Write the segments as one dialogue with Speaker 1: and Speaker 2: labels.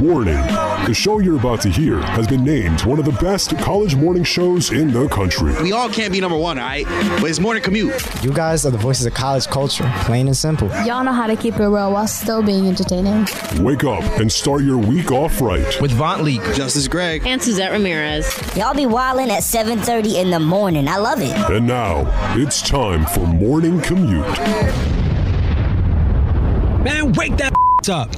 Speaker 1: Warning The show you're about to hear has been named one of the best college morning shows in the country.
Speaker 2: We all can't be number one, all right? But it's morning commute.
Speaker 3: You guys are the voices of college culture, plain and simple.
Speaker 4: Y'all know how to keep it real while still being entertaining.
Speaker 1: Wake up and start your week off right.
Speaker 5: with Vaunt Leak.
Speaker 2: Justice Greg.
Speaker 6: and Suzette Ramirez.
Speaker 7: Y'all be wildin' at 7:30 in the morning. I love it.
Speaker 1: And now, it's time for Morning Commute.
Speaker 5: Man, wake that up.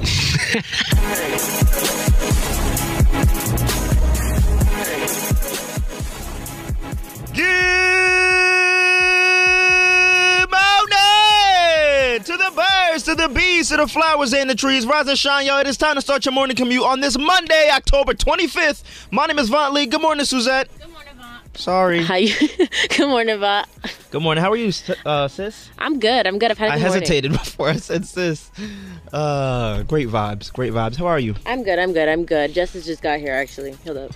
Speaker 8: Good morning to the birds, to the bees, to the flowers and the trees. Rise and shine, y'all. It is time to start your morning commute on this Monday, October 25th. My name is Vaunt Lee. Good morning, Suzette. Good morning, Vaunt. Sorry.
Speaker 6: How you? good morning, Va.
Speaker 8: Good morning. How are you, uh, sis?
Speaker 6: I'm good. I'm good. I've had a
Speaker 8: I
Speaker 6: good morning.
Speaker 8: hesitated before I said sis. Uh, great vibes. Great vibes. How are you?
Speaker 6: I'm good. I'm good. I'm good. Justice just got here. Actually, hold up.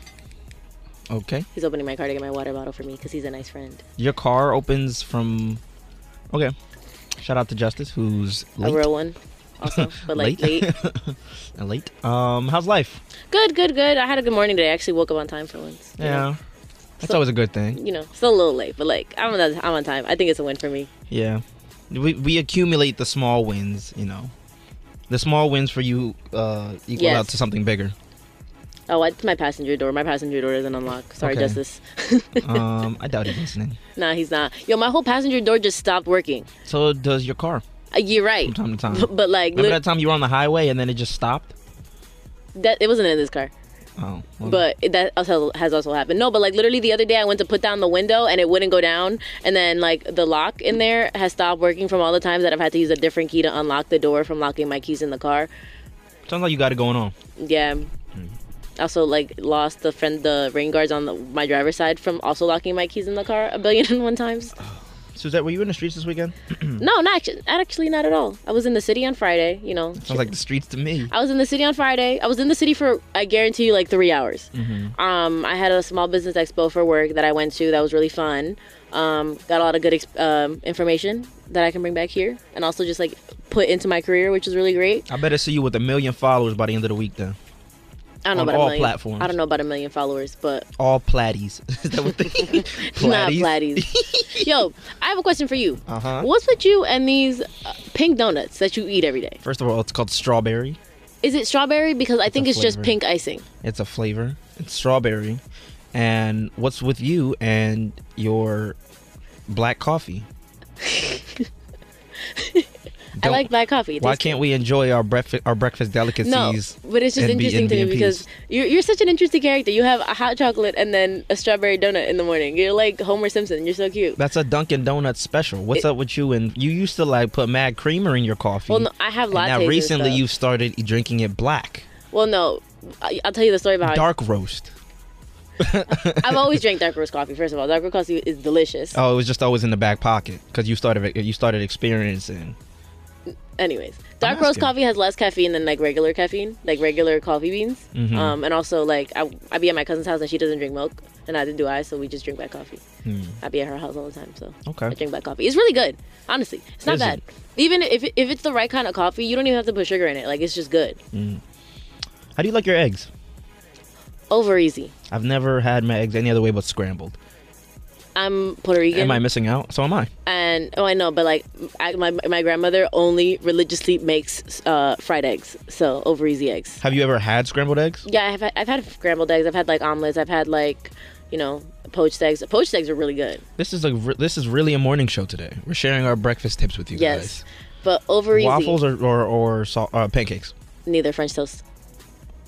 Speaker 8: Okay.
Speaker 6: He's opening my car to get my water bottle for me because he's a nice friend.
Speaker 8: Your car opens from. Okay. Shout out to Justice, who's late.
Speaker 6: A real one, also, but like late.
Speaker 8: late. Um, how's life?
Speaker 6: Good. Good. Good. I had a good morning today. I actually woke up on time for once. you know?
Speaker 8: Yeah. That's always a good thing.
Speaker 6: You know, still a little late, but like I'm on, I'm on time. I think it's a win for me.
Speaker 8: Yeah. We, we accumulate the small wins, you know. The small wins for you uh, equal
Speaker 6: Yes.
Speaker 8: out to something bigger.
Speaker 6: Oh, it's my passenger door. My passenger door isn't unlocked. Sorry,
Speaker 8: Okay.
Speaker 6: Justice.
Speaker 8: Um, I doubt he's listening.
Speaker 6: nah, he's not. Yo, my whole passenger door just stopped working.
Speaker 8: So does your car
Speaker 6: Uh, you're right.
Speaker 8: from time to time.
Speaker 6: But, but, like,
Speaker 8: Remember
Speaker 6: lit-
Speaker 8: that time you were on the highway and then it just stopped?
Speaker 6: that it wasn't in this car.
Speaker 8: Oh. well,
Speaker 6: But that also has also happened. No, but like literally the other day, I went to put down the window and it wouldn't go down, and then like the lock in there has stopped working from all the times that I've had to use a different key to unlock the door from locking my keys in the car.
Speaker 8: sounds like you got it going on.
Speaker 6: Yeah. Also, like lost the friend the rain guards on the, my driver's side from also locking my keys in the car a billion and one times.
Speaker 8: Suzette, were you in the streets this weekend?
Speaker 6: No, not actually, actually not at all. I was in the city on Friday. You know,
Speaker 8: Sounds like the streets to me.
Speaker 6: I was in the city on Friday. I was in the city for I guarantee you like three hours.
Speaker 8: Mm-hmm.
Speaker 6: Um, I had a small business expo for work that I went to. That was really fun. Um, got a lot of good ex- um, information that I can bring back here, and also just like put into my career, which is really great.
Speaker 8: I better see you with a million followers by the end of the week then.
Speaker 6: I don't know
Speaker 8: On
Speaker 6: about
Speaker 8: all
Speaker 6: a million.
Speaker 8: platforms.
Speaker 6: I don't know about a million followers, but
Speaker 8: All platies. Is that what they
Speaker 6: not
Speaker 8: Platies?
Speaker 6: platties. Yo, I have a question for you.
Speaker 8: Uh-huh.
Speaker 6: What's with you and these uh, pink donuts that you eat every day?
Speaker 8: First of all, it's called strawberry.
Speaker 6: Is it strawberry? Because I think
Speaker 8: a
Speaker 6: it's just
Speaker 8: flavor.
Speaker 6: pink icing.
Speaker 8: It's a flavor. It's strawberry. And what's with you and your black coffee?
Speaker 6: I
Speaker 8: Don't-
Speaker 6: like black coffee. It
Speaker 8: Why
Speaker 6: tastes good.
Speaker 8: can't we enjoy our breakfast our breakfast delicacies?
Speaker 6: No, but it's just
Speaker 8: and be
Speaker 6: interesting to me
Speaker 8: NVPs?
Speaker 6: because you're, you're such an interesting character. You have a hot chocolate and then a strawberry donut in the morning. You're like Homer Simpson. You're so cute.
Speaker 8: that's a Dunkin' Donuts special. What's up with you? And you used to like put mad creamer in your coffee.
Speaker 6: Well, no, I have
Speaker 8: and
Speaker 6: lattes.
Speaker 8: Now
Speaker 6: and
Speaker 8: recently
Speaker 6: stuff.
Speaker 8: you've started drinking it black,
Speaker 6: Well, no, I, I'll tell you the story about.
Speaker 8: dark roast.
Speaker 6: I've always drank dark roast coffee. First of all, dark roast coffee is delicious.
Speaker 8: Oh, it was just always in the back pocket because you started you started experiencing.
Speaker 6: Anyways, dark
Speaker 8: I'm
Speaker 6: roast
Speaker 8: asking.
Speaker 6: coffee has less caffeine than like regular caffeine, like regular coffee beans.
Speaker 8: Mm-hmm.
Speaker 6: Um, and also like I, I be at my cousin's house and she doesn't drink milk and neither do I, so we just drink black coffee. I be at her house all the time, so
Speaker 8: Hmm. Okay.
Speaker 6: I drink black coffee. It's really good, honestly. It's not
Speaker 8: Is
Speaker 6: bad.
Speaker 8: it?
Speaker 6: Even if if it's the right kind of coffee, you don't even have to put sugar in it. Like it's just good,
Speaker 8: Hmm. How do you like your eggs?
Speaker 6: over easy.
Speaker 8: I've never had my eggs any other way but scrambled.
Speaker 6: I'm Puerto Rican.
Speaker 8: Am I missing out? So am I.
Speaker 6: and oh, I know, but like I, my my grandmother only religiously makes uh, fried eggs, so over easy eggs.
Speaker 8: Have you ever had scrambled eggs?
Speaker 6: Yeah, I've had, I've had scrambled eggs. I've had like omelets. I've had like, you know, poached eggs. Poached eggs are really good.
Speaker 8: This is a re- this is really a morning show today. We're sharing our breakfast tips with you
Speaker 6: Yes, but over
Speaker 8: guys.
Speaker 6: easy.
Speaker 8: Waffles or or, or salt, uh, pancakes.
Speaker 6: Neither French toast.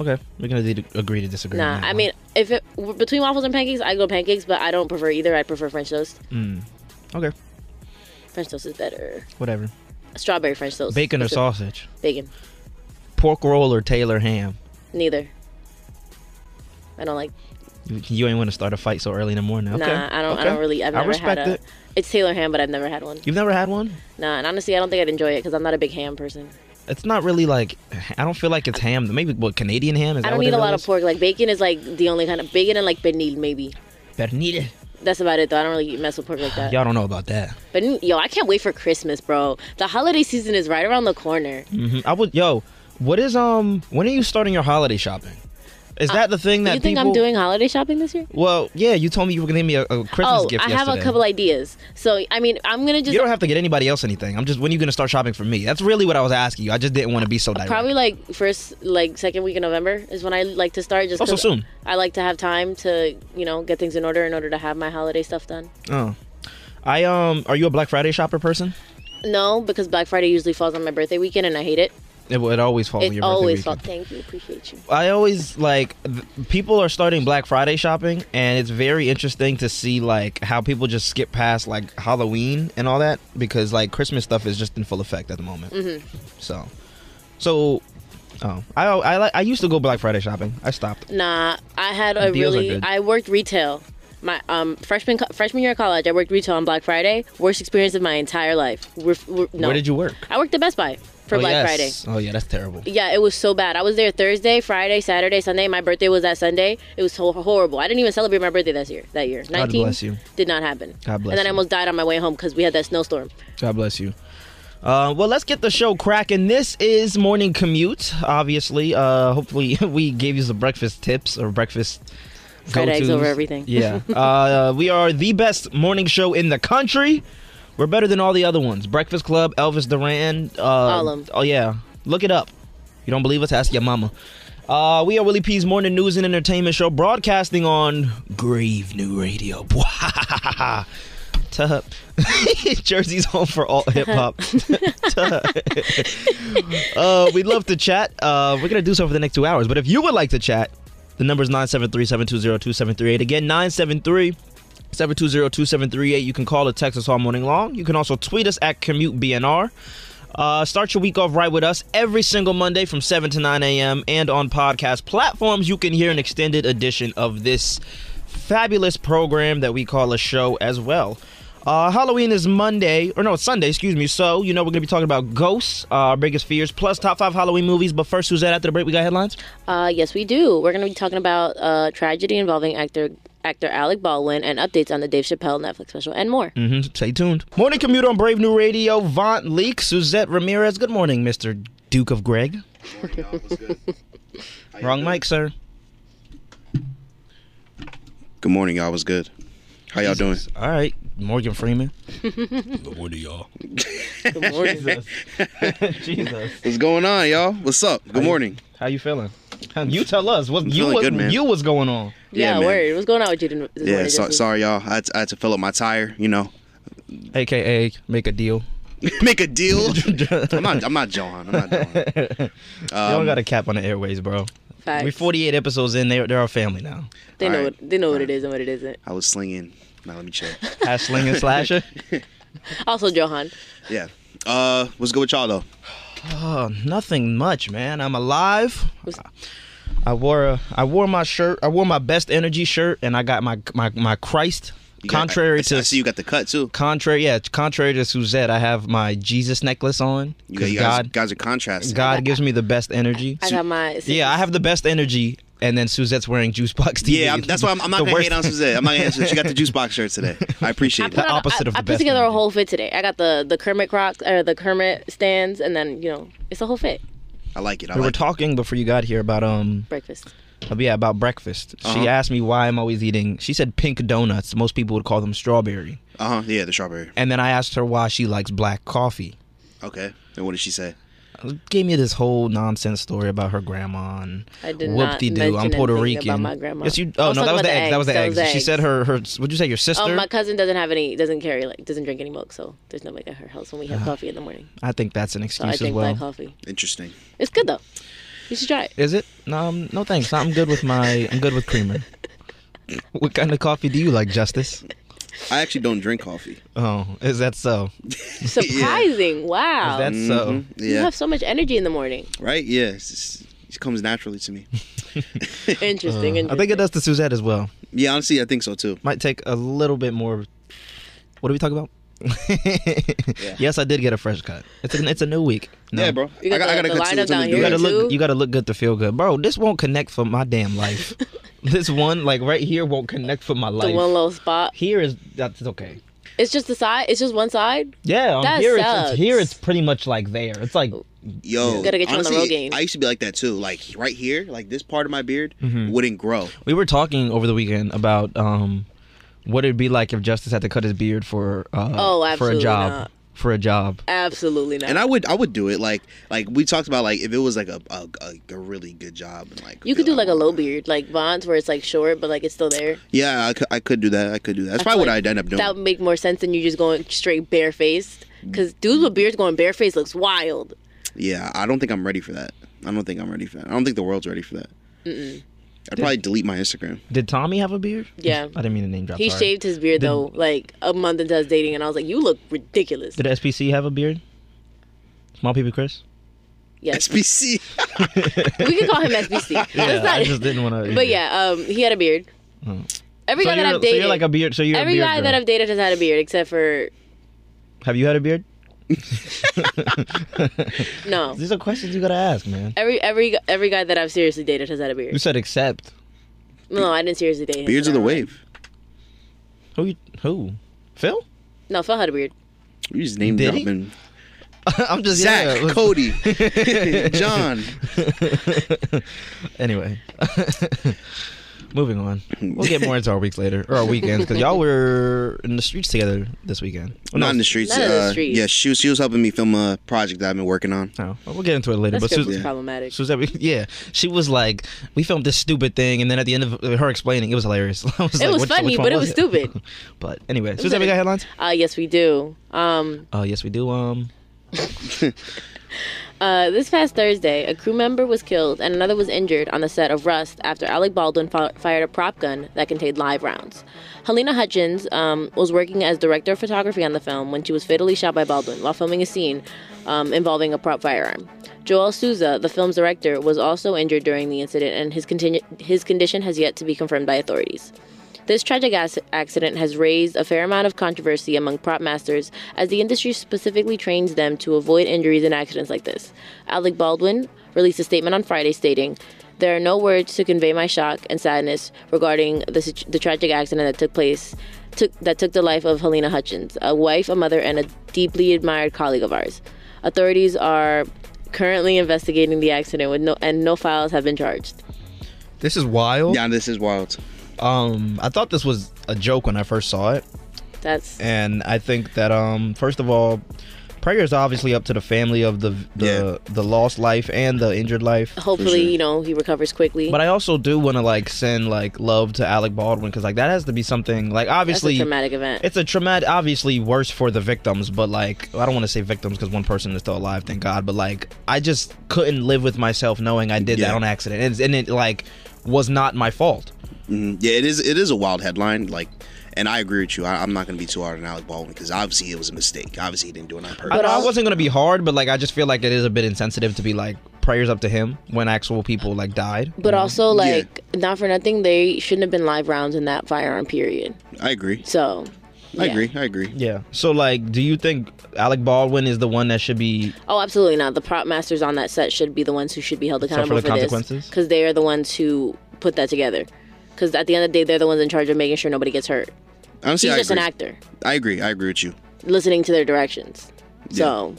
Speaker 8: Okay, we're gonna de- agree to disagree.
Speaker 6: Nah,
Speaker 8: on that
Speaker 6: I
Speaker 8: one.
Speaker 6: mean, if it w- between waffles and pancakes, I go pancakes, but I don't prefer either. I prefer French toast.
Speaker 8: okay,
Speaker 6: French toast is better.
Speaker 8: whatever.
Speaker 6: Strawberry French toast.
Speaker 8: Mm. Bacon or
Speaker 6: It's a-
Speaker 8: sausage?
Speaker 6: Bacon.
Speaker 8: Pork roll or Taylor ham?
Speaker 6: Neither. I don't like.
Speaker 8: You, you ain't want to start a fight so early in the morning. Okay.
Speaker 6: Nah, I don't. I
Speaker 8: okay.
Speaker 6: don't really. I've
Speaker 8: I
Speaker 6: never had
Speaker 8: respect
Speaker 6: a.
Speaker 8: it.
Speaker 6: It's Taylor ham, but I've never had one.
Speaker 8: You've never had one?
Speaker 6: Nah, and honestly, I don't think I'd enjoy it because I'm not a big ham person.
Speaker 8: It's not really like I don't feel like it's ham. Maybe what Canadian ham is.
Speaker 6: I
Speaker 8: that
Speaker 6: don't
Speaker 8: what
Speaker 6: need
Speaker 8: it
Speaker 6: a lot
Speaker 8: is?
Speaker 6: of pork. Like bacon is like the only kind of bacon and like pernil maybe.
Speaker 8: Pernil.
Speaker 6: That's about it though. I don't really mess with pork like that.
Speaker 8: Y'all don't know about that.
Speaker 6: But yo, I can't wait for Christmas, bro. The holiday season is right around the corner.
Speaker 8: hmm I would yo. What is um? When are you starting your holiday shopping? Is that the thing that
Speaker 6: you think
Speaker 8: people?
Speaker 6: I'm doing holiday shopping this year?
Speaker 8: Well, yeah. You told me you were gonna give me a, a Christmas
Speaker 6: Oh,
Speaker 8: gift.
Speaker 6: I have
Speaker 8: yesterday.
Speaker 6: a couple ideas. So I mean, I'm gonna just
Speaker 8: You don't have to get anybody else anything. I'm just when are you gonna start shopping for me? That's really what I was asking you. I just didn't want to be so direct.
Speaker 6: probably like first like second week of november is when i like to start just
Speaker 8: Oh, so
Speaker 6: 'cause
Speaker 8: soon.
Speaker 6: i like to have time to you know get things in order in order to have my holiday stuff done
Speaker 8: Oh. I um are you a Black Friday shopper person?
Speaker 6: no because black friday usually falls on my birthday weekend and i hate it
Speaker 8: It, it always falls on
Speaker 6: it
Speaker 8: Oh, your birthday
Speaker 6: always
Speaker 8: weekend.
Speaker 6: falls thank you appreciate you
Speaker 8: I always like th- people are starting Black Friday shopping, and it's very interesting to see like how people just skip past like Halloween and all that because like Christmas stuff is just in full effect at the moment.
Speaker 6: Mm-hmm.
Speaker 8: So, so, oh, I I like I used to go Black Friday shopping. I stopped.
Speaker 6: nah i had a
Speaker 8: Deals are
Speaker 6: really
Speaker 8: good.
Speaker 6: i worked retail my um freshman co- freshman year of college i worked retail on black friday worst experience of my entire life we're, we're, no.
Speaker 8: Where did you work?
Speaker 6: i worked at best buy for
Speaker 8: oh,
Speaker 6: black
Speaker 8: yes.
Speaker 6: friday
Speaker 8: Oh yeah, that's terrible.
Speaker 6: Yeah, it was so bad. I was there Thursday, Friday, Saturday, Sunday. My birthday was that Sunday. It was so horrible. I didn't even celebrate my birthday that year. That year, nineteen
Speaker 8: bless you.
Speaker 6: did not happen.
Speaker 8: God bless
Speaker 6: And then
Speaker 8: you.
Speaker 6: I almost died on my way home because we had that snowstorm.
Speaker 8: God bless you. Uh, well, let's get the show cracking. This is morning commute. Obviously, uh, hopefully we gave you some breakfast tips or breakfast.
Speaker 6: Fried eggs
Speaker 8: go-tos.
Speaker 6: over everything.
Speaker 8: Yeah, uh, we are the best morning show in the country. We're better than all the other ones. Breakfast Club, Elvis Duran. Uh, all
Speaker 6: of 'em.
Speaker 8: Oh yeah, look it up. You don't believe us? Ask your mama. Uh, we are Willie P's morning news and entertainment show, broadcasting on Grave New Radio. Tuh. Jersey's home for all hip hop. Tuh. uh, we'd love to chat. Uh, we're going to do so for the next two hours. But if you would like to chat, the number is 973 720 2738. Again, 973 720 2738. You can call or text us all morning long. You can also tweet us at CommuteBNR. Uh, start your week off right with us every single Monday from 7 to 9 a.m. and on podcast platforms. You can hear an extended edition of this fabulous program that we call a show as well. Uh, Halloween is Monday, or no, it's Sunday, excuse me. So, you know, we're going to be talking about ghosts, uh, our biggest fears, plus top five Halloween movies. But first, Suzette, after the break, we got headlines.
Speaker 6: Uh, yes, we do. We're gonna be talking about uh, tragedy involving actor actor Alec Baldwin and updates on the Dave Chappelle Netflix special and more.
Speaker 8: hmm Stay tuned. Morning commute on Brave New Radio, Vaunt Leak, Suzette Ramirez. Good morning, Mr. Duke of Greg. Wrong mic, sir.
Speaker 2: Good morning, y'all. Was good. How y'all doing?
Speaker 8: All right, Morgan Freeman.
Speaker 1: What are y'all?
Speaker 8: Good morning. Jesus. Jesus.
Speaker 2: What's going on, y'all? What's up? Good morning.
Speaker 8: How you feeling? Huh, You tell us what you
Speaker 2: feeling
Speaker 8: what,
Speaker 2: good, man.
Speaker 8: you what's going on.
Speaker 2: Yeah, man.
Speaker 6: word. What's going on with you this
Speaker 2: Yeah.
Speaker 6: morning,
Speaker 2: So,
Speaker 6: Jesse?
Speaker 2: sorry, y'all. I had, to, I had to fill up my tire. You know,
Speaker 8: AKA make a deal.
Speaker 2: make a deal. I'm not. I'm not John. I'm not John.
Speaker 8: you don't got
Speaker 2: Um,
Speaker 8: a cap on the airways, bro.
Speaker 6: Facts.
Speaker 8: We're 48 episodes in. They they're our family now.
Speaker 6: They know
Speaker 2: Alright.
Speaker 6: what, they know what it is and what it isn't.
Speaker 2: I was slinging. Now let me check.
Speaker 8: Ass sling and slasher.
Speaker 6: Also, Johan.
Speaker 2: Yeah. Uh, what's good with y'all though?
Speaker 8: Oh, nothing much, man. I'm alive.
Speaker 6: Was-
Speaker 8: I wore a, I wore my shirt. I wore my best energy shirt, and I got my my my Christ.
Speaker 2: You got- I,
Speaker 8: Contrary
Speaker 2: I
Speaker 8: to
Speaker 2: see you got the cut too.
Speaker 8: contrary, yeah, contrary to Suzette, I have my Jesus necklace on
Speaker 2: You, got,
Speaker 8: because
Speaker 2: you guys,
Speaker 8: God
Speaker 2: guys are contrasting.
Speaker 8: God gives me the best energy.
Speaker 6: I got my
Speaker 8: Yeah, I have the best energy, and then Suzette's wearing juice box TV.
Speaker 2: Yeah, I'm, that's why I'm, I'm not
Speaker 8: The
Speaker 2: gonna
Speaker 8: worst-
Speaker 2: hate on Suzette. I'm not gonna hate on Suzette. She got the juice box shirt today. I appreciate
Speaker 6: put
Speaker 2: it.
Speaker 6: on a-
Speaker 8: opposite
Speaker 6: I,
Speaker 8: of the
Speaker 6: I put
Speaker 8: best
Speaker 6: together a
Speaker 8: movie.
Speaker 6: whole fit today. I got the the Kermit Crocs or the Kermit stands, and then you know it's a whole fit
Speaker 2: I like it. I
Speaker 8: We were
Speaker 2: like it.
Speaker 8: talking before you got here about um,
Speaker 6: breakfast.
Speaker 8: yeah, about breakfast. She asked me why I'm always eating. She said pink donuts. Most people would call them strawberry.
Speaker 2: Uh huh. Yeah, the strawberry.
Speaker 8: And then I asked her why she likes black coffee.
Speaker 2: Okay. And what did she say?
Speaker 8: Gave me this whole nonsense story about her grandma and
Speaker 6: I did not
Speaker 8: whoop-de-doo. I'm
Speaker 6: mention
Speaker 8: Puerto
Speaker 6: anything
Speaker 8: Rican.
Speaker 6: about my grandma.
Speaker 8: Yes, you.
Speaker 6: I
Speaker 8: Oh
Speaker 6: was
Speaker 8: no, that
Speaker 6: talking
Speaker 8: was
Speaker 6: about
Speaker 8: the
Speaker 6: the
Speaker 8: eggs. That was the
Speaker 6: eggs. That was
Speaker 8: eggs.
Speaker 6: the
Speaker 8: She said
Speaker 6: eggs.
Speaker 8: her her. Would you say your sister?
Speaker 6: Oh, my cousin doesn't have any, doesn't carry like, doesn't drink any milk, so there's no milk at her house when we have coffee in the morning.
Speaker 8: I think that's an
Speaker 6: So Oh, I
Speaker 8: excuse Uh-huh. as
Speaker 6: drink
Speaker 8: well.
Speaker 6: black coffee.
Speaker 2: Interesting.
Speaker 6: It's good though. You should try it.
Speaker 8: Is it? No, um, no thanks. I'm good with my. I'm good with creamer. What kind of coffee do you like, Justice?
Speaker 2: I actually don't drink coffee.
Speaker 8: Oh, is that so?
Speaker 6: Surprising! Wow,
Speaker 8: That's so.
Speaker 6: you
Speaker 2: Mm-hmm. Yeah.
Speaker 6: have so much energy in the morning.
Speaker 2: Right? Yeah. It's just- it comes naturally to me.
Speaker 6: Interesting. interesting.
Speaker 8: Uh, I think it does to Suzette as well.
Speaker 2: Yeah, honestly, I think so too.
Speaker 8: Might take a little bit more. What do we talk about? Yes, I did get a fresh cut. It's a, it's a new week. No.
Speaker 2: Yeah, bro.
Speaker 6: You got
Speaker 2: I, got, I got a
Speaker 6: the- the
Speaker 2: good
Speaker 6: lineup
Speaker 2: two
Speaker 6: down
Speaker 2: something to
Speaker 6: here
Speaker 8: You
Speaker 2: do.
Speaker 8: gotta
Speaker 6: too.
Speaker 8: look. You gotta look good to feel good, bro. This won't connect for my damn life. this one, like right here, won't connect for my
Speaker 6: the
Speaker 8: life.
Speaker 6: one little spot.
Speaker 8: here is that's okay.
Speaker 6: It's just the side. It's just one side.
Speaker 8: Yeah, on
Speaker 6: That
Speaker 8: here it's, it's
Speaker 6: sucks.
Speaker 8: here it's pretty much like there. It's like
Speaker 2: Yo,
Speaker 6: Gotta get you on the
Speaker 2: honestly,
Speaker 6: road game.
Speaker 2: I used to be like that too. Like right here, like this part of my beard
Speaker 8: Mm-hmm.
Speaker 2: wouldn't grow.
Speaker 8: We were talking over the weekend about um, what it'd be like if Justice had to cut his beard for uh,
Speaker 6: Oh,
Speaker 8: for a
Speaker 6: absolutely
Speaker 8: job
Speaker 6: not.
Speaker 8: for a job.
Speaker 6: Absolutely not.
Speaker 2: And I would, I would do it. Like, like we talked about, like if it was like a a, a, a really good job, and like
Speaker 6: you could do
Speaker 2: feel
Speaker 6: like a low beard, like Bonds, where it's like short, but like it's still there.
Speaker 2: Yeah, I could, I could do that. I could do that. That's probably
Speaker 6: feel
Speaker 2: what
Speaker 6: like
Speaker 2: I'd end up doing.
Speaker 6: That would make more sense than you just going straight barefaced. Because dudes with beards going barefaced looks wild.
Speaker 2: yeah, I don't think I'm ready for that. I don't think I'm ready for that. I don't think the world's ready for that. I'd probably delete my Instagram.
Speaker 8: Did Tommy have a beard?
Speaker 6: Yeah.
Speaker 8: I didn't mean to name drop.
Speaker 6: He
Speaker 8: sorry.
Speaker 6: shaved his beard though, like a month into us dating, and I was like, "You look ridiculous."
Speaker 8: Did SPC have a beard? Small people, Chris.
Speaker 6: Yes,
Speaker 2: SBC.
Speaker 6: we could call him SBC. That's not
Speaker 8: I just didn't want to.
Speaker 6: But yeah, um, he had a beard. Every
Speaker 8: So
Speaker 6: guy that
Speaker 8: you're,
Speaker 6: I've
Speaker 8: so
Speaker 6: dated,
Speaker 8: you're like a beard. So you're
Speaker 6: every
Speaker 8: a beard
Speaker 6: guy
Speaker 8: girl.
Speaker 6: that I've dated has had a beard, except for
Speaker 8: Have you had a beard?
Speaker 6: no.
Speaker 8: These are questions you gotta ask, man.
Speaker 6: Every every every guy that I've seriously dated has had a
Speaker 8: You
Speaker 6: beard.
Speaker 8: said except.
Speaker 6: No, I didn't seriously date him.
Speaker 2: Beards are the wave.
Speaker 8: Who? You, who? Phil?
Speaker 6: No, Phil had a beard.
Speaker 2: You just name
Speaker 8: Did he?
Speaker 2: dropping.
Speaker 8: I'm just
Speaker 2: Zach,
Speaker 8: yeah,
Speaker 2: Cody, John.
Speaker 8: Anyway, moving on. We'll get more into our weeks later or our weekends because y'all were in the streets together this weekend. Well,
Speaker 2: Not
Speaker 8: no,
Speaker 2: in the streets.
Speaker 6: Not in the
Speaker 2: uh,
Speaker 6: streets.
Speaker 2: Yeah, she was, she was helping me film a project that I've been working on.
Speaker 8: no, but we'll get into it later.
Speaker 6: That
Speaker 8: But
Speaker 6: script
Speaker 8: Susan,
Speaker 6: was problematic.
Speaker 8: Suzette, yeah, she was like, we filmed this stupid thing, and then at the end of her explaining, it was hilarious. I was
Speaker 6: It
Speaker 8: like,
Speaker 6: was
Speaker 8: which-
Speaker 6: funny,
Speaker 8: which one
Speaker 6: but it was stupid.
Speaker 8: but anyway, Suzette, we got headlines.
Speaker 6: Uh, yes, we do. Um,
Speaker 8: Oh yes, we do. Um,
Speaker 6: uh, this past Thursday, a crew member was killed and another was injured on the set of Rust after Alec Baldwin fi- fired a prop gun that contained live rounds. Helena Hutchins um, was working as director of photography on the film when she was fatally shot by Baldwin while filming a scene um, involving a prop firearm. Joel Souza, the film's director, was also injured during the incident, and his, continu- his condition has yet to be confirmed by authorities. This tragic ac- accident has raised a fair amount of controversy among prop masters as the industry specifically trains them to avoid injuries in accidents like this. Alec Baldwin released a statement on Friday stating, There are no words to convey my shock and sadness regarding the, situ- the tragic accident that took place. Took, that took the life of Helena Hutchins, a wife, a mother, and a deeply admired colleague of ours. Authorities are currently investigating the accident with no and no files have been charged.
Speaker 8: this is wild.
Speaker 2: Yeah, this is wild.
Speaker 8: Um, I thought this was a joke when I first saw it.
Speaker 6: That's
Speaker 8: and I think that um first of all, prayer is obviously up to the family of the the, the lost life and the injured life.
Speaker 6: hopefully you know he recovers quickly.
Speaker 8: But I also do want to like send like love to Alec Baldwin because like that has to be something like
Speaker 6: That's
Speaker 8: obviously
Speaker 6: a traumatic event.
Speaker 8: it's a traumatic obviously worse for the victims but like i don't want to say victims because one person is still alive thank god but like i just couldn't live with myself knowing i did that
Speaker 2: Yeah.
Speaker 8: on accident and, and it like was not my fault
Speaker 2: Mm, Yeah, it is. It is a wild headline. Like, and I agree with you. I, I'm not going to be too hard on Alec Baldwin because obviously it was a mistake. Obviously he didn't do it on purpose.
Speaker 8: I, know I wasn't gonna be hard, but like I just feel like it is a bit insensitive to be like prayers up to him when actual people like died.
Speaker 6: But also, like, not for nothing, they shouldn't have been live rounds in that firearm period.
Speaker 2: I agree.
Speaker 6: So,
Speaker 2: I
Speaker 6: yeah.
Speaker 2: agree. I agree.
Speaker 8: Yeah. So like, do you think Alec Baldwin is the one that should be?
Speaker 6: Oh, absolutely not. The prop masters on that set should be the ones who should be held
Speaker 8: for
Speaker 6: accountable
Speaker 8: the
Speaker 6: for, this,
Speaker 8: consequences?
Speaker 6: because they are the ones who put that together. Because at the end of the day, they're the ones in charge of making sure nobody gets hurt.
Speaker 2: Honestly,
Speaker 6: He's
Speaker 2: I
Speaker 6: just
Speaker 2: agree.
Speaker 6: an actor
Speaker 2: I agree. I agree with you.
Speaker 6: listening to their directions. So,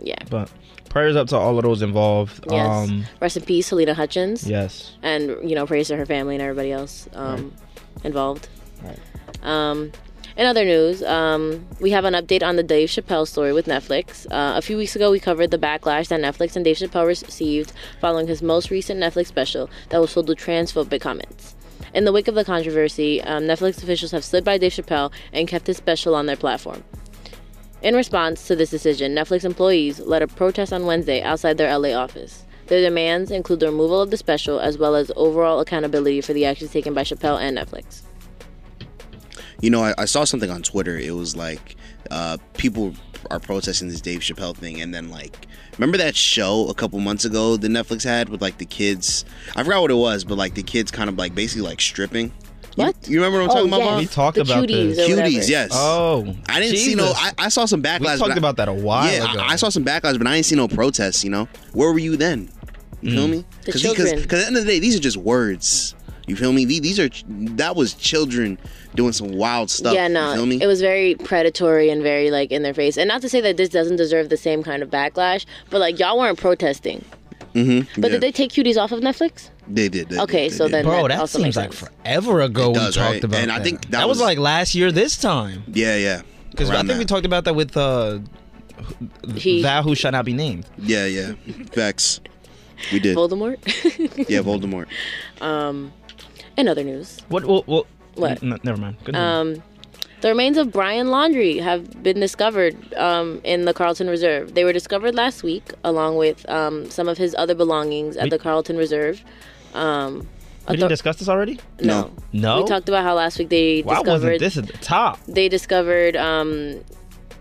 Speaker 6: yeah.
Speaker 8: But prayers up to all of those involved.
Speaker 6: Yes.
Speaker 8: Um
Speaker 6: Rest in peace, Helena Hutchins.
Speaker 8: Yes.
Speaker 6: and you know praise to her family and everybody else um, involved. Um, in other news, um, we have an update on the Dave Chappelle story with Netflix. Uh, a few weeks ago, we covered the backlash that Netflix and Dave Chappelle received following his most recent Netflix special that was filled with transphobic comments. In the wake of the controversy, um, Netflix officials have slid by Dave Chappelle and kept his special on their platform. In response to this decision, Netflix employees led a protest on Wednesday outside their LA office. Their demands include the removal of the special as well as overall accountability for the actions taken by Chappelle and Netflix.
Speaker 2: You know, I, I saw something on Twitter. It was like uh, people are protesting this Dave Chappelle thing, and then like, remember that show a couple months ago that Netflix had with like the kids? I forgot what it was, but like the kids kind of like basically like stripping.
Speaker 6: What?
Speaker 2: You remember what I'm talking about?
Speaker 8: We
Speaker 2: Mom?
Speaker 8: yes. talked
Speaker 6: Oh, the
Speaker 8: about
Speaker 6: cuties
Speaker 8: this.
Speaker 6: or whatever.
Speaker 2: Cuties, yes.
Speaker 8: Oh,
Speaker 2: I didn't see no.
Speaker 8: Jesus.
Speaker 2: I, I saw some backlash.
Speaker 8: we
Speaker 2: but
Speaker 8: talked
Speaker 2: I-
Speaker 8: about that a while
Speaker 2: yeah,
Speaker 8: ago.
Speaker 2: I, I saw some backlash, but I ain't seen no protests. You know, where were you then? You
Speaker 8: Mm.
Speaker 2: feel me?
Speaker 6: The
Speaker 2: Because
Speaker 6: children.
Speaker 2: at the end of the day, these are just words. You feel me? The- These are that was children doing some wild stuff.
Speaker 6: yeah,
Speaker 2: you
Speaker 6: no,
Speaker 2: feel me?
Speaker 6: it was very predatory and very like in their face. And not to say that this doesn't deserve the same kind of backlash, but like y'all weren't protesting. Mm-hmm. But
Speaker 2: yeah.
Speaker 6: did they take cuties off of Netflix?
Speaker 2: They did. they
Speaker 6: Okay,
Speaker 2: did, they
Speaker 6: so
Speaker 2: did.
Speaker 6: then
Speaker 9: Bro,
Speaker 6: that
Speaker 9: that
Speaker 6: also
Speaker 9: seems
Speaker 6: makes
Speaker 9: like
Speaker 6: sense.
Speaker 9: forever ago
Speaker 2: It
Speaker 9: we
Speaker 2: does,
Speaker 9: talked
Speaker 2: right?
Speaker 9: about
Speaker 2: And I
Speaker 9: that.
Speaker 2: think that
Speaker 9: that was
Speaker 2: was-
Speaker 9: like last year this time.
Speaker 2: yeah, yeah.
Speaker 8: Because I
Speaker 2: Around
Speaker 8: think we
Speaker 2: that.
Speaker 8: talked about that with uh,
Speaker 6: He
Speaker 8: Thou Who Shall Not Be Named.
Speaker 2: Yeah, yeah. Facts. We did.
Speaker 6: Voldemort.
Speaker 2: Yeah, Voldemort.
Speaker 6: In other news,
Speaker 8: What? What? What?
Speaker 6: What?
Speaker 8: N- never mind. Good
Speaker 6: um, the remains of Brian Laundrie have been discovered um, in the Carlton Reserve. They were discovered last week, along with um, some of his other belongings at
Speaker 8: We-
Speaker 6: the Carlton Reserve. Um,
Speaker 8: we didn't
Speaker 6: author-
Speaker 8: discuss this already.
Speaker 6: no.
Speaker 8: No.
Speaker 6: We talked about how last week they
Speaker 8: Why
Speaker 6: discovered
Speaker 8: wasn't this at the top?
Speaker 6: they discovered um,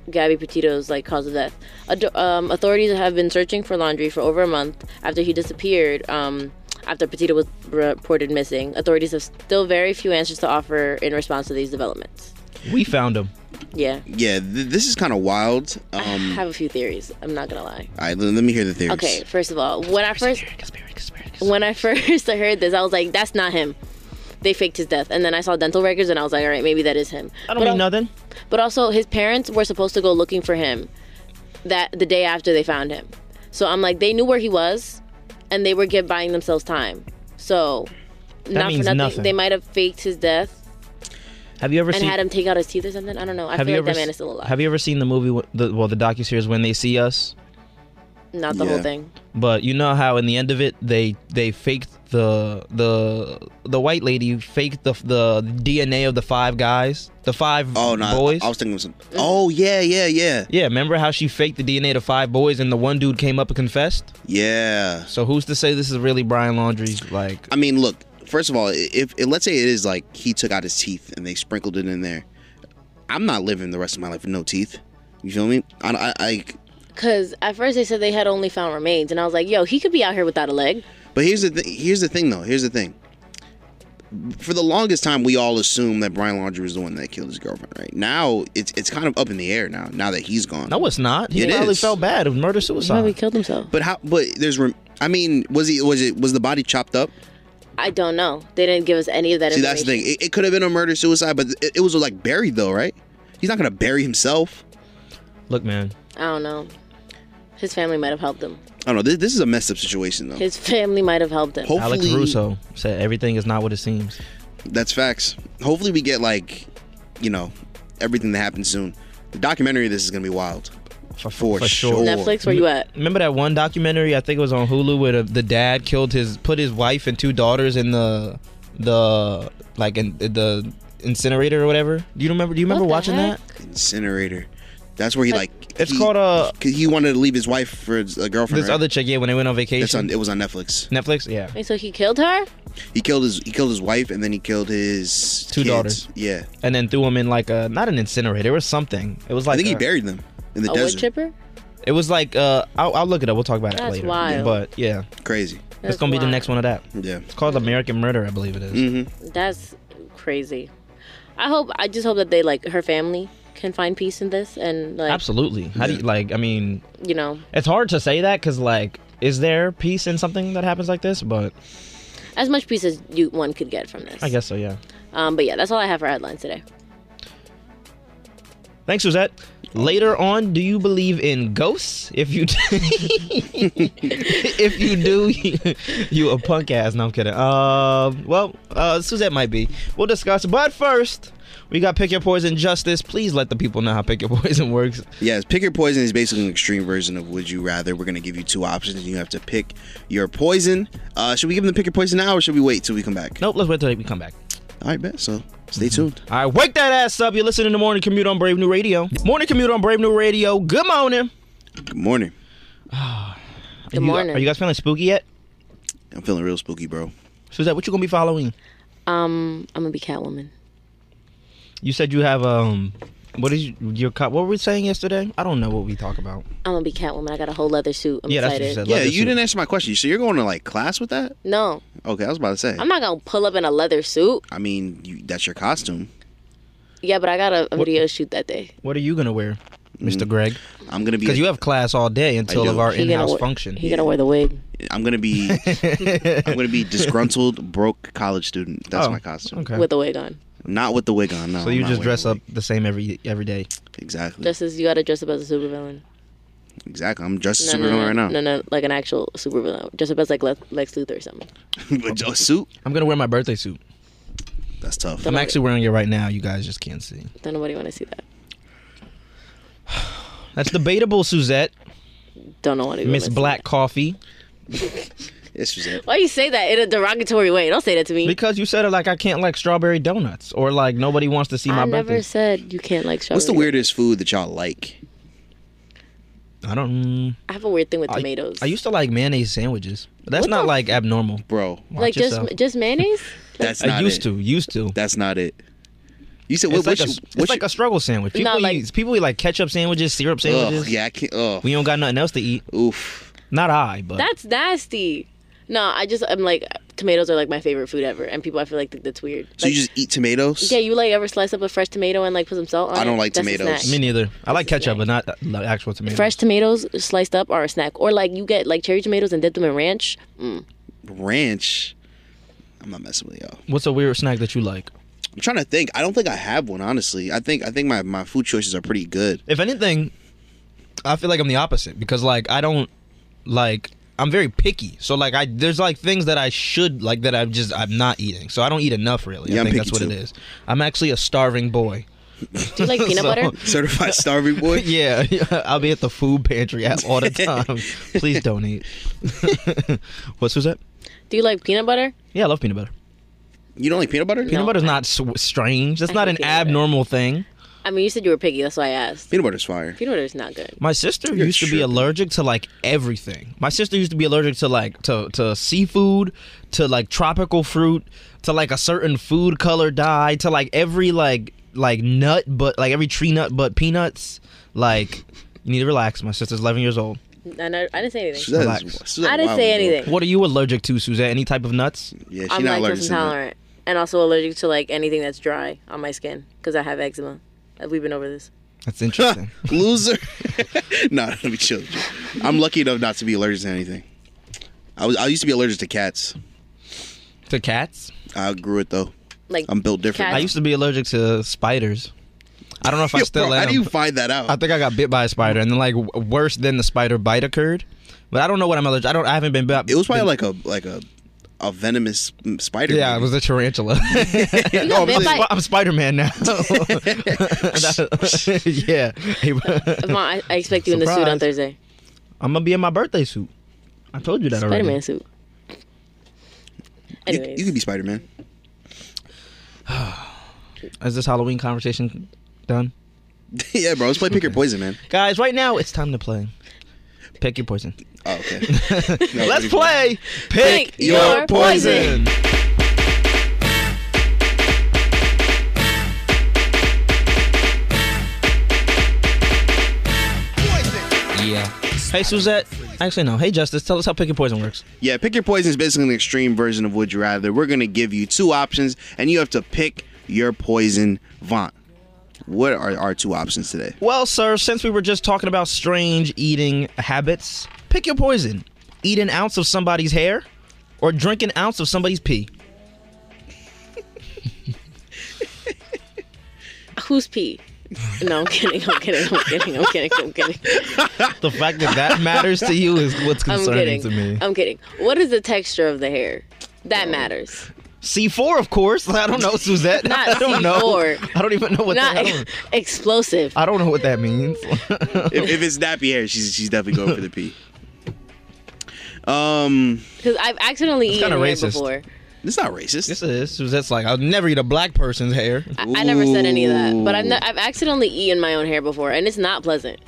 Speaker 6: Gabby Petito's like cause of death. Ad- um, authorities have been searching for Laundry for over a month after he disappeared. Um, after Petito was reported missing, authorities have still very few answers to offer in response to these developments.
Speaker 8: We found him.
Speaker 6: Yeah,
Speaker 2: Yeah, th- this is kind of wild.
Speaker 6: I
Speaker 2: Um, all
Speaker 6: have a few theories. I'm not gonna lie.
Speaker 2: right, let, let me hear the theories.
Speaker 6: Okay, first of all, when I first when I first heard this, I was like, "That's not him." They faked his death, and then I saw dental records, and I was like, "All right, maybe that is him."
Speaker 8: I
Speaker 6: But
Speaker 8: don't mean
Speaker 6: al-
Speaker 8: nothing.
Speaker 6: But also, his parents were supposed to go looking for him that the day after they found him. So I'm like, they knew where he was, and they were get buying themselves time. So not
Speaker 8: means
Speaker 6: for nothing,
Speaker 8: nothing.
Speaker 6: they might have faked his death
Speaker 8: Have you ever
Speaker 6: and
Speaker 8: seen?
Speaker 6: had him take out his teeth or something. I don't know. I
Speaker 8: have
Speaker 6: feel
Speaker 8: you
Speaker 6: like
Speaker 8: ever?
Speaker 6: that man
Speaker 8: s-
Speaker 6: is still alive.
Speaker 8: Have you ever seen the movie? wh- The well, the docu series when they see us.
Speaker 6: not the whole
Speaker 2: Yeah.
Speaker 6: thing.
Speaker 8: But you know how in the end of it they they faked the the the white lady faked the the DNA of the five guys, the five
Speaker 2: Oh no, I-
Speaker 8: boys.
Speaker 2: I, was thinking of some.
Speaker 6: Mm.
Speaker 2: Oh yeah, yeah, yeah,
Speaker 8: yeah, remember how she faked the DNA to five boys and the one dude came up and confessed?
Speaker 2: yeah.
Speaker 8: So who's to say this is really Brian Laundrie's like
Speaker 2: I mean, look. First of all, i- if, if let's say it is like he took out his teeth and they sprinkled it in there, I'm not living the rest of my life with no teeth. You feel me? I, I, I
Speaker 6: Because at first they said they had only found remains, and I was like, yo, he could be out here without a leg.
Speaker 2: But here's the th- here's the thing though. Here's the thing. For the longest time, we all assumed that Brian Laundrie was the one that killed his girlfriend. Right now, it's it's kind of up in the air now. Now that he's gone.
Speaker 8: No, it's not. He
Speaker 2: It
Speaker 8: probably
Speaker 2: is.
Speaker 8: felt bad. It was murder
Speaker 6: He probably
Speaker 8: suicide.
Speaker 6: killed himself.
Speaker 2: But how? But there's. Rem- I mean, was he? Was it? Was the body chopped up?
Speaker 6: I don't know. They didn't give us any of that
Speaker 2: See, that's the
Speaker 6: information.
Speaker 2: thing. It, it could have been a murder suicide, but it, it was like buried though, right? He's not gonna bury himself.
Speaker 8: Look, man,
Speaker 6: I don't know. His family might have helped him.
Speaker 2: I don't know. This, this is a messed up situation though.
Speaker 6: His family might have helped him.
Speaker 2: Hopefully,
Speaker 8: Alex Russo said everything is not what it seems.
Speaker 2: That's facts. Hopefully, we get like, you know, everything that happened soon. The documentary of this is gonna be wild. For,
Speaker 8: for sure.
Speaker 6: Netflix, where you at?
Speaker 8: Remember that one documentary? I think it was on Hulu where the, the dad killed his put his wife and two daughters in the the like in the incinerator or whatever. Do you remember? Do you remember
Speaker 6: What the
Speaker 8: watching
Speaker 6: heck?
Speaker 8: that?
Speaker 2: incinerator. That's where he like.
Speaker 8: It's
Speaker 2: he-
Speaker 8: called uh
Speaker 2: 'cause he wanted to leave his wife for his- a girlfriend.
Speaker 8: this
Speaker 2: right?
Speaker 8: other chick. Yeah, when they went on vacation.
Speaker 2: That's on. It was on Netflix.
Speaker 8: Netflix. Yeah.
Speaker 6: Wait, so he killed her?
Speaker 2: He killed his. He killed his wife, and then he killed his
Speaker 8: Two
Speaker 2: kids.
Speaker 8: daughters.
Speaker 2: Yeah,
Speaker 8: And then threw him in like a not an incinerator. It was something. It was like
Speaker 2: I think he
Speaker 8: a-
Speaker 2: buried them in the
Speaker 6: A wood
Speaker 2: desert.
Speaker 6: chipper?
Speaker 8: It was like uh. I'll, I'll look it up. We'll talk about it
Speaker 6: That's
Speaker 8: later.
Speaker 6: wild.
Speaker 8: But yeah,
Speaker 2: Crazy.
Speaker 8: it's gonna be the
Speaker 6: wild.
Speaker 8: next one of that.
Speaker 2: Yeah.
Speaker 8: It's called American Murder, I believe it is.
Speaker 2: Mm-hmm.
Speaker 6: That's crazy. I hope. I just hope that they like her family can find peace in this and like
Speaker 8: Absolutely. How do you like? I mean,
Speaker 6: you know.
Speaker 8: it's hard to say that because like, is there peace in something that happens like this? But
Speaker 6: As much peace as you one could get from this.
Speaker 8: I guess so. Yeah.
Speaker 6: Um, but yeah, that's all I have for headlines today.
Speaker 8: Thanks, Suzette. Later on, do you believe in ghosts? If you, if you do, you a punk ass. No, I'm kidding. Uh, well, uh, Suzette might be. We'll discuss. But first, we got pick your poison justice. Please let the people know how pick your poison works.
Speaker 2: Yes, pick your poison is basically an extreme version of would you rather. We're gonna give you two options, and you have to pick your poison. Uh, should we give them the pick your poison now, or should we wait till we come back?
Speaker 8: Nope. Let's wait till we come back.
Speaker 2: All right, bet. So stay
Speaker 8: Mm-hmm.
Speaker 2: tuned.
Speaker 8: All right, wake that ass up. You're listening to Morning Commute on Brave New Radio. Morning Commute on Brave New Radio. Good morning.
Speaker 2: Good morning.
Speaker 6: Good morning.
Speaker 8: Are you guys feeling spooky yet?
Speaker 2: I'm feeling real spooky, bro.
Speaker 8: Suzette, what you gonna be following?
Speaker 6: Um, I'm gonna be Catwoman.
Speaker 8: You said you have um, what is your cop? What were we saying yesterday? I don't know what we talk about.
Speaker 6: I'm gonna be Catwoman. I got a whole leather suit. I'm
Speaker 8: Yeah, that's what
Speaker 6: excited.
Speaker 8: you said.
Speaker 2: Yeah,
Speaker 8: Leather
Speaker 2: you
Speaker 8: suit.
Speaker 2: didn't answer my question. So you're going to like class with that?
Speaker 6: No,
Speaker 2: Okay, I was about to say.
Speaker 6: I'm not gonna pull up in a leather suit.
Speaker 2: I mean, you, that's your costume.
Speaker 6: Yeah, but I got a, a video shoot that day.
Speaker 8: What are you gonna wear, Mr. Greg?
Speaker 2: I'm gonna be.
Speaker 8: Because you have class all day until
Speaker 2: Mm, do.
Speaker 8: of our
Speaker 6: He gonna
Speaker 8: in-house
Speaker 6: wear-
Speaker 8: function.
Speaker 6: He gonna wear the wig.
Speaker 2: I'm gonna be. I'm gonna be disgruntled, broke college student. That's my costume.
Speaker 8: Oh, Okay.
Speaker 6: with a wig on.
Speaker 2: Not with the wig on. No.
Speaker 8: so you
Speaker 2: I'm not
Speaker 8: just
Speaker 2: wearing
Speaker 8: dress
Speaker 2: a
Speaker 8: up
Speaker 2: wig.
Speaker 8: the same every every day.
Speaker 2: Exactly.
Speaker 6: Just as you gotta dress up as a supervillain.
Speaker 2: exactly. I'm dressed as
Speaker 6: No,
Speaker 2: Superman
Speaker 6: no, no,
Speaker 2: right now.
Speaker 6: No, no, like an actual supervillain. Dress up as like Le- Lex Luthor or something.
Speaker 2: But a suit?
Speaker 8: I'm gonna wear my birthday suit.
Speaker 2: That's tough.
Speaker 8: I'm actually wearing it right now. You guys just can't see.
Speaker 6: Don't nobody want to see that.
Speaker 8: That's debatable, Suzette.
Speaker 6: Don't know what
Speaker 8: Miss Black Coffee.
Speaker 2: This was it.
Speaker 6: Why you say that in a derogatory way? Don't say that to me.
Speaker 8: Because you said it like I can't like strawberry donuts or like nobody wants to see my
Speaker 6: I never
Speaker 8: birthday.
Speaker 6: said you can't like strawberry.
Speaker 2: What's the weirdest food that y'all like?
Speaker 8: I don't. mm,
Speaker 6: I have a weird thing with
Speaker 8: I-
Speaker 6: tomatoes.
Speaker 8: I, used to like mayonnaise sandwiches, but that's
Speaker 6: What
Speaker 8: not
Speaker 6: the-
Speaker 8: like abnormal.
Speaker 2: Bro,
Speaker 8: Watch
Speaker 6: like just
Speaker 8: yourself.
Speaker 6: just mayonnaise.
Speaker 2: that's not
Speaker 8: I used
Speaker 2: it.
Speaker 8: to, used to.
Speaker 2: That's not it. You said what?
Speaker 8: It's, like,
Speaker 2: What's
Speaker 8: a,
Speaker 2: your,
Speaker 8: it's
Speaker 2: what's
Speaker 8: like a struggle sandwich. People
Speaker 6: like-
Speaker 8: eat people eat like ketchup sandwiches, syrup
Speaker 2: your,
Speaker 8: sandwiches.
Speaker 2: ugh, yeah, I can't. Ugh,
Speaker 8: We don't got nothing else to eat.
Speaker 2: oof.
Speaker 8: Not I, but
Speaker 6: That's nasty. No, I just I'm like tomatoes are like my favorite food ever, and people I feel like think that's weird.
Speaker 2: So
Speaker 6: Like,
Speaker 2: you just eat tomatoes?
Speaker 6: yeah, you like ever slice up a fresh tomato and like put some salt on it?
Speaker 2: I don't like
Speaker 6: That's a
Speaker 2: tomatoes.
Speaker 6: snack.
Speaker 8: me neither. I like ketchup, but not uh, like actual tomatoes.
Speaker 6: Fresh tomatoes sliced up are a snack, or like you get like cherry tomatoes and dip them in ranch. Mm.
Speaker 2: ranch. I'm not messing with y'all.
Speaker 8: What's a weird snack that you like?
Speaker 2: I'm trying to think. I don't think I have one honestly. I think I think my, my food choices are pretty good.
Speaker 8: If anything, I feel like I'm the opposite because like I don't like I'm very picky. So like I there's like things that I should like that I'm just I'm not eating. So I don't eat enough really.
Speaker 2: Yeah,
Speaker 8: I
Speaker 2: I'm
Speaker 8: think
Speaker 2: picky
Speaker 8: that's what
Speaker 2: too.
Speaker 8: it is. I'm actually a starving boy.
Speaker 6: Do you like peanut
Speaker 8: So-
Speaker 6: butter?
Speaker 2: Certified starving boy.
Speaker 8: Yeah, I'll be at the food pantry at all the time. Please don't eat. What's was that?
Speaker 6: Do you like peanut butter?
Speaker 8: Yeah, I love peanut butter.
Speaker 2: You don't like peanut butter?
Speaker 8: Peanut
Speaker 6: No,
Speaker 8: butter's not s strange. That's
Speaker 6: I
Speaker 8: not
Speaker 6: hate
Speaker 8: an
Speaker 6: peanut butter.
Speaker 8: abnormal thing.
Speaker 6: I mean, you said you were picky, that's why I asked.
Speaker 2: Peanut butter's fire.
Speaker 6: Peanut butter's not good.
Speaker 8: My sister
Speaker 2: You're
Speaker 8: used to be
Speaker 2: tripping.
Speaker 8: allergic to like everything. My sister used to be allergic to like to, to seafood, to like tropical fruit, to like a certain food color dye, to like every like like nut but like every tree nut but peanuts. Like you need to relax. My sister's eleven years old.
Speaker 6: I, know, I didn't say anything.
Speaker 2: Suzette is-
Speaker 8: Relax.
Speaker 2: Suzette
Speaker 6: I didn't
Speaker 2: wild,
Speaker 6: say
Speaker 2: bro.
Speaker 6: anything.
Speaker 8: What are you allergic to, Suzette? Any type of nuts?
Speaker 2: Yeah, she
Speaker 6: I'm
Speaker 2: not
Speaker 6: lactose
Speaker 2: allergic to nut.
Speaker 6: intolerant and also allergic to like anything that's dry on my skin because I have eczema. We've been over this.
Speaker 8: That's interesting.
Speaker 2: Loser. no, nah, let me chill. I'm lucky enough not to be allergic to anything. I was I used to be allergic to cats.
Speaker 8: to cats?
Speaker 2: I grew it though.
Speaker 6: Like
Speaker 2: I'm built different.
Speaker 6: Cats.
Speaker 8: I used to be allergic to spiders. I don't know if I
Speaker 2: Yo,
Speaker 8: still
Speaker 2: bro,
Speaker 8: am.
Speaker 2: how do you find that out?
Speaker 8: I think I got bit by a spider, and then like w- worse than the spider bite occurred. But I don't know what I'm allergic. I don't. I haven't been bit.
Speaker 2: it was probably
Speaker 8: been-
Speaker 2: like a like a a venomous mm, spider.
Speaker 8: Yeah, it was a tarantula.
Speaker 6: you got bit by,
Speaker 8: I'm Spider Man now. That- yeah, Hey, bro.
Speaker 6: Ma, I, I expect you in the suit on
Speaker 8: Surprise.
Speaker 6: Thursday.
Speaker 8: I'm gonna be in my birthday suit. I told you that
Speaker 6: Spider Man
Speaker 8: already.
Speaker 6: suit.
Speaker 2: You, you
Speaker 6: Anyways,
Speaker 2: could be Spider Man.
Speaker 8: Is this Halloween conversation done,
Speaker 2: yeah, bro. Let's play Pick Your Poison, man.
Speaker 8: guys? Right now, it's time to play. Pick your poison.
Speaker 2: Oh, okay.
Speaker 8: Let's play. Pick,
Speaker 6: Pick your poison.
Speaker 8: Yeah. Hey Suzette. Actually no. Hey Justice. Tell us how pick your poison works.
Speaker 2: Yeah, Pick Your Poison is basically an extreme version of Would You Rather. We're gonna give you two options, and you have to pick your poison Vaughn. What are our two options today?
Speaker 8: Well, sir, since we were just talking about strange eating habits, pick your poison. Eat an ounce of somebody's hair, or drink an ounce of somebody's pee.
Speaker 6: who's pee? No, I'm kidding. I'm kidding. I'm kidding. I'm kidding. I'm kidding.
Speaker 8: The fact that that matters to you is what's
Speaker 6: I'm kidding.
Speaker 8: concerning to me.
Speaker 6: I'm kidding. What is the texture of the hair? That matters.
Speaker 8: C4, of course. I don't know, Suzette.
Speaker 6: Not
Speaker 8: I don't know.
Speaker 6: C4.
Speaker 8: I don't even know what
Speaker 6: Not
Speaker 8: that. I
Speaker 6: ex-
Speaker 8: don't,
Speaker 6: explosive.
Speaker 8: I don't know what that means.
Speaker 2: if, if it's nappy hair, she's she's definitely going for the P. Um,
Speaker 6: Because I've accidentally eaten
Speaker 8: kinda
Speaker 6: hair
Speaker 8: racist.
Speaker 6: before.
Speaker 2: it's not racist.
Speaker 8: this is Suzette's like I'll never eat a black person's hair.
Speaker 6: I, I never said any of that. But I've,
Speaker 2: Ooh.
Speaker 6: ne- I've accidentally eaten my own hair before, and it's not pleasant.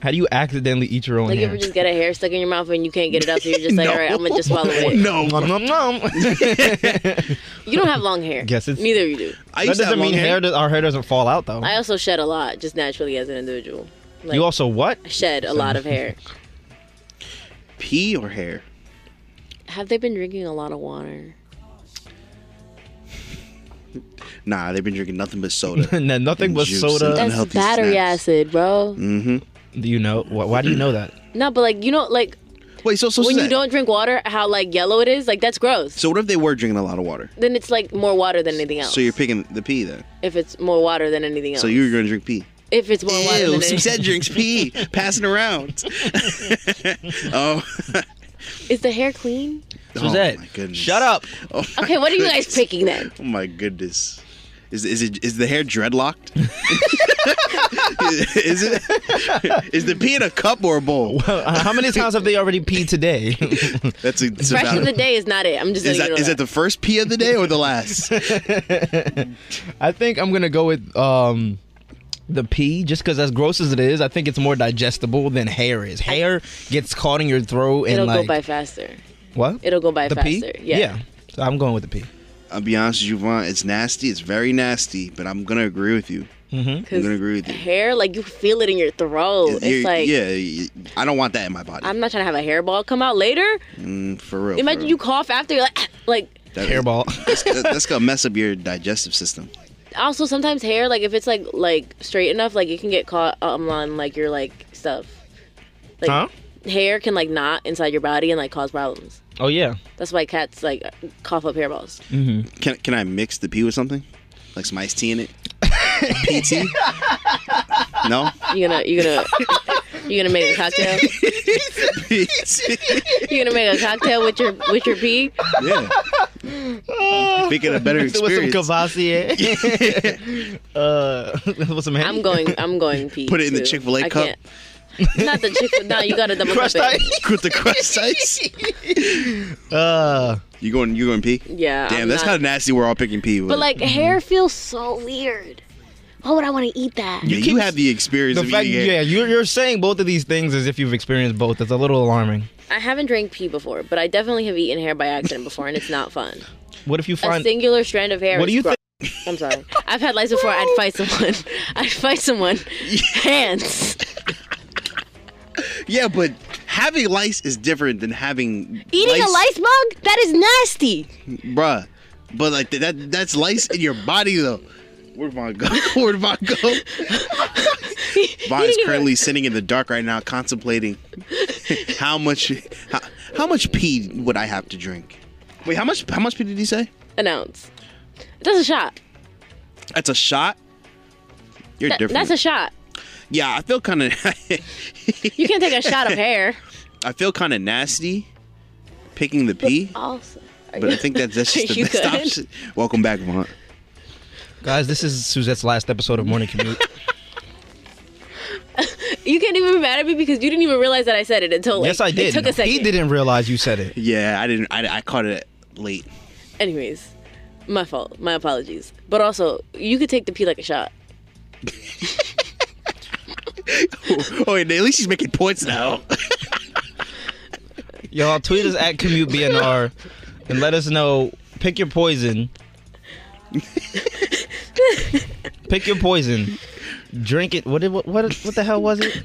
Speaker 8: How do you accidentally eat your own
Speaker 6: Like, you
Speaker 8: hair?
Speaker 6: ever just get a hair stuck in your mouth and you can't get it out, so you're just like,
Speaker 2: No.
Speaker 6: all right, I'm going to just swallow it.
Speaker 2: no,
Speaker 8: Nom, nom, nom.
Speaker 6: You don't have long hair.
Speaker 8: Guess it's-
Speaker 6: Neither of you do.
Speaker 2: I
Speaker 8: that
Speaker 2: used to have
Speaker 8: doesn't mean
Speaker 2: long
Speaker 8: hair. does- our hair doesn't fall out though.
Speaker 6: I also shed a lot just naturally as an individual. Like,
Speaker 8: you also what?
Speaker 6: shed a lot of hair.
Speaker 2: Pee or hair?
Speaker 6: Have they been drinking a lot of water?
Speaker 2: Nah, they've been drinking nothing but soda.
Speaker 8: No, nothing
Speaker 2: And
Speaker 8: but
Speaker 2: juice
Speaker 8: soda.
Speaker 2: and
Speaker 6: That's
Speaker 2: Unhealthy
Speaker 6: battery
Speaker 2: snacks.
Speaker 6: acid, bro.
Speaker 2: mm-hmm.
Speaker 8: Do you know? Why, why do you know that?
Speaker 6: No, but like you know, like
Speaker 2: Wait, so so
Speaker 6: when you
Speaker 2: Suzette,
Speaker 6: don't drink water, how like yellow it is, like that's gross.
Speaker 2: So what if they were drinking a lot of water?
Speaker 6: then it's like more water than anything else.
Speaker 2: So you're picking the pee then.
Speaker 6: if it's more water than anything else.
Speaker 2: So you're gonna drink pee.
Speaker 6: if it's more water
Speaker 2: Ew,
Speaker 6: than
Speaker 2: some
Speaker 6: anything
Speaker 2: said drinks pee, passing around. oh,
Speaker 6: Is the hair clean?
Speaker 8: Suzette,
Speaker 2: my goodness.
Speaker 8: shut up.
Speaker 2: Oh my
Speaker 6: Okay, what are you guys
Speaker 2: goodness.
Speaker 6: picking then?
Speaker 2: Oh my goodness. Is, is it is the hair dreadlocked? is it is the pee in a cup or a bowl?
Speaker 8: Uh, how many times have they already peed today?
Speaker 2: That's a, that's a
Speaker 6: Fresh of
Speaker 2: valid-
Speaker 6: the day is not it. I'm just
Speaker 2: Is
Speaker 6: letting
Speaker 2: that
Speaker 6: you know
Speaker 2: is that
Speaker 6: that.
Speaker 2: the first pee of the day or the last?
Speaker 8: I think I'm gonna go with um the pee, just because as gross as it is, I think it's more digestible than hair is. Hair gets caught in your throat and
Speaker 6: It'll
Speaker 8: like
Speaker 6: go by faster.
Speaker 8: what?
Speaker 6: It'll go by
Speaker 8: the
Speaker 6: faster.
Speaker 8: pee.
Speaker 6: Yeah.
Speaker 8: So I'm going with the pee.
Speaker 2: I'll be honest with you, Vaughn. It's nasty. It's very nasty, but I'm gonna agree with you. I'm
Speaker 6: 'Cause
Speaker 2: Hmm? gonna agree with you.
Speaker 6: Hair, like you feel it in your throat. It's,
Speaker 2: You-
Speaker 6: like
Speaker 2: yeah, you- I don't want that in my body.
Speaker 6: I'm not trying to have a hairball come out later.
Speaker 2: Mm, for real. for
Speaker 6: Imagine
Speaker 2: real.
Speaker 6: you cough after you're like "Ah," like
Speaker 2: That-
Speaker 8: Hairball.
Speaker 2: That's, that's gonna mess up your digestive system.
Speaker 6: also sometimes hair like if it's like like straight enough like it can get caught um, on like your like stuff. Like
Speaker 8: Huh?
Speaker 6: hair can like knot inside your body and like cause problems.
Speaker 8: Oh yeah.
Speaker 6: That's why cats like cough up hairballs.
Speaker 2: Can can I mix the pee with something? Like some iced tea in it? Pea tea? No?
Speaker 6: You gonna you gonna you gonna make a cocktail.
Speaker 2: Pea tea.
Speaker 6: You gonna make a cocktail with your with your pee?
Speaker 2: Yeah. Making a better
Speaker 8: With some
Speaker 2: experience.
Speaker 8: Cavassier. uh, with some hair.
Speaker 6: I'm going. I'm going pee.
Speaker 2: Put it in the
Speaker 6: too.
Speaker 2: Chick-fil-A
Speaker 6: I
Speaker 2: cup.
Speaker 6: can't- Not the Chick. No, you gotta double cup
Speaker 8: Crushed
Speaker 6: it.
Speaker 8: ice.
Speaker 2: With the crust ice?
Speaker 8: Uh,
Speaker 2: You going you going pee?
Speaker 6: Yeah.
Speaker 2: Damn,
Speaker 6: I'm
Speaker 2: that's
Speaker 6: not-
Speaker 2: kinda nasty we're all picking pee with.
Speaker 6: But like hair feels so weird. Why would I want to eat that?
Speaker 2: yeah, you have the experience
Speaker 8: the
Speaker 2: of
Speaker 8: fact,
Speaker 2: eating it.
Speaker 8: yeah, you're, you're saying both of these things as if you've experienced both. That's a little alarming.
Speaker 6: I haven't drank pee before, but I definitely have eaten hair by accident before, and it's not fun.
Speaker 8: What if you
Speaker 6: A
Speaker 8: find?
Speaker 6: singular strand of hair.
Speaker 8: What do
Speaker 6: is
Speaker 8: you
Speaker 6: gro-
Speaker 8: think?
Speaker 6: I'm sorry. I've had lice before. I'd fight someone. I'd fight someone. Hands.
Speaker 2: Yeah, but having lice is different than having
Speaker 6: Eating a lice bug? That is nasty.
Speaker 2: bruh. But like that that's lice in your body though. Where'd Von go? Where'd Von go? Von is currently sitting in the dark right now, contemplating how much how, how much pee would I have to drink. Wait, how much how much pee did he say?
Speaker 6: An ounce. That's a shot.
Speaker 2: That's a shot. You're
Speaker 6: That-
Speaker 2: different.
Speaker 6: that's a shot.
Speaker 2: yeah, I feel kind of
Speaker 6: You can't take a shot of hair.
Speaker 2: I feel kind of nasty picking the pee,
Speaker 6: Also. are
Speaker 2: but I
Speaker 6: you-
Speaker 2: think that that's just
Speaker 6: Are
Speaker 2: the
Speaker 6: you
Speaker 2: best
Speaker 6: good?
Speaker 2: option. Welcome back, Vaughn.
Speaker 8: Guys, this is Suzette's last episode of Morning Commute.
Speaker 6: You can't even be mad at me because you didn't even realize that I said it until like,
Speaker 8: yes, I did.
Speaker 6: It took a second.
Speaker 8: He didn't realize you said it.
Speaker 2: Yeah, I didn't. I, I caught it late.
Speaker 6: Anyways, my fault. My apologies. But also, you could take the pee like a shot.
Speaker 2: Oh, wait, at least she's making points now.
Speaker 8: Y'all tweet us at commute BNR and let us know. Pick your poison. Pick your poison. Drink it. What did what what, what the hell was it?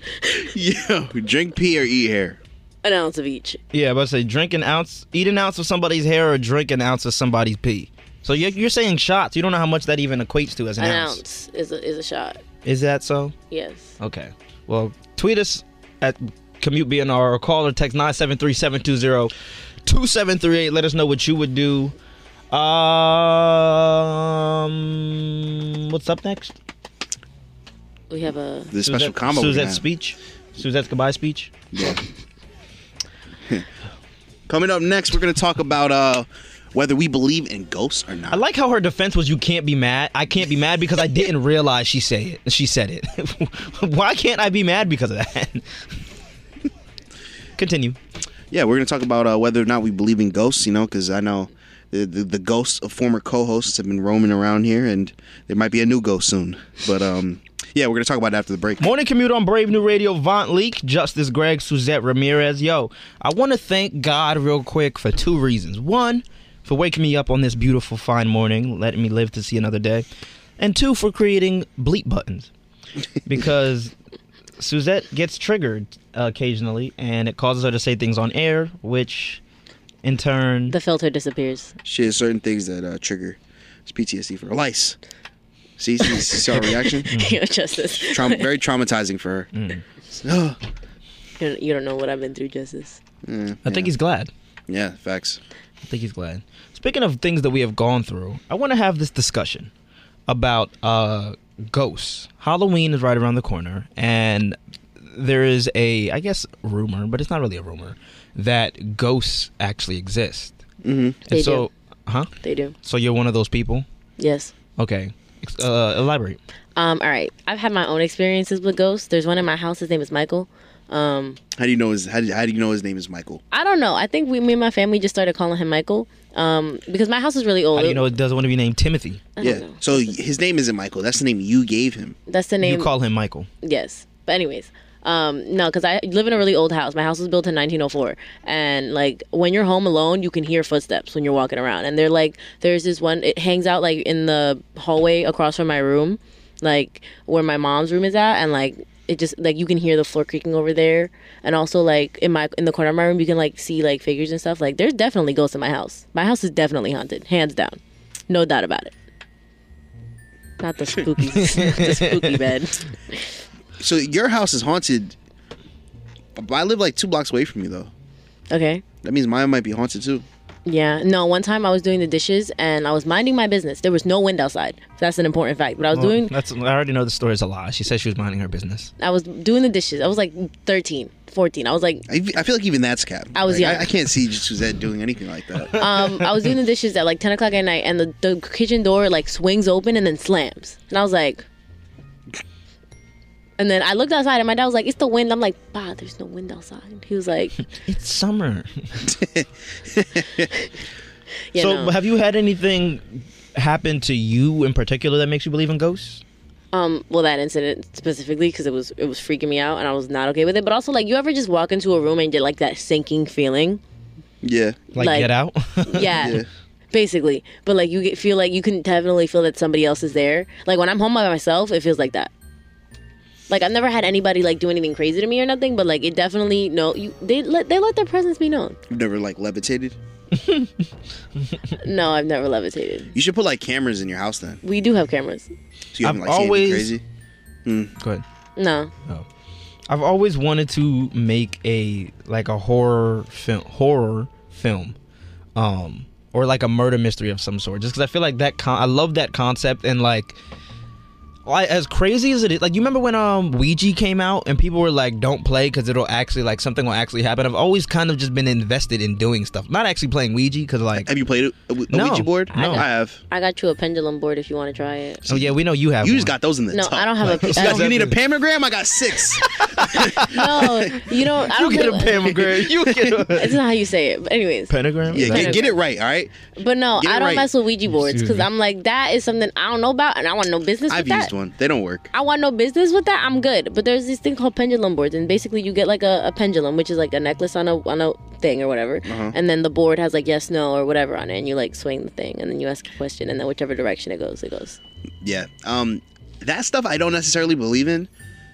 Speaker 2: Yo, drink pee or E eat hair.
Speaker 6: An ounce of each.
Speaker 8: Yeah, I was about to say drink an ounce, eat an ounce of somebody's hair, or drink an ounce of somebody's pee. So you're, you're saying shots. You don't know how much that even equates to as an,
Speaker 6: An
Speaker 8: ounce.
Speaker 6: ounce is a, is a shot.
Speaker 8: Is that so?
Speaker 6: Yes.
Speaker 8: Okay. Well, tweet us at commute BNR or call or text 973-720-2738. Let us know what you would do. Um, what's up next?
Speaker 6: We have a.
Speaker 2: The special
Speaker 8: Suzette-
Speaker 2: combo. we're gonna
Speaker 8: Suzette's
Speaker 2: have.
Speaker 8: speech. Suzette's goodbye speech.
Speaker 2: Coming up next, we're gonna talk about uh, whether we believe in ghosts or not.
Speaker 8: I like how her defense was, "You can't be mad. I can't be mad because I didn't realize she say it. She said it. Why can't I be mad because of that?" Continue.
Speaker 2: yeah, we're gonna talk about uh, whether or not we believe in ghosts. You know, because I know the, the the ghosts of former co-hosts have been roaming around here, and there might be a new ghost soon. But um, yeah, we're gonna talk about it after the break.
Speaker 8: Morning commute on Brave New Radio. Vaunt Leak, Justice Greg, Suzette Ramirez. Yo, I want to thank God real quick for two reasons. One, for waking me up on this beautiful fine morning, letting me live to see another day, and two, for creating bleep buttons because Suzette gets triggered uh, occasionally, and it causes her to say things on air, which in turn,
Speaker 6: The filter disappears.
Speaker 2: She has certain things that uh, trigger it's PTSD for her. lice. See, see,
Speaker 8: Mm.
Speaker 2: see her reaction.
Speaker 6: You know, Justice.
Speaker 2: Traum- very traumatizing for her.
Speaker 6: You don't, you don't know what I've been through, Justice.
Speaker 8: I think he's glad.
Speaker 2: Yeah, facts.
Speaker 8: I think he's glad. Speaking of things that we have gone through, I want to have this discussion about uh, ghosts. Halloween is right around the corner, and there is a, I guess, rumor, but it's not really a rumor, that ghosts actually exist.
Speaker 2: Mm-hmm.
Speaker 6: They
Speaker 8: and so, huh?
Speaker 6: They do.
Speaker 8: So you're one of those people?
Speaker 6: Yes.
Speaker 8: Okay. Ex- Uh, elaborate.
Speaker 6: Um, all right. I've had my own experiences with ghosts. There's one in my house. His name is Michael. Um,
Speaker 2: How do you know his how do, how do you know his name is Michael?
Speaker 6: I don't know. I think we, me and my family just started calling him Michael. Um, because my house is really old.
Speaker 8: How do you know it doesn't want to be named Timothy?
Speaker 2: Yeah. So his name isn't Michael. That's the name you gave him.
Speaker 6: That's the name.
Speaker 8: You call him Michael.
Speaker 6: Yes. But anyways, um, no, because I live in a really old house. My house was built in 1904, and like when you're home alone, you can hear footsteps when you're walking around, and they're like, there's this one. It hangs out like in the hallway across from my room, like where my mom's room is at, and like it just like you can hear the floor creaking over there, and also like in my in the corner of my room, you can like see like figures and stuff. Like there's definitely ghosts in my house. My house is definitely haunted, hands down, no doubt about it. Not the spooky, the spooky bed.
Speaker 2: So your house is haunted. But I live like two blocks away from you though.
Speaker 6: Okay.
Speaker 2: That means mine might be haunted too.
Speaker 6: Yeah. No, one time I was doing the dishes and I was minding my business. There was no wind outside. That's an important fact. But I was
Speaker 8: Well,
Speaker 6: doing
Speaker 8: that's, I already know the story is a lie. She said she was minding her business.
Speaker 6: I was doing the dishes. I was like 13, 14. I was like
Speaker 2: I, I feel like even that's cap.
Speaker 6: I was
Speaker 2: like,
Speaker 6: young.
Speaker 2: I, can't see Suzette doing anything like that.
Speaker 6: um I was doing the dishes at like 10 o'clock at night and the, the kitchen door like swings open and then slams. And I was like And then I looked outside and my dad was like, It's the wind. I'm like, Bah, there's no wind outside. He was like,
Speaker 8: It's summer.
Speaker 6: Yeah.
Speaker 8: so,
Speaker 6: no.
Speaker 8: but have you had anything happen to you in particular that makes you believe in ghosts?
Speaker 6: um well that incident specifically because it was it was freaking me out and i was not okay with it but also like you ever just walk into a room and get like that sinking feeling
Speaker 2: yeah.
Speaker 8: Like,
Speaker 6: Like-
Speaker 8: Get Out?
Speaker 6: yeah,
Speaker 2: Yeah.
Speaker 6: basically but like you get, feel like you can definitely feel that somebody else is there like when i'm home by myself it feels like that like i've never had anybody like do anything crazy to me or nothing but like it definitely no you they let they let their presence be known
Speaker 2: You've never like levitated.
Speaker 6: no i've never levitated
Speaker 2: You should put like cameras in your house then.
Speaker 6: we do have cameras
Speaker 2: So you haven't
Speaker 8: I've
Speaker 2: like seen anything
Speaker 8: always-
Speaker 2: crazy.
Speaker 8: Go ahead.
Speaker 6: no
Speaker 8: I've always wanted to make a like a horror film, horror film, um, or like a murder mystery of some sort. Just because I feel like that, con- I love that concept, and like, I, as crazy as it is, like you remember when um Ouija came out and people were like, "Don't play" because it'll actually like something will actually happen. I've always kind of just been invested in doing stuff, not actually playing Ouija because like,
Speaker 2: Have you played a, a,
Speaker 8: No.
Speaker 2: Ouija board?
Speaker 8: No.
Speaker 2: I have.
Speaker 6: i got you a pendulum board if you want to try it
Speaker 8: oh yeah, we know you have.
Speaker 2: You just
Speaker 8: one.
Speaker 2: got those in the
Speaker 6: no
Speaker 2: tub.
Speaker 6: i don't have a
Speaker 2: You,
Speaker 6: I
Speaker 2: guys,
Speaker 6: don't-
Speaker 2: you need a pentagram? I got six.
Speaker 6: no you don't i don't
Speaker 8: You get a
Speaker 6: think-
Speaker 8: pentagram. You get a
Speaker 6: It's not how you say it, but anyways.
Speaker 8: pentagram.
Speaker 2: yeah,
Speaker 6: Pentagram.
Speaker 2: get, get it right. All right.
Speaker 6: But no,
Speaker 2: Get it
Speaker 6: I don't
Speaker 2: right.
Speaker 6: mess with Ouija boards
Speaker 8: Excuse
Speaker 6: because
Speaker 8: me.
Speaker 6: I'm like that is something I don't know about, and I want no business
Speaker 2: I've
Speaker 6: with that.
Speaker 2: used one. They don't work.
Speaker 6: I want no business with that. I'm good. But there's this thing called pendulum boards, and basically you get like a, a pendulum, which is like a necklace on a on a thing or whatever, and then the board has like yes, no, or whatever on it, and you like swing the thing, and then you ask a question, and then whichever direction it goes, it goes.
Speaker 2: Yeah. Um, that stuff I don't necessarily believe in.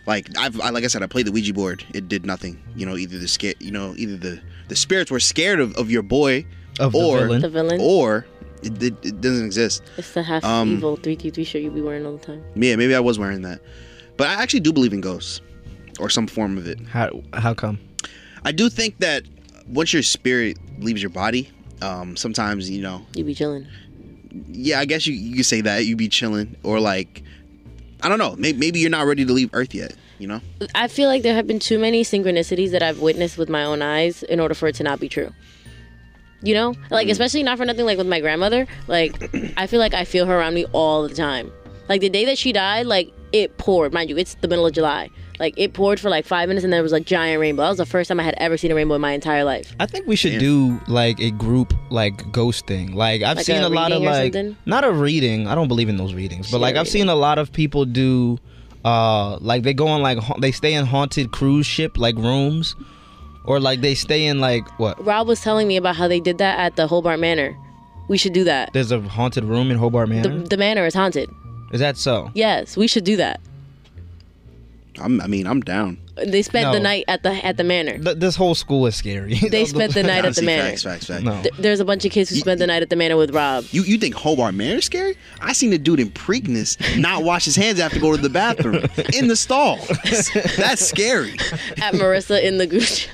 Speaker 2: Like I've I, like I said, I played the Ouija board. It did nothing. You know, either the sca- you know, either the the spirits were scared of, of your boy,
Speaker 8: Of the
Speaker 2: or
Speaker 8: villain.
Speaker 6: The villain.
Speaker 2: or it, it, it doesn't exist.
Speaker 6: It's the half
Speaker 2: Um,
Speaker 6: evil three three three shirt you be wearing all the time.
Speaker 2: Yeah, maybe I was wearing that, but I actually do believe in ghosts or some form of it.
Speaker 8: How how come?
Speaker 2: I do think that once your spirit leaves your body, um, sometimes you know
Speaker 6: You be chilling.
Speaker 2: yeah, I guess you, you could say that. You be chilling, or like, I don't know. Maybe, maybe you're not ready to leave Earth yet. You know?
Speaker 6: I feel like there have been too many synchronicities that I've witnessed with my own eyes in order for it to not be true. You know, like
Speaker 8: Mm.
Speaker 6: especially not for nothing. Like with my grandmother, like I feel like I feel her around me all the time. Like the day that she died, like it poured. Mind you, it's the middle of July. Like it poured for like five minutes, and there was a giant rainbow. That was the first time I had ever seen a rainbow in my entire life.
Speaker 8: I think we should do like a group like ghost thing. Like I've
Speaker 6: Like
Speaker 8: seen
Speaker 6: a
Speaker 8: a, lot of
Speaker 6: reading or
Speaker 8: like
Speaker 6: something?
Speaker 8: not a reading. I don't believe in those readings, but
Speaker 6: Shit,
Speaker 8: like I've
Speaker 6: reading.
Speaker 8: seen a lot of people do uh like they go on like ha- they stay in haunted cruise ship like rooms or like they stay in like what?
Speaker 6: Rob was telling me about how they did that at the Hobart Manor. We should do that.
Speaker 8: There's a haunted room in Hobart
Speaker 6: The,
Speaker 8: Manor.
Speaker 6: the manor is haunted.
Speaker 8: Is that so?
Speaker 6: Yes, we should do that.
Speaker 2: I'm, I mean, I'm down.
Speaker 6: They spent the
Speaker 8: No.
Speaker 6: night at the at the manor.
Speaker 8: Th- this whole school is scary.
Speaker 6: They spent the night at the
Speaker 2: Honestly,
Speaker 6: manor.
Speaker 2: Facts, facts, facts.
Speaker 8: No.
Speaker 6: Th- There's a bunch of kids who spent the night at the manor with Rob.
Speaker 2: You you think Hobart Manor's scary? I seen a dude in Preakness not wash his hands after go to the bathroom in the stall. That's scary.
Speaker 6: At Marissa in the Gucci.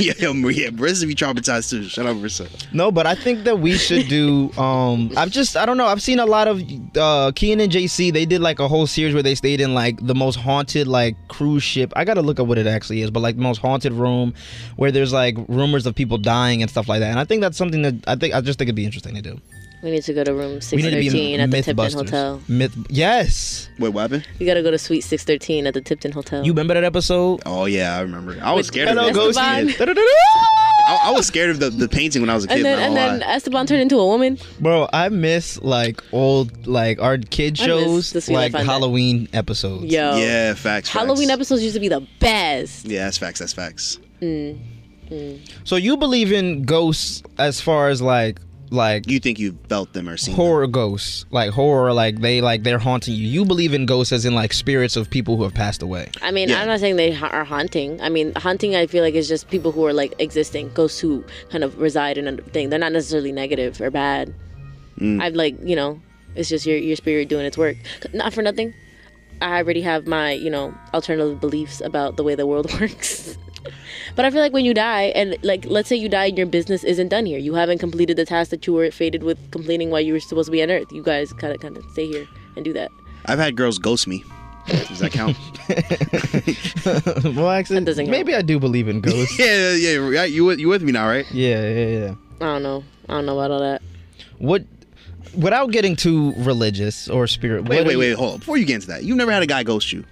Speaker 2: yeah, yeah, Marissa be traumatized too. Shut up, Marissa.
Speaker 8: No, but I think that we should do. Um, I've just I don't know. I've seen a lot of uh, Keen and JC. They did like a whole series where they stayed in like the most haunted like cruise ship. I gotta look at what it actually is, but like the most haunted room where there's like rumors of people dying and stuff like that. And I think that's something that I think I just think it'd be interesting to do.
Speaker 6: we need to go to room
Speaker 8: We need to be
Speaker 6: 613 at the Tipton
Speaker 8: Mythbusters.
Speaker 6: Hotel.
Speaker 8: Myth. Yes.
Speaker 2: Wait, what happened?
Speaker 6: You gotta go to Suite 613 at the Tipton Hotel.
Speaker 8: You remember that episode?
Speaker 2: Oh yeah, I remember. I was
Speaker 6: With
Speaker 2: scared of
Speaker 6: Hello,
Speaker 2: that.
Speaker 6: Ghost.
Speaker 2: I,
Speaker 6: Esteban.
Speaker 2: I was scared of the, the painting when I was a kid.
Speaker 6: and then
Speaker 2: not
Speaker 6: and
Speaker 2: gonna
Speaker 6: then
Speaker 2: lie.
Speaker 6: Esteban turned into a woman.
Speaker 8: Bro, I miss like old like our kid
Speaker 6: I miss
Speaker 8: shows,
Speaker 6: the Sweet
Speaker 8: like
Speaker 6: Life on Deck.
Speaker 8: Halloween episodes.
Speaker 6: Yo.
Speaker 2: yeah, facts.
Speaker 6: oh. Halloween
Speaker 2: facts.
Speaker 6: episodes used to be the best.
Speaker 2: Yeah, that's facts. That's facts.
Speaker 8: So you believe in ghosts as far as like like
Speaker 2: You think you felt them or seen them?
Speaker 8: horror ghosts, like horror, like they like they're haunting you. You believe in ghosts as in like spirits of people who have passed away.
Speaker 6: I mean,
Speaker 2: Yeah.
Speaker 6: I'm not saying they ha- are haunting. I mean, haunting I feel like is just people who are like existing, ghosts who kind of reside in a thing. They're not necessarily negative or bad. I've like you know, it's just your your spirit doing its work. Not for nothing. I already have my you know alternative beliefs about the way the world works. But I feel like when you die, and like, let's say you die and your business isn't done here. You haven't completed the task that you were fated with completing while you were supposed to be on Earth. You guys kind of kind of stay here and do that.
Speaker 2: I've had girls ghost me. Does that count?
Speaker 8: well, actually,
Speaker 6: That doesn't count.
Speaker 8: maybe I do believe in ghosts.
Speaker 2: yeah, yeah, yeah. right? You with- you with me now, right?
Speaker 8: yeah, yeah, yeah.
Speaker 6: I don't know. I don't know about all that.
Speaker 8: What? Without getting too religious or spirit,
Speaker 2: Wait,
Speaker 8: what
Speaker 2: wait,
Speaker 8: are
Speaker 2: wait.
Speaker 8: you-
Speaker 2: Hold on. Before you get into that, you've never had a guy ghost you.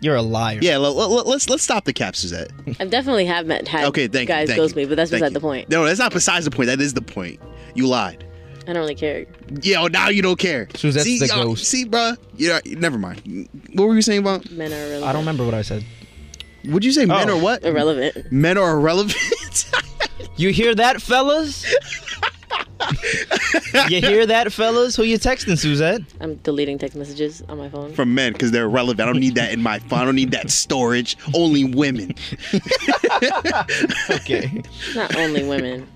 Speaker 8: You're a liar.
Speaker 2: Yeah, let, let, let's let's stop the cap, Suzette.
Speaker 6: I've definitely have met had
Speaker 2: Okay, thank you.
Speaker 6: guys
Speaker 2: thank
Speaker 6: ghost
Speaker 2: you,
Speaker 6: me, but that's
Speaker 2: thank
Speaker 6: beside
Speaker 2: you.
Speaker 6: the point.
Speaker 2: No, that's not besides the point. That is the point. You lied.
Speaker 6: I don't really care.
Speaker 2: Yo, now you don't care.
Speaker 8: Suzette's
Speaker 2: see,
Speaker 8: the
Speaker 2: y'all-
Speaker 8: ghost.
Speaker 2: See, bruh. Yeah, never mind. What were you saying about?
Speaker 6: Men are irrelevant.
Speaker 8: I don't remember what I said.
Speaker 2: Would you say men
Speaker 8: Oh.
Speaker 2: or what?
Speaker 6: Irrelevant.
Speaker 2: Men are irrelevant.
Speaker 8: You hear that, fellas? you hear that, fellas? Who you texting, Suzette?
Speaker 6: I'm deleting text messages on my phone.
Speaker 2: From men because they're irrelevant. I don't need that in my phone. I don't need that storage. Only women.
Speaker 8: Okay.
Speaker 6: Not only women.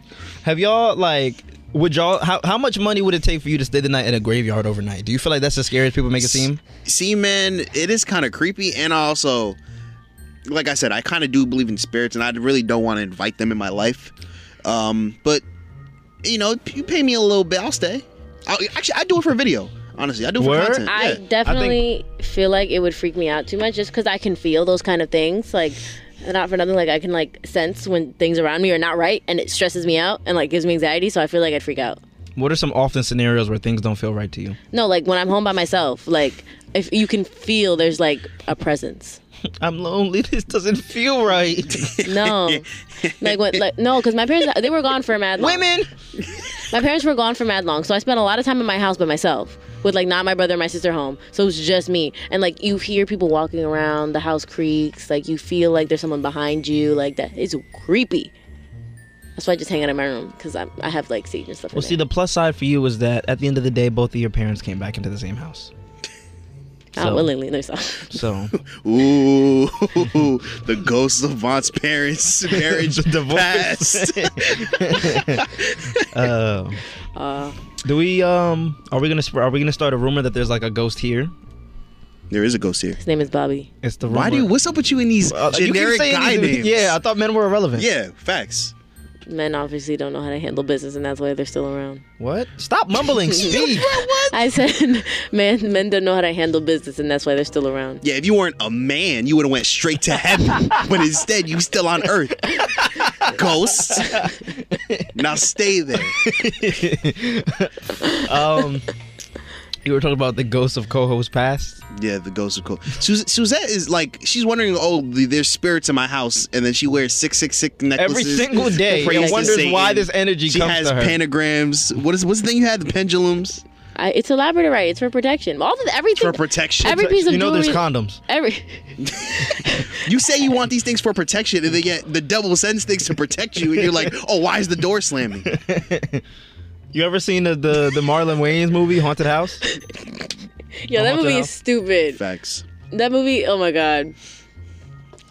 Speaker 8: Have y'all like? Would y'all? How, how much money would it take for you to stay the night in a graveyard overnight? Do you feel like that's the scariest people make it seem?
Speaker 2: see man it is kind of creepy and I also like i said i kind of do believe in spirits and i really don't want to invite them in my life um but you know if you pay me a little bit i'll stay i actually i do it for video honestly i do it for
Speaker 8: Word?
Speaker 2: content
Speaker 6: I
Speaker 2: yeah.
Speaker 6: definitely feel like it would freak me out too much just because I can feel those kind of things. Like, not for nothing, like, I can, like, sense when things around me are not right and it stresses me out and, like, gives me anxiety. So I feel like I'd freak out.
Speaker 8: What are some often scenarios where things don't feel right to you?
Speaker 6: No, like, when I'm home by myself, like, if you can feel there's, like, a presence.
Speaker 8: I'm lonely. This doesn't feel right.
Speaker 6: No. like, what, like, no, because my parents, they were gone for a mad long.
Speaker 8: Women.
Speaker 6: My parents were gone for mad long, so I spent a lot of time in my house by myself with like not my brother and my sister home. So it was just me. And like you hear people walking around, the house creaks, like you feel like there's someone behind you, like that. It's creepy. That's why I just hang out in my room because I I have like sage and stuff.
Speaker 8: Well,
Speaker 6: in
Speaker 8: see,
Speaker 6: there.
Speaker 8: the plus side for you is that at the end of the day, both of your parents came back into the same house.
Speaker 6: not
Speaker 8: so-
Speaker 6: willingly. There's
Speaker 8: So
Speaker 2: Ooh, the ghosts of Vaughn's parents' marriage
Speaker 8: Divorce.
Speaker 2: divorce.
Speaker 8: uh, do we? Um, are we gonna sp- are we gonna start a rumor that there's like a ghost here?
Speaker 2: There is a ghost here.
Speaker 6: his name is Bobby.
Speaker 8: It's the rumor.
Speaker 2: Why do you? What's up with you in these
Speaker 8: Uh, you keep
Speaker 2: generic
Speaker 8: saying
Speaker 2: guy
Speaker 8: these-
Speaker 2: names?
Speaker 8: Yeah, I thought men were irrelevant.
Speaker 2: yeah, facts.
Speaker 6: Men obviously don't know how to handle business, and that's why they're still around.
Speaker 8: What? Stop mumbling. Speak.
Speaker 6: I said, men men don't know how to handle business, and that's why they're still around.
Speaker 2: Yeah, if you weren't a man, you would have went straight to heaven. but instead, you still on earth. Ghost. Now stay there.
Speaker 8: um, you were talking about the ghost of Coho's past.
Speaker 2: Yeah, the ghost of cool. Sus- Suzette is like she's wondering, oh, the, there's spirits in my house, and then she wears six six six necklaces
Speaker 8: Every single day,
Speaker 2: prays
Speaker 8: and
Speaker 2: to
Speaker 8: wonders why
Speaker 2: Satan.
Speaker 8: this energy
Speaker 2: She
Speaker 8: comes
Speaker 2: has
Speaker 8: to her.
Speaker 2: pentagrams. What is what's the thing you had? The pendulums
Speaker 6: I, it's elaborate, right? It's for protection. All the everything.
Speaker 2: for protection.
Speaker 6: Every piece of
Speaker 8: you know, there's
Speaker 6: jewelry-
Speaker 8: condoms.
Speaker 6: Every.
Speaker 2: you say you want these things for protection, and they get the devil sends things to protect you, and you're like, oh, why is the door slamming?
Speaker 8: You ever seen the the, the Marlon Wayans movie, Haunted House?
Speaker 6: Yo, that
Speaker 8: Haunted
Speaker 6: movie
Speaker 8: house.
Speaker 6: is stupid.
Speaker 2: Facts.
Speaker 6: That movie, oh my god.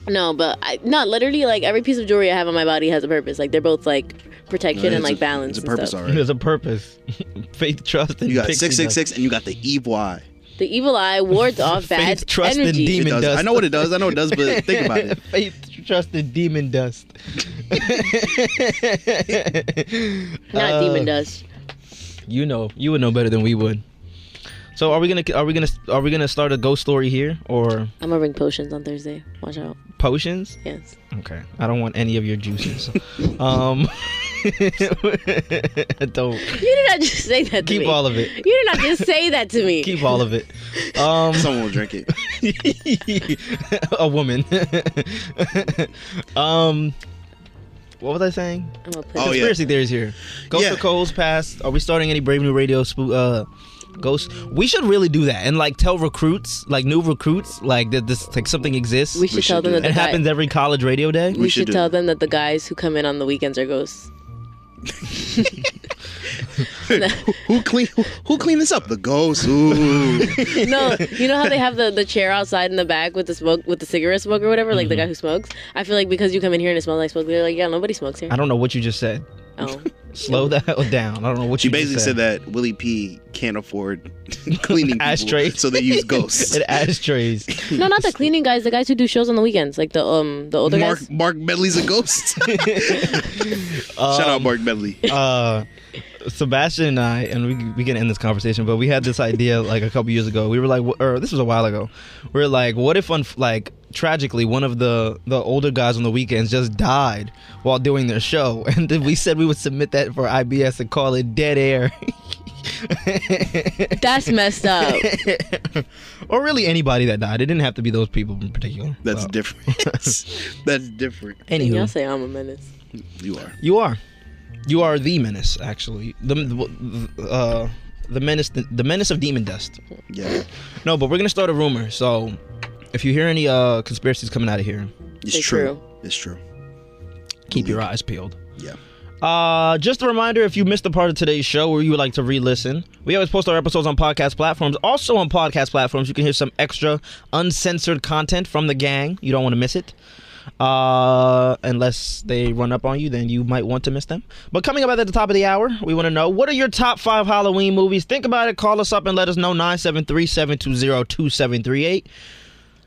Speaker 6: No, but I, no, literally, like every piece of jewelry I have on my body has a purpose. Like they're both like protection
Speaker 2: No,
Speaker 6: and
Speaker 2: it's
Speaker 6: like
Speaker 2: a-
Speaker 6: balance.
Speaker 2: It's a
Speaker 6: and
Speaker 2: purpose,
Speaker 6: stuff.
Speaker 2: already.
Speaker 8: There's a purpose. Faith, trust, and
Speaker 2: You got
Speaker 8: pixie
Speaker 2: six six
Speaker 8: dust.
Speaker 2: six, and you got the EY.
Speaker 6: The evil eye wards off bad
Speaker 8: Faith, trust, and
Speaker 6: energy.
Speaker 2: It
Speaker 8: demon
Speaker 2: does.
Speaker 8: dust.
Speaker 2: I know what it does. I know it does, but think about it.
Speaker 8: Faith, trust, and demon dust.
Speaker 6: Not
Speaker 8: Uh,
Speaker 6: demon dust.
Speaker 8: You know, you would know better than we would. So are we gonna are we gonna are we gonna start a ghost story here or
Speaker 6: I'm gonna bring potions on Thursday. Watch out.
Speaker 8: potions?
Speaker 6: Yes.
Speaker 8: Okay, I don't want any of your juices. um, don't
Speaker 6: You did not just say that to me.
Speaker 8: keep all of
Speaker 6: You
Speaker 8: it.
Speaker 6: did not just say that to me.
Speaker 8: Keep all of it. Um,
Speaker 2: Someone will drink it.
Speaker 8: a woman. um, what was I saying?
Speaker 6: I'm gonna put
Speaker 2: Oh, yeah.
Speaker 8: Conspiracy theories here. Ghost
Speaker 2: Yeah.
Speaker 8: of Cole's past. Are we starting any Brave New Radio spoo- uh ghost? We should really do that and like tell recruits, like new recruits, like that this like something exists.
Speaker 6: We should
Speaker 2: should
Speaker 6: tell them
Speaker 2: do
Speaker 6: that
Speaker 8: it
Speaker 6: the guy-
Speaker 8: happens every college radio day.
Speaker 6: We,
Speaker 2: We should
Speaker 6: should
Speaker 2: do
Speaker 6: tell
Speaker 2: it.
Speaker 6: them that the guys who come in on the weekends are ghosts.
Speaker 2: Who clean? Who, who cleaned this up? The ghost. Ooh.
Speaker 6: No, you know how they have the, the chair outside in the back with the smoke with the cigarette smoke or whatever, like the guy
Speaker 8: Mm-hmm.
Speaker 6: who smokes. I feel like because you come in here and it smells like smoke, they're like, yeah, nobody smokes here.
Speaker 8: I don't know what you just said.
Speaker 6: Oh,
Speaker 8: Slow the hell down. I don't know what
Speaker 2: She
Speaker 8: you
Speaker 2: basically
Speaker 8: just
Speaker 2: said that Willie P can't afford cleaning people,
Speaker 8: Ashtray.
Speaker 2: so they use ghosts.
Speaker 8: It ashtrays.
Speaker 6: no, not the cleaning guys. The guys who do shows on the weekends, like the um the older
Speaker 2: Mark
Speaker 6: guys.
Speaker 2: Mark Medley's a ghost. Shout out Mark Medley.
Speaker 8: Um, uh, Sebastian and I, and we we can end this conversation, but we had this idea like a couple years ago. We were like, wh- or this was a while ago. We were like, what if, unf- like, tragically, one of the the older guys on the weekends just died while doing their show, and then we said we would submit that for IBS and call it dead air,
Speaker 6: That's messed up.
Speaker 8: or really anybody that died. It didn't have to be those people in particular.
Speaker 2: That's
Speaker 8: Well,
Speaker 2: different. That's different.
Speaker 8: Anywho,
Speaker 6: Y'all say I'm a menace.
Speaker 2: You are.
Speaker 8: You are. You are the menace, actually. The the, uh, the menace, the, menace of demon dust.
Speaker 2: Yeah.
Speaker 8: No, but we're gonna start a rumor. So, if you hear any uh conspiracies coming out of here,
Speaker 2: It's
Speaker 6: They
Speaker 2: true.
Speaker 6: true.
Speaker 2: It's true.
Speaker 8: keep your eyes peeled.
Speaker 2: Yeah.
Speaker 8: Uh, just a reminder if you missed a part of today's show or you would like to re listen, we always post our episodes on podcast platforms. Also, on podcast platforms, you can hear some extra uncensored content from the gang. You don't want to miss it. Uh, unless they run up on you, then you might want to miss them. But coming up at the top of the hour, we want to know what are your top five Halloween movies? Think about it. Call us up and let us know 973 720 2738.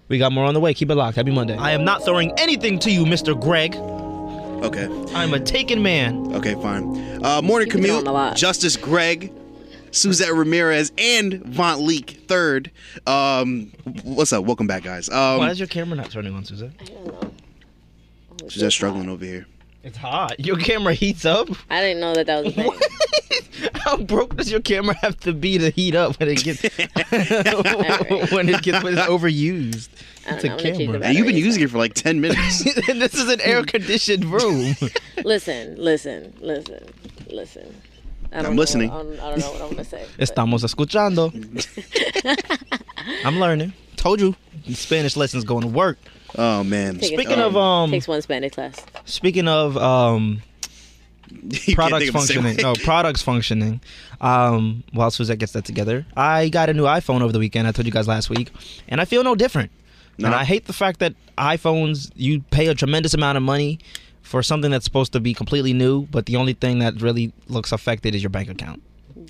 Speaker 8: We got more on the way. Keep it locked. Happy Monday. I am not throwing anything to you, Mr. Greg.
Speaker 2: Okay.
Speaker 8: I'm a taken man.
Speaker 2: Okay. Fine. Uh, morning
Speaker 6: Keep it
Speaker 2: commute.
Speaker 6: on the lot.
Speaker 2: Justice Greg, Suzette Ramirez, and Vaunt Leak third. Um, what's up? Welcome back, guys. Um,
Speaker 8: Why is your camera not turning on, Suzette?
Speaker 2: Suzette's struggling over here.
Speaker 8: It's hot. Your camera heats up.
Speaker 6: I didn't know that that was a thing.
Speaker 8: How broke does your camera have to be to heat up when it gets when it gets when it's overused?
Speaker 6: I don't
Speaker 8: It's
Speaker 6: know.
Speaker 8: a
Speaker 6: I'm gonna change the
Speaker 8: camera.
Speaker 2: And you've been
Speaker 6: batteries.
Speaker 2: using it for like ten minutes.
Speaker 8: this is an air conditioned room.
Speaker 6: Listen, listen, listen, listen. I don't know-
Speaker 2: listening.
Speaker 6: I don't, I don't know what I'm gonna say. but-
Speaker 8: Estamos escuchando. I'm learning. Told you, Spanish lessons going to work.
Speaker 2: oh man.
Speaker 6: Take it
Speaker 8: Speaking of
Speaker 6: slow.
Speaker 8: um,
Speaker 6: takes one Spanish class.
Speaker 8: speaking of um,
Speaker 2: You can't
Speaker 8: products
Speaker 2: think of a segue.
Speaker 8: functioning. No, products functioning. Um, while Suzette gets that together, I got a new iPhone over the weekend. I told you guys last week, and I feel no different. And
Speaker 2: No.
Speaker 8: I hate the fact that iPhones you pay a tremendous amount of money for something that's supposed to be completely new, but the only thing that really looks affected is your bank account.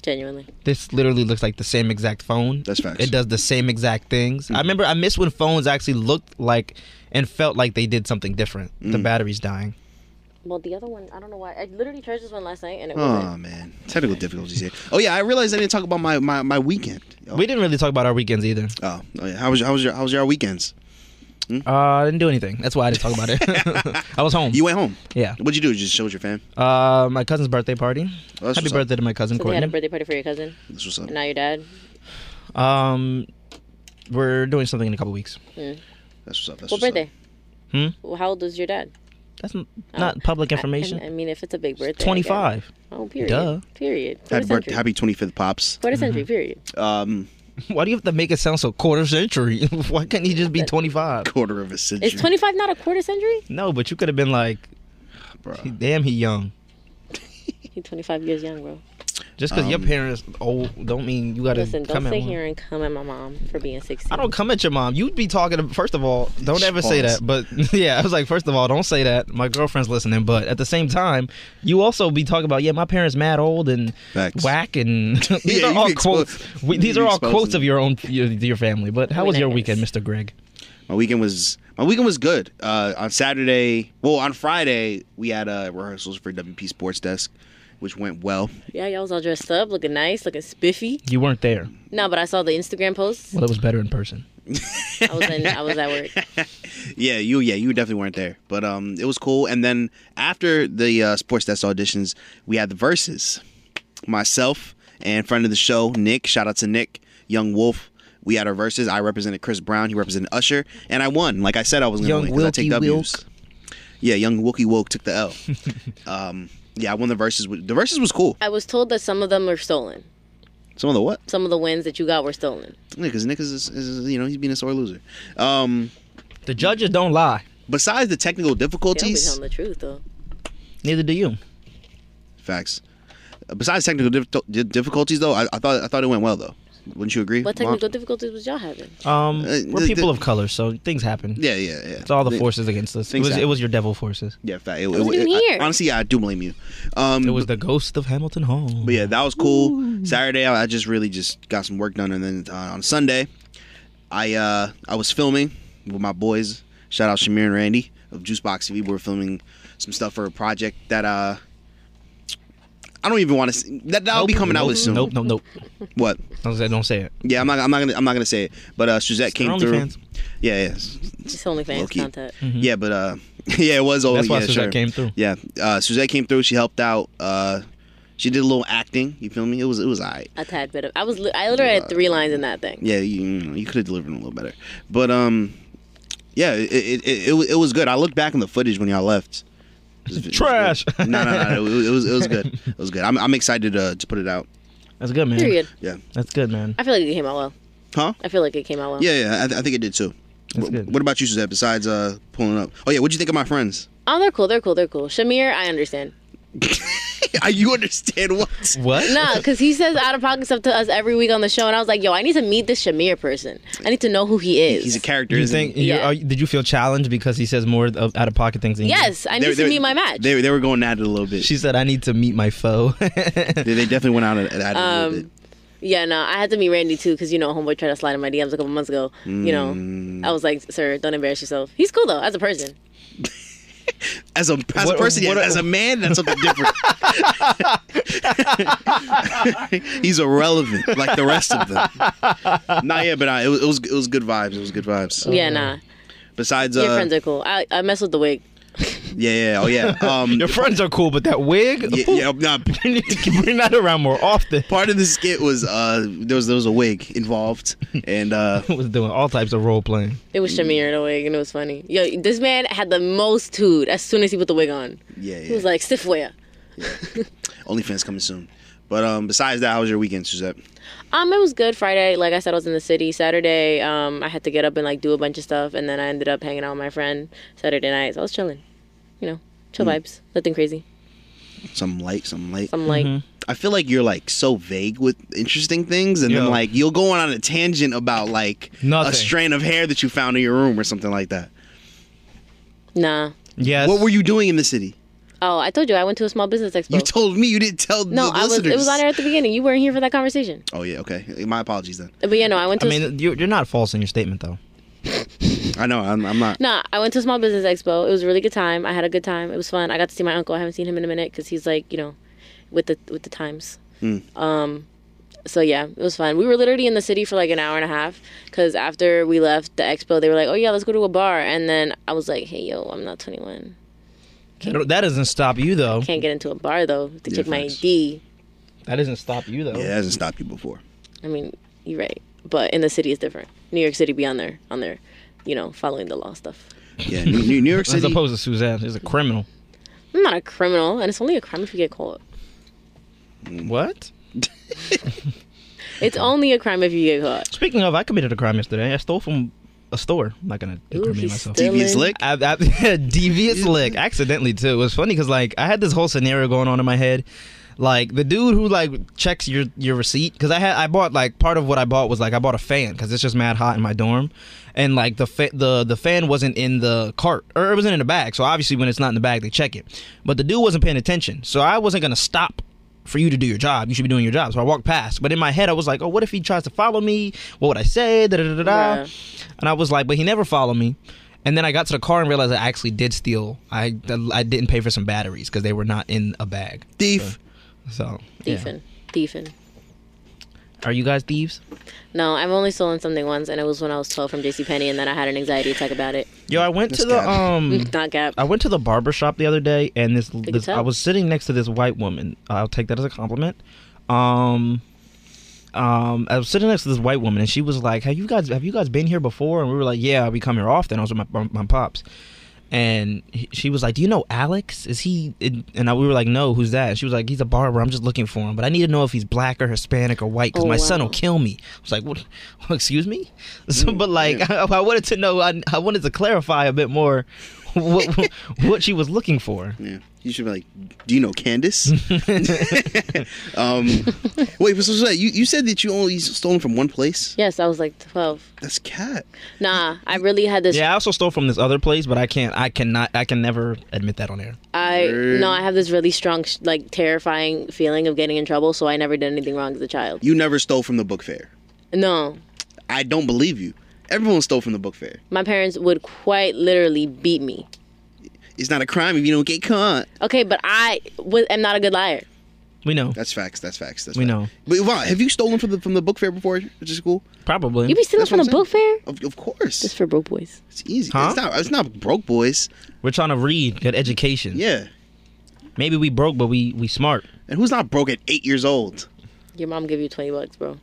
Speaker 6: Genuinely.
Speaker 8: This literally looks like the same exact phone.
Speaker 2: That's facts. Mm-hmm.
Speaker 8: It does the same exact things. I remember I miss when phones actually looked like and felt like they did something different. The
Speaker 2: Mm.
Speaker 8: battery's dying.
Speaker 6: Well, the other one, I don't know why. I literally charged this one last night and it
Speaker 2: Oh
Speaker 6: wasn't.
Speaker 2: man, technical difficulties here. Oh yeah, I realized I didn't talk about my my, my weekend. Oh,
Speaker 8: We didn't really talk about our weekends either.
Speaker 2: oh, oh, yeah. How was how was your how was your weekends?
Speaker 8: Uh, I didn't do anything. That's why I didn't talk about it. I was home.
Speaker 2: You went home.
Speaker 8: yeah.
Speaker 2: What'd you do? Just showed your fam.
Speaker 8: Uh, my cousin's birthday party.
Speaker 2: Oh, that's
Speaker 8: Happy
Speaker 2: what's up.
Speaker 8: birthday to my cousin
Speaker 6: So they had a
Speaker 8: Courtney.
Speaker 6: birthday party for your cousin,
Speaker 2: That's what's up.
Speaker 6: and now your dad.
Speaker 8: Um, we're doing something in a couple weeks.
Speaker 2: That's what's up. That's
Speaker 6: What
Speaker 2: what's
Speaker 6: birthday?
Speaker 8: Hmm?
Speaker 6: Well, how old is your dad?
Speaker 8: That's n- not public information.
Speaker 6: Oh, I, I mean, if it's a big birthday. I guess.
Speaker 8: 25.
Speaker 6: Oh, period.
Speaker 8: Duh.
Speaker 6: Period. Quarter
Speaker 2: Up. Happy birthday!
Speaker 6: century.
Speaker 2: Happy twenty fifth pops.
Speaker 6: Quarter century. Period.
Speaker 2: Um,
Speaker 8: Why do you have to make it sound so quarter century? why can't he just be 25?
Speaker 2: quarter of a century.
Speaker 6: Is 25 not a quarter century?
Speaker 8: No, but you could have been like,
Speaker 2: bro.
Speaker 8: damn, he young.
Speaker 6: He's 25 years young, bro.
Speaker 8: Just because
Speaker 2: Um,
Speaker 8: your parents old don't mean you gotta
Speaker 6: Listen, don't
Speaker 8: come at
Speaker 6: sit
Speaker 8: mom.
Speaker 6: here and come at my mom for being 16.
Speaker 8: I don't come at your mom. You'd be talking. To, first of all, don't ever say
Speaker 2: Pause.
Speaker 8: that. But yeah, I was like, first of all, don't say that. My girlfriend's listening. But at the same time, you also be talking about yeah, my parents mad old and
Speaker 2: Facts.
Speaker 8: whack and these
Speaker 2: Yeah,
Speaker 8: are
Speaker 2: you
Speaker 8: all
Speaker 2: be expo-
Speaker 8: quotes. We,
Speaker 2: you
Speaker 8: these
Speaker 2: be
Speaker 8: are all
Speaker 2: exposing
Speaker 8: quotes
Speaker 2: them.
Speaker 8: of your own your, your family. But how
Speaker 6: mean,
Speaker 8: was
Speaker 6: I
Speaker 8: your
Speaker 6: guess.
Speaker 8: weekend, Mr. Greg?
Speaker 2: My weekend was my weekend was good. Uh, on Saturday, well, on Friday, we had uh, rehearsals for WP Sports Desk, which went well.
Speaker 6: Yeah, y'all was all dressed up, looking nice, looking spiffy.
Speaker 8: You weren't there.
Speaker 6: No, but I saw the Instagram posts.
Speaker 8: Well, it was better in person.
Speaker 6: I was in, I was at work.
Speaker 2: Yeah, you yeah you definitely weren't there, but um, it was cool. And then after the uh, Sports Desk auditions, we had the verses. Myself and friend of the show Nick, shout out to Nick Young Wolf. We had our verses. I represented Chris Brown. He represented Usher, and I won. Like I said, I was gonna
Speaker 8: Young
Speaker 2: win 'cause I
Speaker 8: Wilkie
Speaker 2: take W's. Yeah, young Wookie Woke took the L. um, yeah, I won the verses. with- The verses was cool.
Speaker 6: I was told that some of them were stolen.
Speaker 2: Some of the what?
Speaker 6: Some of the wins that you got were stolen.
Speaker 2: Yeah, because Nick is, is, you know, he's being a sore loser. Um,
Speaker 8: The judges don't lie.
Speaker 2: besides the technical
Speaker 6: They don't be
Speaker 2: difficulties,
Speaker 6: telling the truth though.
Speaker 8: Neither do you.
Speaker 2: facts. Uh, Besides technical dif- di- difficulties, though, I, I thought I thought it went well, though. Wouldn't you agree?
Speaker 6: What
Speaker 2: Mom?
Speaker 6: technical difficulties was y'all having?
Speaker 8: Um,
Speaker 2: Uh,
Speaker 8: we're
Speaker 2: the-
Speaker 8: people
Speaker 2: the-
Speaker 8: of color, so things happen.
Speaker 2: Yeah, yeah, yeah.
Speaker 8: It's all the forces against us. It
Speaker 2: things
Speaker 8: was, it
Speaker 2: happen.
Speaker 8: was your devil forces.
Speaker 2: Yeah, fact. It, it,
Speaker 6: wasn't
Speaker 2: it-
Speaker 6: even
Speaker 2: I-
Speaker 6: here.
Speaker 2: honestly, I do blame you. Um,
Speaker 8: It was the ghost of Hamilton Hall.
Speaker 2: But yeah, that was cool. Saturday, I I just really just got some work done, and then uh, on Sunday, I uh, I was filming with my boys. Shout out Shamir and Randy of Juicebox TV. We were filming some stuff for a project that uh, I don't even want to. That that'll be coming out with soon.
Speaker 8: Nope, nope, nope.
Speaker 2: What?
Speaker 8: Don't say, don't say it.
Speaker 2: Yeah, I'm not. I'm not gonna. I'm not gonna say it. But uh, Suzette
Speaker 8: their
Speaker 2: came through.
Speaker 8: OnlyFans.
Speaker 2: Yeah, yeah.
Speaker 6: Just OnlyFans
Speaker 2: Low-key.
Speaker 6: content.
Speaker 2: Yeah, but uh, yeah, it was only.
Speaker 8: Mm-hmm. That's why
Speaker 2: yeah,
Speaker 8: Suzette
Speaker 2: sure.
Speaker 8: came through.
Speaker 2: Yeah, uh, Suzette came through. She helped out. Uh, she did a little acting. You feel me? It was it was alright.
Speaker 6: A tad bit of. I was. li- I literally had three lines in that thing.
Speaker 2: Yeah, you, you, know, you could have delivered a little better, but um, yeah, it it, it it wa- it was good. I looked back in the footage when y'all left. It was- it was
Speaker 8: Trash.
Speaker 2: good. no, no, no. It, was it was good. It was good. I'm I'm excited uh, to to put it out.
Speaker 8: That's good, man.
Speaker 6: Period.
Speaker 2: Yeah.
Speaker 8: That's good, man.
Speaker 6: I feel like it came out well.
Speaker 2: Huh?
Speaker 6: I feel like it came out well.
Speaker 2: Yeah, yeah. I, th- I think it did too.
Speaker 8: That's
Speaker 2: Wh-
Speaker 8: good.
Speaker 2: What about you, Suzette? Besides uh pulling up. Oh yeah, what'd you think of my friends?
Speaker 6: Oh, they're cool. They're cool. They're cool. Shamir, I understand.
Speaker 2: you understand what?
Speaker 8: What?
Speaker 6: Nah, because he says out of pocket stuff to us every week on the show, and I was like, yo, I need to meet this Shamir person. I need to know who he is.
Speaker 2: He's a character.
Speaker 8: Do you
Speaker 2: isn't
Speaker 8: think?
Speaker 2: he?
Speaker 8: you-
Speaker 6: Yeah.
Speaker 8: are you- did you feel challenged because he says more of out of pocket things? Than you do?
Speaker 6: yes, I need to meet my match.
Speaker 2: They, they were going at it a little bit.
Speaker 8: She said, "I need to meet my foe."
Speaker 2: they, they definitely went out at at it a little bit.
Speaker 6: Um, Yeah, no, I had to meet Randy too because you know homeboy tried to slide in my DMs a couple months ago. You
Speaker 2: Mm.
Speaker 6: know, I was like, sir, don't embarrass yourself. He's cool though as a person.
Speaker 2: As a as
Speaker 8: What-
Speaker 2: a person,
Speaker 8: what-
Speaker 2: yes. as a man, that's something different. He's irrelevant, like the rest of them. Nah, yeah, but nah, it, was, it was it was good vibes. It was good vibes.
Speaker 6: yeah, nah,
Speaker 2: Besides,
Speaker 6: your
Speaker 2: uh,
Speaker 6: friends are cool. I I mess with the wig.
Speaker 2: yeah, yeah, oh yeah. Um,
Speaker 8: Your friends are cool, but that wig.
Speaker 2: yeah, yeah, nah,
Speaker 8: You need to bring that around more often.
Speaker 2: part of the skit was uh, there was there was a wig involved, and uh,
Speaker 8: was doing all types of role playing.
Speaker 6: It
Speaker 2: Mm.
Speaker 6: was Shamir in a wig and it was funny. Yo, this man had the most tood as soon as he put the wig on.
Speaker 2: yeah,
Speaker 6: He was
Speaker 2: yeah.
Speaker 6: like stiff wear.
Speaker 2: OnlyFans coming soon. But um, besides that, how was your weekend, Suzette?
Speaker 6: Um, it was good Friday. Like I said, I was in the city. Saturday, um, I had to get up and like do a bunch of stuff, and then I ended up hanging out with my friend Saturday night. So I was chilling, you know, chill
Speaker 2: Mm.
Speaker 6: vibes, nothing crazy.
Speaker 2: Something light, something light.
Speaker 6: I'm like,
Speaker 2: I feel like you're like so vague with interesting things, and
Speaker 8: Yeah.
Speaker 2: then like you'll go on a tangent about like
Speaker 8: Nothing.
Speaker 2: a strand of hair that you found in your room or something like that.
Speaker 6: nah.
Speaker 8: Yes.
Speaker 2: What were you doing in the city?
Speaker 6: Oh, I told you I went to a small business expo.
Speaker 2: You told me you didn't tell
Speaker 6: No,
Speaker 2: the
Speaker 6: I was.
Speaker 2: listeners.
Speaker 6: It was on there at the beginning. You weren't here for that conversation.
Speaker 2: Oh yeah, okay. My apologies then.
Speaker 6: But yeah, no, I went
Speaker 8: I
Speaker 6: to.
Speaker 8: mean, you're, you're not false in your statement, though.
Speaker 2: I know I'm, I'm not.
Speaker 6: no, I went to Small Business Expo. It was a really good time. I had a good time. It was fun. I got to see my uncle. I haven't seen him in a minute because he's like, you know, with the with the times. Um, so yeah, it was fun. We were literally in the city for like an hour and a half because after we left the expo, they were like, oh yeah, let's go to a bar, and then I was like, hey yo, I'm not 21.
Speaker 8: That that doesn't stop you, though.
Speaker 6: Can't get into a bar though. Have To
Speaker 2: Yeah,
Speaker 6: check my
Speaker 2: facts.
Speaker 6: ID.
Speaker 8: That doesn't stop you, though.
Speaker 2: Yeah, it hasn't stopped you before.
Speaker 6: I mean, you're right, but in the city is different. New York City be on there, on there, you know, following the law stuff.
Speaker 2: Yeah, New, New, New York
Speaker 8: As
Speaker 2: City.
Speaker 8: opposed to Suzanne, she's a criminal.
Speaker 6: I'm not a criminal, and it's only a crime if you get caught.
Speaker 8: What?
Speaker 6: It's only a crime if you get caught.
Speaker 8: Speaking of, I committed a crime yesterday. I stole from a store. I'm not gonna
Speaker 6: Ooh,
Speaker 8: incriminate
Speaker 6: he's
Speaker 8: myself.
Speaker 6: stealing.
Speaker 2: Devious lick.
Speaker 8: I, I, devious lick, accidentally too. It was funny because like I had this whole scenario going on in my head. Like the dude who like checks your your receipt because I had I bought like part of what I bought was like I bought a fan because it's just mad hot in my dorm, and like the fa- the the fan wasn't in the cart or it wasn't in the bag. So obviously when it's not in the bag they check it, but the dude wasn't paying attention. So I wasn't gonna stop for you to do your job. You should be doing your job. So I walked past. But in my head, I was like, oh, what if he tries to follow me? What would I say? Da, da, da, da, da.
Speaker 6: Yeah.
Speaker 8: And I was like, but he never followed me. And then I got to the car and realized I actually did steal. I, I didn't pay for some batteries because they were not in a bag.
Speaker 2: Thief.
Speaker 8: So, yeah.
Speaker 6: Thiefing. Thiefing.
Speaker 8: Are you guys thieves?
Speaker 6: No, I've only stolen something once, and it was when I was 12 from JCPenney, and then I had an anxiety attack about it.
Speaker 8: Yo, I went to the
Speaker 2: Gabby.
Speaker 8: um
Speaker 6: Not Gap.
Speaker 8: I went to the barber shop the other day, and this,
Speaker 6: can
Speaker 8: this I
Speaker 6: tell.
Speaker 8: was sitting next to this white woman. I'll take that as a compliment. Um, um, I was sitting next to this white woman, and she was like, "Have you guys have you guys been here before?" And we were like, "Yeah, we come here often." I was with my my, my pops, and he, she was like, "Do you know Alex? Is he?" in-" And I, we were like, "No, who's that?" She was like, "He's a barber. I'm just looking for him, but I need to know if he's black or Hispanic or white because
Speaker 6: Oh,
Speaker 8: my son
Speaker 6: wow. Mm,
Speaker 8: will kill me." I was like, "What? Excuse me?" So, but like, I, wanted to know. I, I wanted to clarify a bit more what what she was looking for.
Speaker 2: Yeah. You should be like, do you know Candace? um, wait, but so, so you, you said that you only stolen from one place?
Speaker 6: Yes, I was like 12.
Speaker 2: That's cat.
Speaker 6: Nah, I really had this.
Speaker 8: Yeah, I also stole from this other place, but I can't. I cannot. I can never admit that on air.
Speaker 6: I no, I have this really strong, sh- like terrifying feeling of getting in trouble. So I never did anything wrong as a child.
Speaker 2: You never stole from the book fair.
Speaker 6: No,
Speaker 2: I don't believe you. Everyone stole from the book fair.
Speaker 6: my parents would quite literally beat me.
Speaker 2: It's not a crime if you don't get caught.
Speaker 6: Okay, but I w- am not a good liar.
Speaker 8: We know.
Speaker 2: That's facts. That's facts. That's
Speaker 8: We
Speaker 2: fact.
Speaker 8: know.
Speaker 2: But Yvonne, have you stolen from the from the book fair before at your school?
Speaker 8: Probably.
Speaker 6: You be stealing
Speaker 2: That's what
Speaker 6: from a
Speaker 2: I'm
Speaker 6: book fair?
Speaker 2: Of, of course.
Speaker 6: It's for broke boys.
Speaker 2: It's easy.
Speaker 8: Huh?
Speaker 2: It's not. It's not broke boys.
Speaker 8: We're trying to read, get education.
Speaker 2: Yeah.
Speaker 8: Maybe we broke, but we we smart.
Speaker 2: And who's not broke at eight years old?
Speaker 6: Your mom give you twenty bucks, bro.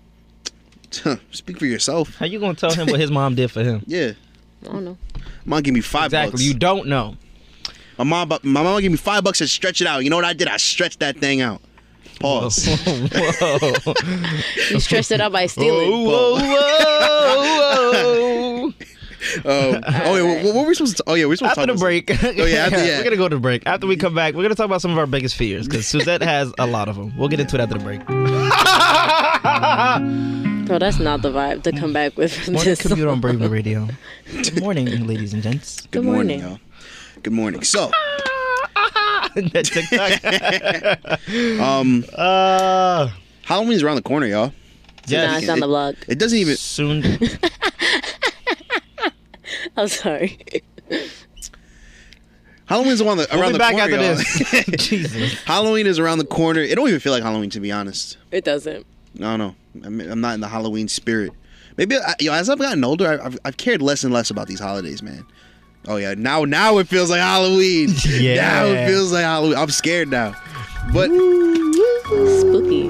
Speaker 2: Huh, Speak for yourself.
Speaker 8: How you gonna tell him what his mom did for him?
Speaker 2: Yeah.
Speaker 6: I don't know.
Speaker 2: Mom gave me five
Speaker 8: Exactly.
Speaker 2: bucks.
Speaker 8: You don't know.
Speaker 2: My mom, bu- my mom gave me five bucks to stretch it out. You know what I did? I stretched that thing out. Pause.
Speaker 8: Whoa.
Speaker 6: You stressed it out by stealing.
Speaker 8: whoa, whoa, whoa.
Speaker 2: Um, oh, yeah, what, what were we supposed to? Oh yeah, we were supposed
Speaker 8: After
Speaker 2: to
Speaker 8: the
Speaker 2: talk
Speaker 8: break,
Speaker 2: Oh, yeah, after- yeah.
Speaker 8: we're gonna go to break. After we come back, we're gonna talk about some of our biggest fears because Suzette has a lot of them. We'll get into it after the break.
Speaker 6: Bro, that's not the vibe to come back with from
Speaker 8: Morning
Speaker 6: this.
Speaker 8: computer on Brave New Radio. Good morning, ladies and gents.
Speaker 2: Good morning, y'all. Good morning. So,
Speaker 8: that TikTok.
Speaker 2: um,
Speaker 8: uh,
Speaker 2: Halloween's around the corner, y'all.
Speaker 6: Nah, it's on the block.
Speaker 2: It doesn't even.
Speaker 8: soon.
Speaker 6: I'm sorry.
Speaker 2: Halloween's around the
Speaker 8: We'll
Speaker 2: around
Speaker 8: be
Speaker 2: the
Speaker 8: back
Speaker 2: corner.
Speaker 8: after
Speaker 2: y'all.
Speaker 8: this. Jesus.
Speaker 2: Halloween is around the corner. It don't even feel like Halloween, to be honest.
Speaker 6: It doesn't.
Speaker 2: No, no, I'm, I'm not in the Halloween spirit. Maybe I, yo, as I've gotten older, I, I've, I've cared less and less about these holidays, man. Oh yeah, now now it feels like Halloween.
Speaker 8: Yeah.
Speaker 2: now it feels like Halloween. I'm scared now, but
Speaker 6: Spooky.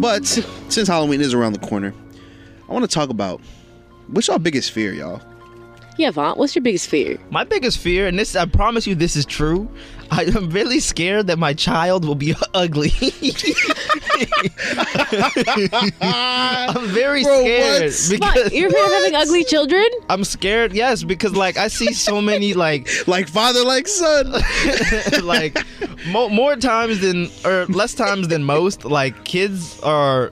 Speaker 2: but since Halloween is around the corner, I want to talk about what's y'all biggest fear, y'all.
Speaker 6: Yeah, Vaughn, what's your biggest fear?
Speaker 8: My biggest fear, and this I promise you this is true, I am really scared that my child will be ugly. I'm very
Speaker 2: Bro,
Speaker 8: scared
Speaker 2: what?
Speaker 8: because
Speaker 6: Vaughn, you're afraid of having ugly children?
Speaker 8: I'm scared. Yes, because like I see so many like
Speaker 2: Like father, like son.
Speaker 8: like mo- more times than or less times than most like kids are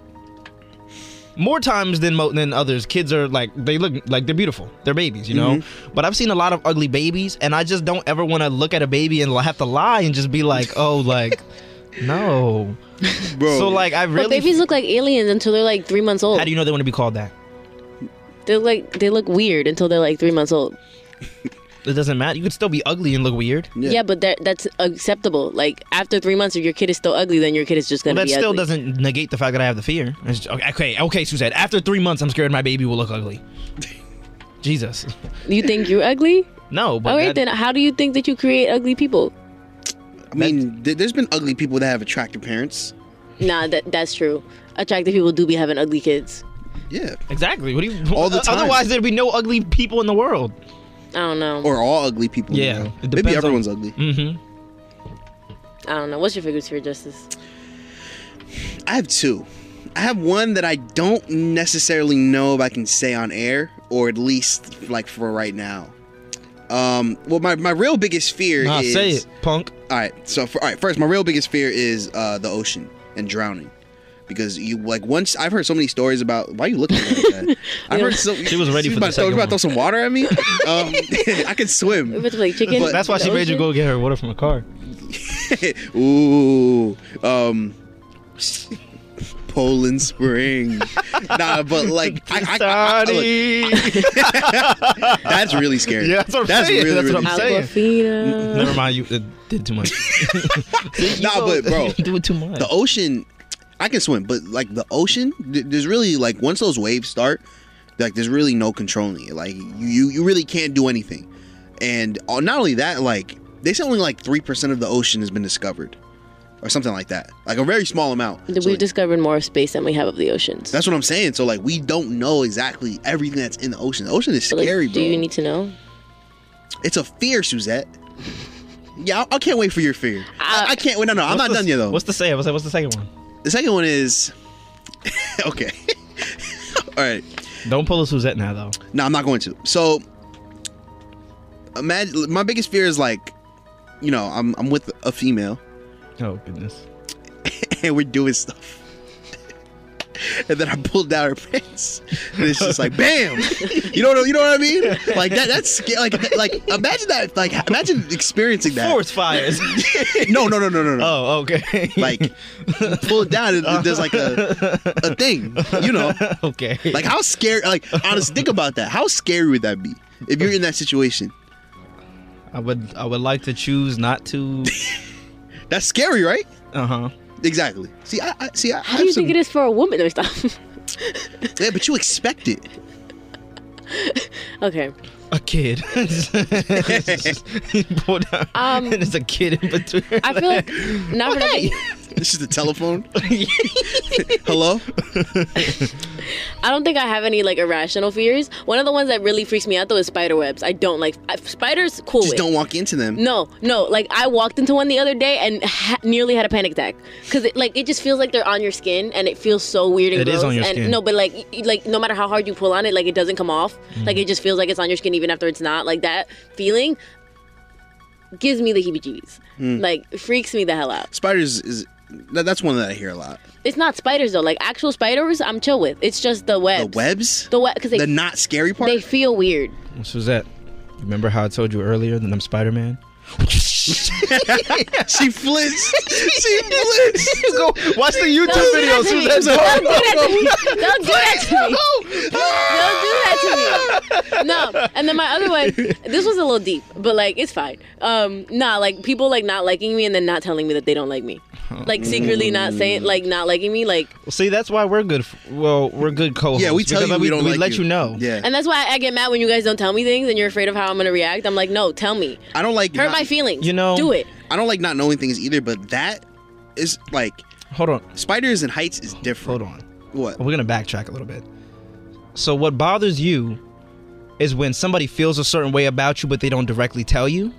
Speaker 8: more times than mo- than others kids are like they look like they're beautiful they're babies you know but i've seen a lot of ugly babies and i just don't ever want to look at a baby and li- have to lie and just be like oh like no
Speaker 2: Bro,
Speaker 8: so like i
Speaker 6: But
Speaker 8: really
Speaker 6: babies look like aliens until they're like three months old.
Speaker 8: how do you know they want to be called that
Speaker 6: They look like they look weird until they're like three months old.
Speaker 8: it doesn't matter you could still be ugly and look weird
Speaker 2: Yeah.
Speaker 6: Yeah, but that that's acceptable. Like after three months, if your kid is still ugly, then your kid is just
Speaker 8: well,
Speaker 6: gonna
Speaker 8: that
Speaker 6: be
Speaker 8: still
Speaker 6: ugly.
Speaker 8: doesn't negate the fact that I have the fear. It's just- okay, okay, Suzette. After three months, I'm scared my baby will look ugly. Jesus.
Speaker 6: You think you're ugly?
Speaker 8: No, but
Speaker 6: All right,
Speaker 8: that-
Speaker 6: then how do you think that you create ugly people?
Speaker 2: I mean, th- there's been ugly people that have attractive parents.
Speaker 6: Nah, that that's true. Attractive people do be having ugly kids.
Speaker 2: Yeah,
Speaker 8: exactly. What do you
Speaker 2: All the time.
Speaker 8: Otherwise, there'd be no ugly people in the world.
Speaker 6: I don't know.
Speaker 2: or all ugly people. you
Speaker 8: Yeah,
Speaker 2: know?
Speaker 8: it depends
Speaker 2: maybe
Speaker 8: on-
Speaker 2: everyone's ugly.
Speaker 8: Mm-hmm.
Speaker 6: I don't know. What's your biggest fear, Justice?
Speaker 2: I have two. I have one that I don't necessarily know if I can say on air, or at least like for right now. Um, well, my, my real biggest fear
Speaker 8: Nah,
Speaker 2: is
Speaker 8: say it, punk.
Speaker 2: All right. So, for, all right. First, my real biggest fear is uh, the ocean and drowning, because you like once I've heard so many stories about. Why are you looking at me like that? I've heard so.
Speaker 8: She was ready for
Speaker 2: about
Speaker 8: the
Speaker 2: to throw,
Speaker 8: second
Speaker 2: you about to
Speaker 8: one.
Speaker 2: throw some water at me. Um, I can swim.
Speaker 6: If it's like chicken,
Speaker 2: But-
Speaker 8: That's why
Speaker 6: the
Speaker 8: she made you
Speaker 6: ocean.
Speaker 8: go get her water from the car.
Speaker 2: Ooh. Um. Poland Spring. nah, but like I, I, I, I, look, that's really scary.
Speaker 8: Yeah, that's what I'm saying,
Speaker 2: Really,
Speaker 8: that's what
Speaker 2: really scary.
Speaker 8: I'm saying.
Speaker 6: Aquafina.
Speaker 8: Never mind, you it did too much.
Speaker 2: Nah, but bro,
Speaker 8: you do it too much.
Speaker 2: the ocean i can swim but like the ocean th- there's really like once those waves start like there's really no controlling it like you you, you really can't do anything and uh, not only that like they say only like 3% of the ocean has been discovered or something like that like a very small amount So,
Speaker 6: We've
Speaker 2: like,
Speaker 6: discovered more space than we have of the oceans.
Speaker 2: that's what i'm saying so like we don't know exactly everything that's in the ocean the ocean is
Speaker 6: Like,
Speaker 2: scary bro
Speaker 6: Do you need to know?
Speaker 2: it's a fear suzette yeah I, I can't wait for your fear i,
Speaker 6: Uh,
Speaker 2: I can't wait no no i'm
Speaker 8: What's
Speaker 2: not
Speaker 8: the-
Speaker 2: done yet though
Speaker 8: What's the say? What's the, what's the second one?
Speaker 2: The second one is okay. All right.
Speaker 8: Don't pull a Suzette now though.
Speaker 2: No, I'm not going to. So, imagine my biggest fear is like, you know, I'm I'm with a female
Speaker 8: Oh goodness.
Speaker 2: and we're doing stuff. And then I pulled down her pants, and it's just like, bam! You know, what, you know what I mean? Like that—that's scary. Like, like imagine that. Like, imagine experiencing that.
Speaker 8: Forest fires.
Speaker 2: No, no, no, no, no, no.
Speaker 8: oh, okay.
Speaker 2: Like, pull it down, and there's like a a thing. You know,
Speaker 8: okay.
Speaker 2: Like how scary? Like honestly, think about that. How scary would that be if you're in that situation?
Speaker 8: I would I would like to choose not to
Speaker 2: That's scary, right?
Speaker 8: Uh huh.
Speaker 2: Exactly. See, I, I see. I,
Speaker 6: How do you think it is for a woman? Let me stop.
Speaker 2: Yeah, but you expect it.
Speaker 6: okay.
Speaker 8: A kid. Pull down,
Speaker 6: Um,
Speaker 8: and it's a kid in between.
Speaker 6: I feel like not for nothing.
Speaker 2: This is the telephone. Hello.
Speaker 6: I don't think I have any like irrational fears. One of the ones that really freaks me out though is spider webs. I don't like I, spiders. Cool.
Speaker 2: Just
Speaker 6: with.
Speaker 2: don't walk into them.
Speaker 6: No, no. Like I walked into one the other day and ha- nearly had a panic attack because it, like it just feels like they're on your skin and it feels so weird and
Speaker 8: It is
Speaker 6: gross.
Speaker 8: on your
Speaker 6: and
Speaker 8: skin.
Speaker 6: no, but like y- y- like no matter how hard you pull on it, like it doesn't come off.
Speaker 8: Mm-hmm.
Speaker 6: Like it just feels like it's on your skin even after it's not. Like that feeling gives me the heebie-jeebies.
Speaker 8: Hmm.
Speaker 6: Like freaks me the hell out.
Speaker 2: Spiders is that, that's one that I hear a lot.
Speaker 6: It's not spiders though. Like actual spiders, I'm chill with. It's just the webs.
Speaker 2: The webs.
Speaker 6: The web because they
Speaker 2: the not scary part.
Speaker 6: they feel weird.
Speaker 8: Suzette, remember how I told you earlier that I'm Spider Man?
Speaker 2: she flinched. she flinched.
Speaker 8: Go watch the YouTube video,
Speaker 6: Don't do
Speaker 8: Suzette.
Speaker 6: that to me. Don't do that to me. Don't do that to me. No. And then my other one, this was a little deep, but like it's fine. Um, nah, like people like not liking me and then not telling me that they don't like me. Like secretly not saying like not liking me, like
Speaker 8: See, that's why we're good. f- Well, we're good co-hosts.
Speaker 2: Yeah, we tell
Speaker 8: because
Speaker 2: you we don't
Speaker 8: we
Speaker 2: like
Speaker 8: let you, know.
Speaker 2: Yeah,
Speaker 6: and that's why I get mad when you guys don't tell me things and you're afraid of how I'm gonna react. I'm like, no, tell me.
Speaker 2: I don't like
Speaker 6: Hurt
Speaker 2: not-
Speaker 6: my feelings.
Speaker 8: You know-
Speaker 6: Do it.
Speaker 2: I don't like not knowing things either. But that is like
Speaker 8: Hold on.
Speaker 2: spiders and heights is different.
Speaker 8: Hold on.
Speaker 2: What?
Speaker 8: We're gonna backtrack a little bit. So what bothers you is when somebody feels a certain way about you, but they don't directly tell you.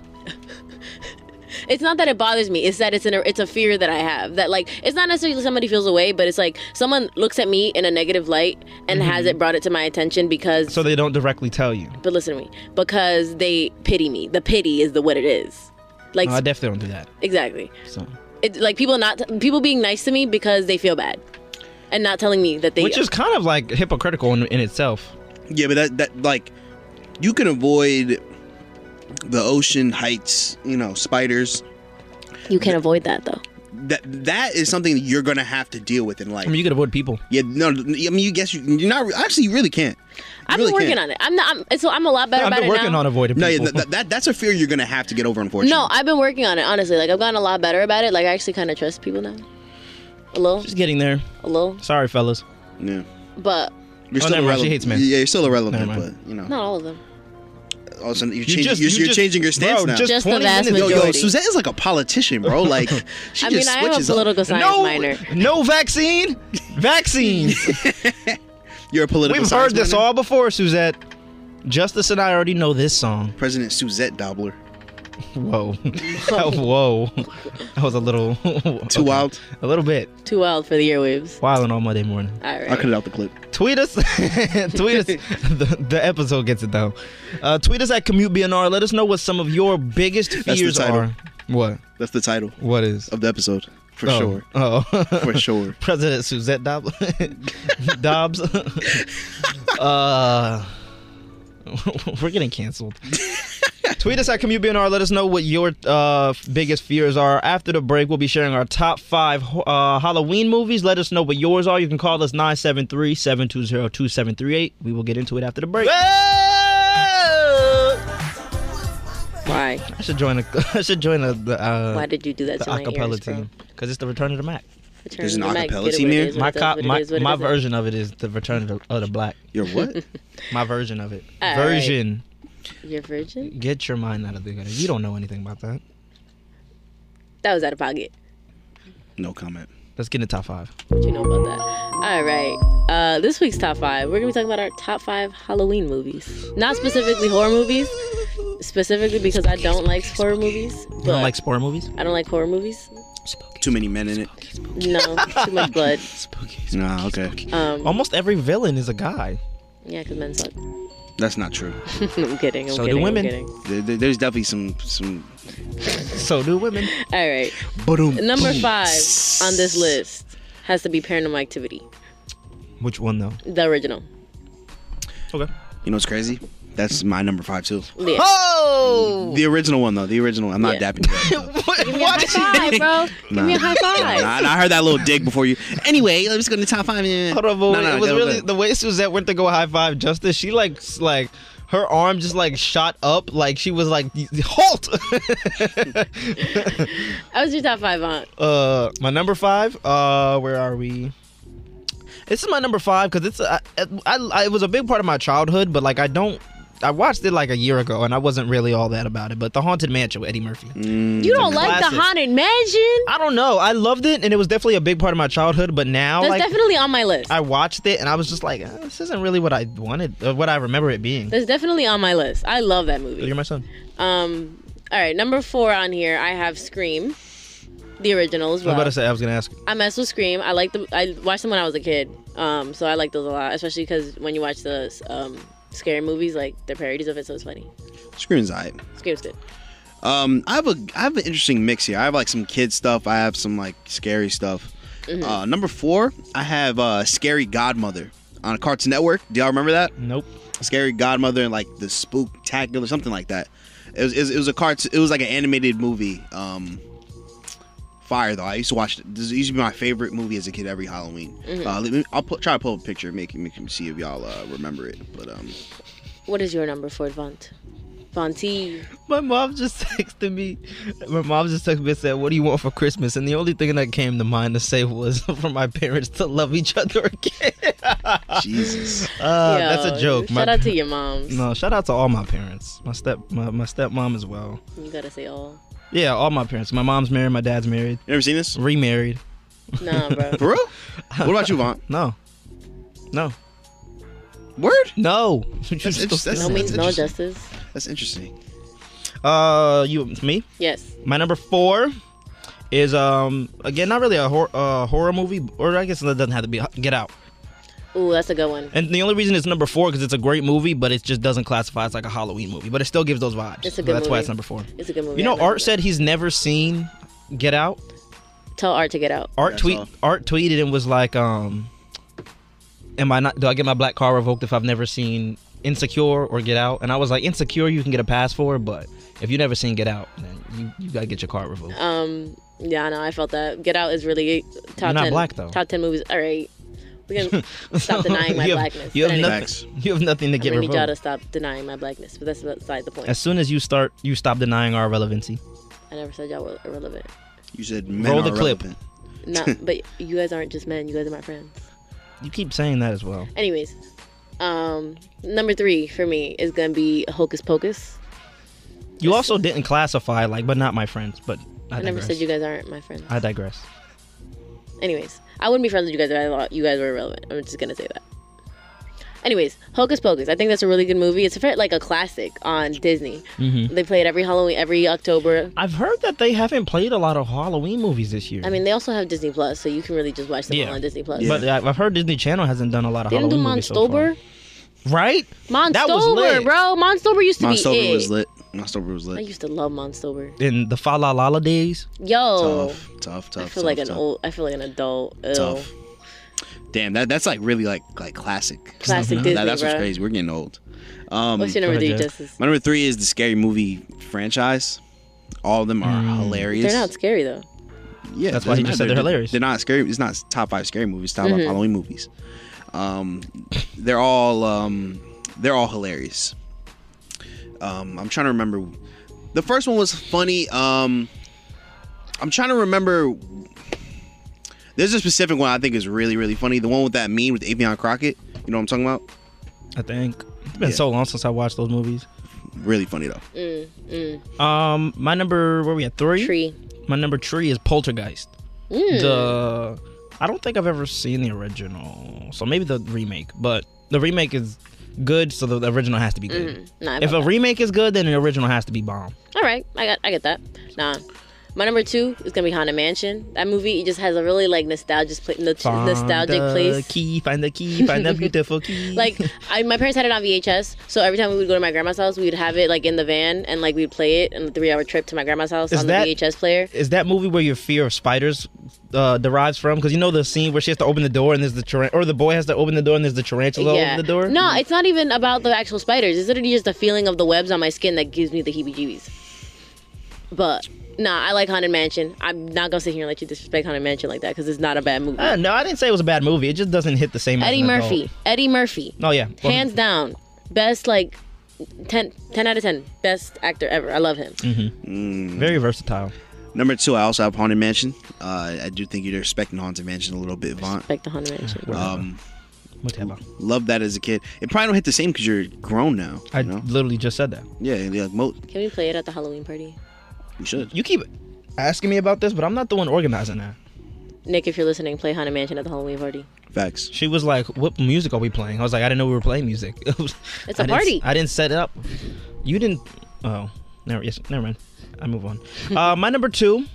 Speaker 6: It's not that it bothers me. It's that it's an it's a fear that I have. That like it's not necessarily somebody feels away, but it's like someone looks at me in a negative light and hasn't brought it to my attention because.
Speaker 8: Mm-hmm. So they don't directly tell you.
Speaker 6: but listen to me, because they pity me. The pity is the what it is. Like
Speaker 8: No, I definitely don't do that.
Speaker 6: exactly.
Speaker 8: So,
Speaker 6: It's like people not people being nice to me because they feel bad, and not telling me that they.
Speaker 8: which is kind of like hypocritical in, in itself.
Speaker 2: Yeah, but that that like you can avoid the ocean heights, you know, spiders.
Speaker 6: you can avoid that though.
Speaker 2: That that is something that you're gonna have to deal with in life.
Speaker 8: I mean, you could avoid people.
Speaker 2: yeah, no, I mean, you guess you, you're not actually you really can't. You
Speaker 6: I've
Speaker 2: really
Speaker 6: been working
Speaker 2: can't.
Speaker 6: on it. I'm not. I'm, it's, I'm a lot better
Speaker 8: I've
Speaker 6: about
Speaker 8: been
Speaker 6: it
Speaker 8: working
Speaker 6: now.
Speaker 8: on avoiding
Speaker 2: No, yeah,
Speaker 8: people.
Speaker 2: th- th- that that's a fear you're gonna have to get over. Unfortunately,
Speaker 6: No, I've been working on it. Honestly, like I've gotten a lot better about it. Like I actually kind of trust people now. A little,
Speaker 8: Just getting there.
Speaker 6: a little,
Speaker 8: Sorry, fellas.
Speaker 2: yeah,
Speaker 6: but
Speaker 2: you're
Speaker 8: Oh, never mind, she hates men.
Speaker 2: Yeah, you're still irrelevant,
Speaker 8: Never mind.
Speaker 2: but you know,
Speaker 6: not all of them.
Speaker 2: all of a sudden you're, changing, you're, you're changing your stance
Speaker 8: bro,
Speaker 2: now.
Speaker 8: Just,
Speaker 6: Just the
Speaker 8: 20
Speaker 6: vast
Speaker 8: minutes
Speaker 2: yo,
Speaker 8: ago.
Speaker 2: yo,
Speaker 6: majority.
Speaker 2: Suzette is like a politician, bro. Like she
Speaker 6: I mean,
Speaker 2: just
Speaker 6: I am a
Speaker 2: switches. up.
Speaker 6: political science
Speaker 8: No,
Speaker 6: minor.
Speaker 8: no vaccine. Vaccines.
Speaker 2: You're a political.
Speaker 8: We've heard
Speaker 2: science
Speaker 8: this
Speaker 2: minor?
Speaker 8: all before, Suzette. Justice and I already know this song.
Speaker 2: President Suzette Dobler.
Speaker 8: Whoa, whoa, that was a little
Speaker 2: Too wild?
Speaker 8: a little bit
Speaker 6: Too wild for the airwaves.
Speaker 8: wilding on Monday morning.
Speaker 6: All right.
Speaker 2: I'll cut it out the clip.
Speaker 8: tweet us tweet us the, the episode gets it though uh, tweet us at commute bnr let us know what some of your biggest
Speaker 2: the
Speaker 8: fears
Speaker 2: title.
Speaker 8: are what
Speaker 2: That's the title
Speaker 8: what is
Speaker 2: of the episode. For
Speaker 8: Oh.
Speaker 2: sure.
Speaker 8: oh
Speaker 2: For sure.
Speaker 8: president suzette dobbs dobbs uh we're getting canceled Tweet us at Commute BNR. Let us know what your uh, biggest fears are. After the break, we'll be sharing our top five uh, Halloween movies. Let us know what yours are. You can call us 973 720 2738. We will get into it after the break.
Speaker 6: Why?
Speaker 8: I should join a. I should join a, the, uh,
Speaker 6: Why did you do that
Speaker 8: the
Speaker 6: to my
Speaker 8: acapella
Speaker 6: ears, bro?
Speaker 8: team because it's the Return of the Mac.
Speaker 6: Return
Speaker 2: There's an
Speaker 6: of the Mac,
Speaker 2: acapella
Speaker 6: get it
Speaker 2: team
Speaker 6: what it
Speaker 2: here?
Speaker 6: is, what
Speaker 8: My
Speaker 6: it does,
Speaker 8: cop,
Speaker 6: what it
Speaker 8: my,
Speaker 6: is, what it
Speaker 8: my
Speaker 6: doesn't.
Speaker 8: version of it is the Return of the, of the Black.
Speaker 2: Your what?
Speaker 8: My version of it.
Speaker 6: All right.
Speaker 8: version.
Speaker 6: Your virgin?
Speaker 8: Get your mind out of the gutter. You don't know anything about that.
Speaker 6: That was out of pocket.
Speaker 2: no comment.
Speaker 8: Let's get into top five.
Speaker 6: What you know about that? All right. Uh, this week's top five, we're gonna be talking about our top five Halloween movies. Not specifically horror movies, specifically because I don't like horror movies. But
Speaker 8: You don't like sport movies?
Speaker 6: I don't like horror movies.
Speaker 2: Too many men in it.
Speaker 6: No, too much blood.
Speaker 2: Nah, okay.
Speaker 6: Um,
Speaker 8: Almost every villain is a guy.
Speaker 6: yeah, because men suck.
Speaker 2: That's not true.
Speaker 6: I'm kidding. I'm
Speaker 8: So do
Speaker 6: kidding.
Speaker 8: women.
Speaker 6: I'm kidding.
Speaker 2: There, there- there's definitely some some
Speaker 8: So do women.
Speaker 6: All right. Number five on this list has to be Paranormal Activity,
Speaker 8: Which one though?
Speaker 6: the original.
Speaker 8: Okay.
Speaker 2: You know what's crazy? That's my number five too.
Speaker 6: Yeah.
Speaker 8: Oh!
Speaker 2: The original one though. The original. I'm not
Speaker 6: Yeah.
Speaker 2: dapping you up.
Speaker 8: What?
Speaker 6: Give me a high five, bro. Give me a high five.
Speaker 2: Nah, and I heard that little dig before you. Anyway, let's go to top five.
Speaker 8: Hold on, but
Speaker 2: No, no,
Speaker 8: it was
Speaker 2: go-
Speaker 8: really
Speaker 2: go.
Speaker 8: the way Suzette went to go high five Justice. She like s- like her arm just like shot up, like she was like halt.
Speaker 6: I was your top five aunt.
Speaker 8: uh, my number five. Uh, where are we? This is my number five because it's I, I, I it was a big part of my childhood, but like I don't. I watched it like a year ago, and I wasn't really all that about it. But the Haunted Mansion with Eddie Murphy.
Speaker 6: You don't like the
Speaker 8: Mm, classic.
Speaker 6: haunted mansion?
Speaker 8: I don't know. I loved it, and it was definitely a big part of my childhood. But now,
Speaker 6: That's
Speaker 8: like,
Speaker 6: definitely on my list.
Speaker 8: I watched it, and I was just like, "Uh, this isn't really what I wanted, or what I remember it being.
Speaker 6: That's definitely on my list. I love that movie.
Speaker 8: You're my son.
Speaker 6: Um, all right, number four on here, I have Scream, the original as
Speaker 8: I was
Speaker 6: well.
Speaker 8: about to say I was gonna ask.
Speaker 6: I mess with Scream. I like the. I watched them when I was a kid, um, so I like those a lot, especially because when you watch the um, scary movies, like they're parodies of it, so it's funny.
Speaker 2: Scream's alright.
Speaker 6: Scream's good.
Speaker 2: Um, I have a I have an interesting mix here. I have like some kid stuff. I have some like scary stuff.
Speaker 6: Mm-hmm.
Speaker 2: Uh, number four, I have uh, Scary Godmother on Cartoon Network. Do y'all remember that?
Speaker 8: Nope.
Speaker 2: Scary Godmother and like the Spooktacular, something like that. It was, it was, it was a cartoon. It was like an animated movie. Um, fire though. I used to watch. This used to be my favorite movie as a kid. Every Halloween.
Speaker 6: Mm-hmm.
Speaker 2: Uh, let me, I'll pu- try to pull up a picture, make you make you see if y'all uh, remember it. But um,
Speaker 6: What is your number for Vaunt? Vaunty.
Speaker 8: My mom just texted me. My mom just texted me and said, "What do you want for Christmas?" And the only thing that came to mind to say was for my parents to love each other again.
Speaker 2: Jesus,
Speaker 8: Uh,
Speaker 6: Yo,
Speaker 8: that's a joke.
Speaker 6: Shout
Speaker 8: My-
Speaker 6: out to your moms.
Speaker 8: no, shout out to all my parents. My step, my, my stepmom as well.
Speaker 6: You gotta say all.
Speaker 8: Yeah, all my parents. My mom's married. My dad's married.
Speaker 2: you ever seen this?
Speaker 8: Remarried.
Speaker 6: Nah, bro.
Speaker 2: For real? what about you, Vaughn?
Speaker 8: No, no,
Speaker 2: Word?
Speaker 8: no.
Speaker 2: that's- that's-
Speaker 6: no means no
Speaker 2: interesting.
Speaker 6: justice.
Speaker 2: That's interesting.
Speaker 8: Uh, you me?
Speaker 6: Yes.
Speaker 8: My number four is um again not really a hor- uh, horror movie, or I guess it doesn't have to be Get Out.
Speaker 6: Ooh, that's a good one.
Speaker 8: And the only reason it's number four because it's a great movie, but it just doesn't classify as like a Halloween movie, but it still gives those vibes.
Speaker 6: It's a
Speaker 8: So
Speaker 6: good
Speaker 8: that's why
Speaker 6: movie.
Speaker 8: it's number four.
Speaker 6: It's a good movie.
Speaker 8: You
Speaker 6: I
Speaker 8: know,
Speaker 6: like
Speaker 8: Art
Speaker 6: it.
Speaker 8: said he's never seen Get Out.
Speaker 6: Tell Art to get out.
Speaker 8: Art
Speaker 2: Yeah, I
Speaker 8: tweet
Speaker 2: saw.
Speaker 8: Art tweeted and was like, um, "Am I not? Do I get my black car revoked if I've never seen Insecure or Get Out?" And I was like, "Insecure, you can get a pass for, but if you never seen Get Out, then you, you gotta get your car revoked."
Speaker 6: Um, yeah, I know. I felt that. Get Out is really top
Speaker 8: You're not
Speaker 6: ten.
Speaker 8: black, though.
Speaker 6: Top ten movies. All right, we can Uh, stop denying my
Speaker 8: You have-
Speaker 6: blackness.
Speaker 8: You have,
Speaker 6: But anyway,
Speaker 8: nothing, you have nothing to
Speaker 6: I'm
Speaker 8: get
Speaker 6: gonna need y'all
Speaker 8: revoked.
Speaker 6: to stop denying my blackness, but that's beside the point.
Speaker 8: As soon as you start, you stop denying our relevancy.
Speaker 6: I never said y'all were irrelevant.
Speaker 2: You said men
Speaker 8: Roll
Speaker 2: are
Speaker 8: the clip.
Speaker 2: relevant.
Speaker 6: Not, but you guys aren't just men. You guys are my friends.
Speaker 8: You keep saying that as well.
Speaker 6: Anyways, um, number three for me is gonna be Hocus Pocus.
Speaker 8: You also didn't classify like, but not my friends. But I,
Speaker 6: I, never
Speaker 8: digress.
Speaker 6: said you guys aren't my friends.
Speaker 8: I digress.
Speaker 6: Anyways, I wouldn't be friends with you guys if I thought you guys were irrelevant. I'm just gonna say that. Anyways, Hocus Pocus. I think that's a really good movie. It's a, fair- like a classic on Disney.
Speaker 8: Mm-hmm.
Speaker 6: They play it every Halloween, every October.
Speaker 8: I've heard that they haven't played a lot of Halloween movies this year.
Speaker 6: I mean, they also have Disney Plus, so you can really just watch them
Speaker 8: Yeah.
Speaker 6: all on Disney Plus.
Speaker 8: But I- I've heard Disney Channel hasn't done a lot of
Speaker 6: they didn't do
Speaker 8: Halloween movies so far.
Speaker 6: Monstober.
Speaker 8: Right? That was
Speaker 6: Monstober,
Speaker 8: lit.
Speaker 6: bro. Monstober used to be
Speaker 2: Monstober
Speaker 6: it.
Speaker 2: was lit. Monstober was
Speaker 6: I
Speaker 2: lit.
Speaker 6: used to love Monstober.
Speaker 8: In the Fa La La La days.
Speaker 6: Yo,
Speaker 2: Tough, tough, tough.
Speaker 6: I feel
Speaker 2: tough,
Speaker 6: like an
Speaker 2: tough,
Speaker 6: old. I feel like an adult. Ew.
Speaker 2: Tough. Damn, that that's like really like like classic.
Speaker 6: Classic
Speaker 2: That-
Speaker 6: Disney,
Speaker 2: that's what's
Speaker 6: bruh.
Speaker 2: crazy. We're getting old. Um,
Speaker 6: What's your number
Speaker 8: ahead,
Speaker 6: three,
Speaker 8: Jess.
Speaker 6: Justice?
Speaker 2: my number three is the scary movie franchise. All of them are hilarious.
Speaker 6: Mm. They're not scary though.
Speaker 2: Yeah,
Speaker 8: That's why
Speaker 2: doesn't
Speaker 8: he just
Speaker 2: matter.
Speaker 8: said they're hilarious.
Speaker 2: They're not scary. It's not top five scary movies. Top five Halloween movies. Um, they're all um, they're all hilarious. Um, I'm trying to remember. The first one was funny. Um, I'm trying to remember. There's a specific one I think is really really funny. The one with that meme with Avion Crockett. You know what I'm talking about?
Speaker 8: I think. It's been
Speaker 2: Yeah.
Speaker 8: so long since I watched those movies.
Speaker 2: Really funny though.
Speaker 8: Um, my number where we at three.
Speaker 2: Hmm?
Speaker 6: Tree.
Speaker 8: My number three is Poltergeist.
Speaker 6: Mm.
Speaker 8: The I don't think I've ever seen the original, so maybe the remake. But the remake is good, so the, the original has to be good.
Speaker 6: Nah, I
Speaker 8: If
Speaker 6: felt
Speaker 8: a remake is good, then the original has to be bomb.
Speaker 6: All right, I got, I get that. Nah, my number two is gonna be Haunted Mansion. That movie it just has a really like nostalgic, pla- no- nostalgic
Speaker 8: the
Speaker 6: place.
Speaker 8: Key, find the key, find the beautiful key.
Speaker 6: Like I, my parents had it on VHS, so every time we would go to my grandma's house, we would have it like in the van, and like we'd play it in the three-hour trip to my grandma's house
Speaker 8: Is
Speaker 6: on
Speaker 8: that-
Speaker 6: the VHS player.
Speaker 8: is that movie where your fear of spiders uh, derives from? Because you know the scene where she has to open the door and there's the taran- or the boy has to open the door and there's the tarantula
Speaker 6: Yeah.
Speaker 8: over the door.
Speaker 6: No, it's not even about the actual spiders. It's literally just the feeling of the webs on my skin that gives me the heebie-jeebies. But nah, I like Haunted Mansion. I'm not gonna sit here and let you disrespect Haunted Mansion like that because it's not a bad movie.
Speaker 8: Uh, no, I didn't say it was a bad movie. It just doesn't hit the same. as
Speaker 6: Eddie
Speaker 8: an
Speaker 6: Murphy.
Speaker 8: adult.
Speaker 6: Eddie Murphy.
Speaker 8: Oh yeah, Well,
Speaker 6: hands down best like 10, 10 out of 10 best actor ever i love him
Speaker 8: Mm. very versatile.
Speaker 2: Number two, I also have Haunted Mansion. Uh, I do think you're respecting Haunted Mansion a little bit, Vaughn.
Speaker 6: like the haunted mansion
Speaker 2: Um,
Speaker 8: Whatever.
Speaker 2: love that as a kid. It probably don't hit the same because you're grown now.
Speaker 8: I
Speaker 2: you know?
Speaker 8: literally just said that.
Speaker 2: Yeah, yeah, like mo-
Speaker 6: can we play it at the halloween party
Speaker 2: you should.
Speaker 8: You keep asking me about this, but I'm not the one organizing that.
Speaker 6: nick if you're listening play haunted mansion at the halloween party
Speaker 2: Facts.
Speaker 8: She was like, "What music are we playing?" I was like, "I didn't know we were playing music."
Speaker 6: It's
Speaker 8: a
Speaker 6: a party.
Speaker 8: I didn't set it up. You didn't. Oh, never. Yes, never mind. I move on. uh, my number two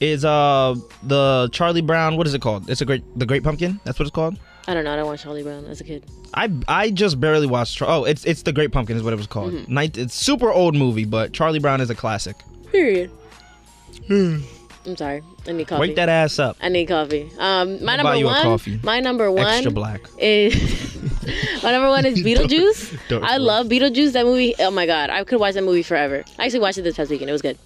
Speaker 8: is uh the Charlie Brown. What is it called? It's a great the Great Pumpkin. That's what it's called.
Speaker 6: i don't know i don't watch charlie brown as a kid
Speaker 8: I I just barely watched. Char- oh, it's it's the Great Pumpkin is what it was called.
Speaker 6: Mm-hmm.
Speaker 8: Ninth, it's super old movie, but Charlie Brown is a classic.
Speaker 6: period i'm sorry i need coffee
Speaker 8: Hmm. Wake that ass up.
Speaker 6: i need coffee um my
Speaker 8: I'll buy
Speaker 6: number
Speaker 8: you a
Speaker 6: one
Speaker 8: coffee.
Speaker 6: my number one
Speaker 8: Extra black.
Speaker 6: is my number one is Beetlejuice.
Speaker 8: don't
Speaker 6: I
Speaker 8: worry.
Speaker 6: love Beetlejuice. That movie. Oh my god, I could watch that movie forever. I actually watched it this past weekend. It was good.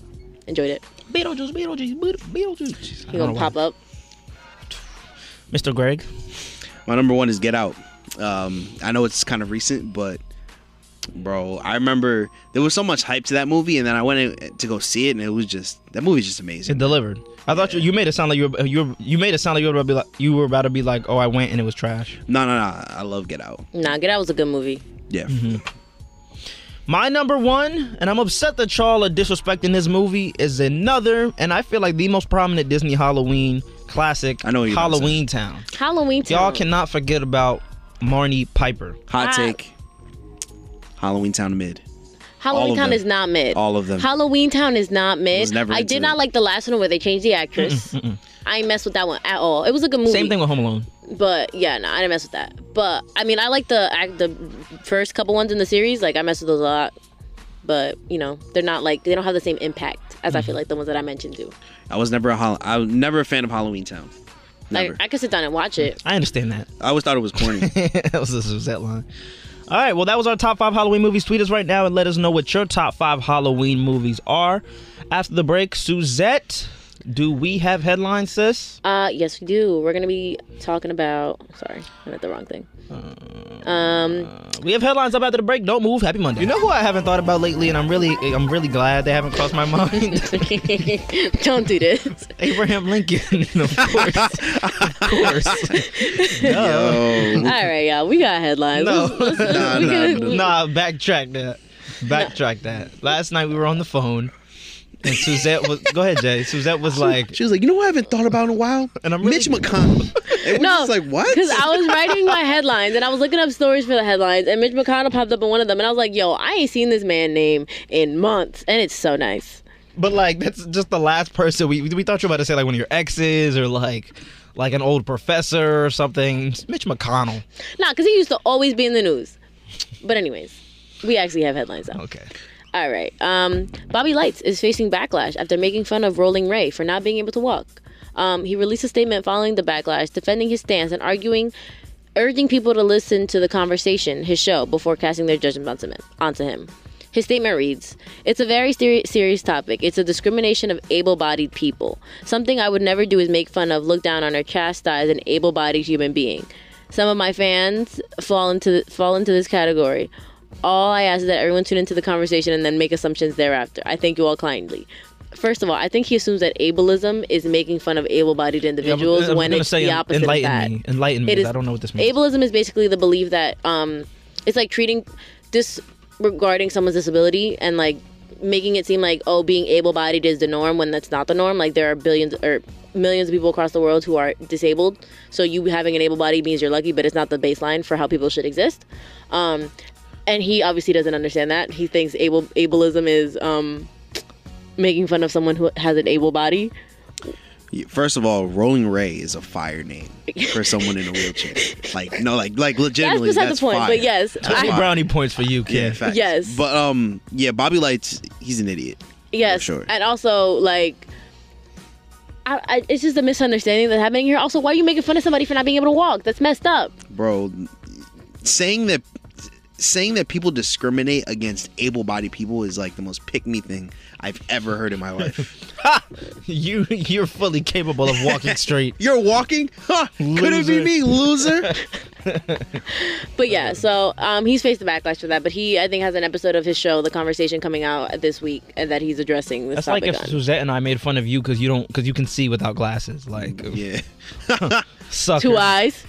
Speaker 6: Enjoyed it.
Speaker 8: Beetlejuice, Beetlejuice, Beetlejuice.
Speaker 6: You gonna pop up?
Speaker 8: Mr. Greg.
Speaker 2: My number one is Get Out. Um, I know it's kind of recent, but bro, I remember there was so much hype to that movie, and then I went in to go see it, and it was just that movie's just
Speaker 8: It
Speaker 2: amazing.
Speaker 8: delivered. I thought you, you made it sound like you were, you were, you made it sound like you were about to be like you were about to be like oh I went and it was trash.
Speaker 2: No, no, no. I love Get Out.
Speaker 6: Nah, Get Out was a good movie.
Speaker 2: Yeah.
Speaker 8: Mm-hmm. My number one, and I'm upset that y'all are disrespecting this movie, is another, and I feel like the most prominent Disney Halloween classic.
Speaker 2: I know what you're about to say.
Speaker 8: Halloween Town.
Speaker 6: Halloween.
Speaker 8: Y'all
Speaker 6: Town.
Speaker 8: cannot forget about Marnie Piper.
Speaker 2: Hot
Speaker 6: Ah.
Speaker 2: take. Halloween Town Mid. all
Speaker 6: Halloween
Speaker 2: of
Speaker 6: Town
Speaker 2: them.
Speaker 6: is not mid.
Speaker 2: All of them.
Speaker 6: Halloween Town is not mid.
Speaker 2: Was never
Speaker 6: I
Speaker 2: into
Speaker 6: did not
Speaker 2: it. Mm,
Speaker 6: like the last one where they changed the actress. I ain't mess with that one at all. It was a good movie.
Speaker 8: Same thing with Home Alone.
Speaker 6: But yeah, no, I didn't mess with that. But I mean, I like the act, the first couple ones in the series. Like I mess with those a lot. But you know, they're not like they don't have the same impact as
Speaker 2: Mm.
Speaker 6: I feel like the ones that I mentioned do.
Speaker 2: I was never a Hol- I was never a fan of Halloween Town.
Speaker 6: Like
Speaker 2: Never.
Speaker 6: I could sit down and watch it.
Speaker 8: I understand that.
Speaker 2: I always thought it was corny.
Speaker 8: that was a Suzette line. All right, well, that was our top five Halloween movies. Tweet us right now and let us know what your top five Halloween movies are. After the break, Suzette, do we have headlines, sis?
Speaker 2: Mm.
Speaker 6: Uh, yes, we do. We're gonna be talking about. Sorry, I meant the wrong thing.
Speaker 2: Uh,
Speaker 6: Um,
Speaker 8: We have headlines up after the break. Don't move. Happy Monday. You know who I haven't thought about lately, and I'm really, I'm really glad they haven't crossed my mind.
Speaker 6: don't do this.
Speaker 8: Abraham Lincoln, of course, of course. Duh.
Speaker 2: oh,
Speaker 6: All right, y'all. We got headlines.
Speaker 8: No.
Speaker 6: Let's- let's-
Speaker 2: Nah,
Speaker 6: we
Speaker 2: nah,
Speaker 6: can-
Speaker 2: nah.
Speaker 6: we-
Speaker 8: Nah, backtrack that. Backtrack that. Last night we were on the phone, and Suzette was. Go ahead, Jay. Suzette was like,
Speaker 2: she was like, you know what I haven't thought about in a while?
Speaker 8: And I'm really-
Speaker 2: Mitch McConnell. It was just like what?
Speaker 6: Because I was writing my headlines and I was looking up stories for the headlines, and Mitch McConnell popped up in one of them, and I was like, "Yo, I ain't seen this man name in months, and it's so nice."
Speaker 8: But like that's just the last person we we thought you were about to say like one of your exes or like like an old professor or something. It's Mitch McConnell.
Speaker 6: Nah, because he used to always be in the news. But anyways, we actually have headlines now.
Speaker 8: Okay.
Speaker 6: All right. Um, Bobby Lights is facing backlash after making fun of Rolling Ray for not being able to walk. Um, he released a statement following the backlash, defending his stance and arguing, urging people to listen to the conversation, his show, before casting their judgment onto him. Onto him. His statement reads It's a very seri- serious topic. It's a discrimination of able bodied people. Something I would never do is make fun of, look down on, or chastise an able bodied human being. Some of my fans fall into, fall into this category. All I ask is that everyone tune into the conversation and then make assumptions thereafter. I thank you all kindly. First of all, I think he assumes that ableism is making fun of able-bodied individuals
Speaker 8: uh, I'm
Speaker 6: when
Speaker 8: gonna
Speaker 6: it's
Speaker 8: say
Speaker 6: the
Speaker 8: en-
Speaker 6: opposite
Speaker 8: enlighten
Speaker 6: of that.
Speaker 8: me. Enlighten me.
Speaker 6: It
Speaker 8: 'cause
Speaker 6: is-
Speaker 8: I don't know what this means.
Speaker 6: Ableism is basically the belief that um, it's like treating disregarding someone's disability and like making it seem like oh being able-bodied is the norm when that's not the norm. Like there are billions or millions of people across the world who are disabled. So you having an able body means you're lucky, but it's not the baseline for how people should exist. Um, and he obviously doesn't understand that. He thinks able ableism is um, making fun of someone who has an able body.
Speaker 2: First of all, Rolling Ray is a fire name for someone in a wheelchair. Like no, like like legitimately.
Speaker 6: beside the point,
Speaker 2: fire.
Speaker 6: but yes,
Speaker 2: That's
Speaker 6: I-
Speaker 2: fire.
Speaker 8: brownie points for you,
Speaker 2: Yeah,
Speaker 8: kid.
Speaker 2: facts.
Speaker 6: Yes.
Speaker 2: But um, yeah, Bobby Lights, he's an idiot.
Speaker 6: Yes,
Speaker 2: sure.
Speaker 6: and also like, I, I, it's just a misunderstanding that's happening here. Also, why are you making fun of somebody for not being able to walk? That's messed up.
Speaker 2: bro saying that saying that people discriminate against able-bodied people is like the most pick me thing i've ever heard in my life
Speaker 8: You you're fully capable of walking straight.
Speaker 2: you're walking huh could it be me
Speaker 8: Loser.
Speaker 2: loser
Speaker 6: But yeah, so um, he's faced the backlash for that. But he, I think, has an episode of his show, The Conversation, coming out this week, and that he's addressing this
Speaker 8: That's like
Speaker 6: topic
Speaker 8: if
Speaker 6: on.
Speaker 8: Suzette and I made fun of you because you don't because you can see without glasses. Like
Speaker 2: yeah
Speaker 8: sucker,
Speaker 6: Two eyes.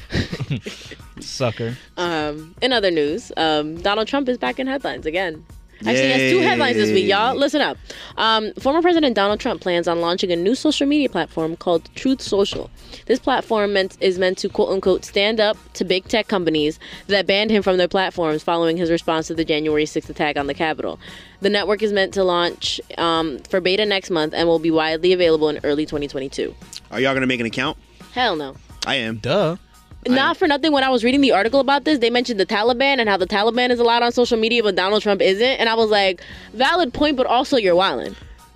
Speaker 8: sucker.
Speaker 6: Um, in other news, um, Donald Trump is back in headlines again. Actually, he has two
Speaker 2: Yay.
Speaker 6: headlines this week, y'all. Listen up. Um, former President Donald Trump plans on launching a new social media platform called Truth Social. This platform meant, is meant to quote unquote stand up to big tech companies that banned him from their platforms following his response to the January 6th attack on the Capitol. The network is meant to launch um, for beta next month and will be widely available in early 2022.
Speaker 2: are y'all gonna make an account
Speaker 6: Hell no.
Speaker 2: i am
Speaker 8: Duh.
Speaker 6: Not for nothing. When I was reading the article about this, they mentioned the Taliban and how the Taliban is allowed on social media, but Donald Trump isn't. And I was like, valid point, but also you're wildin'.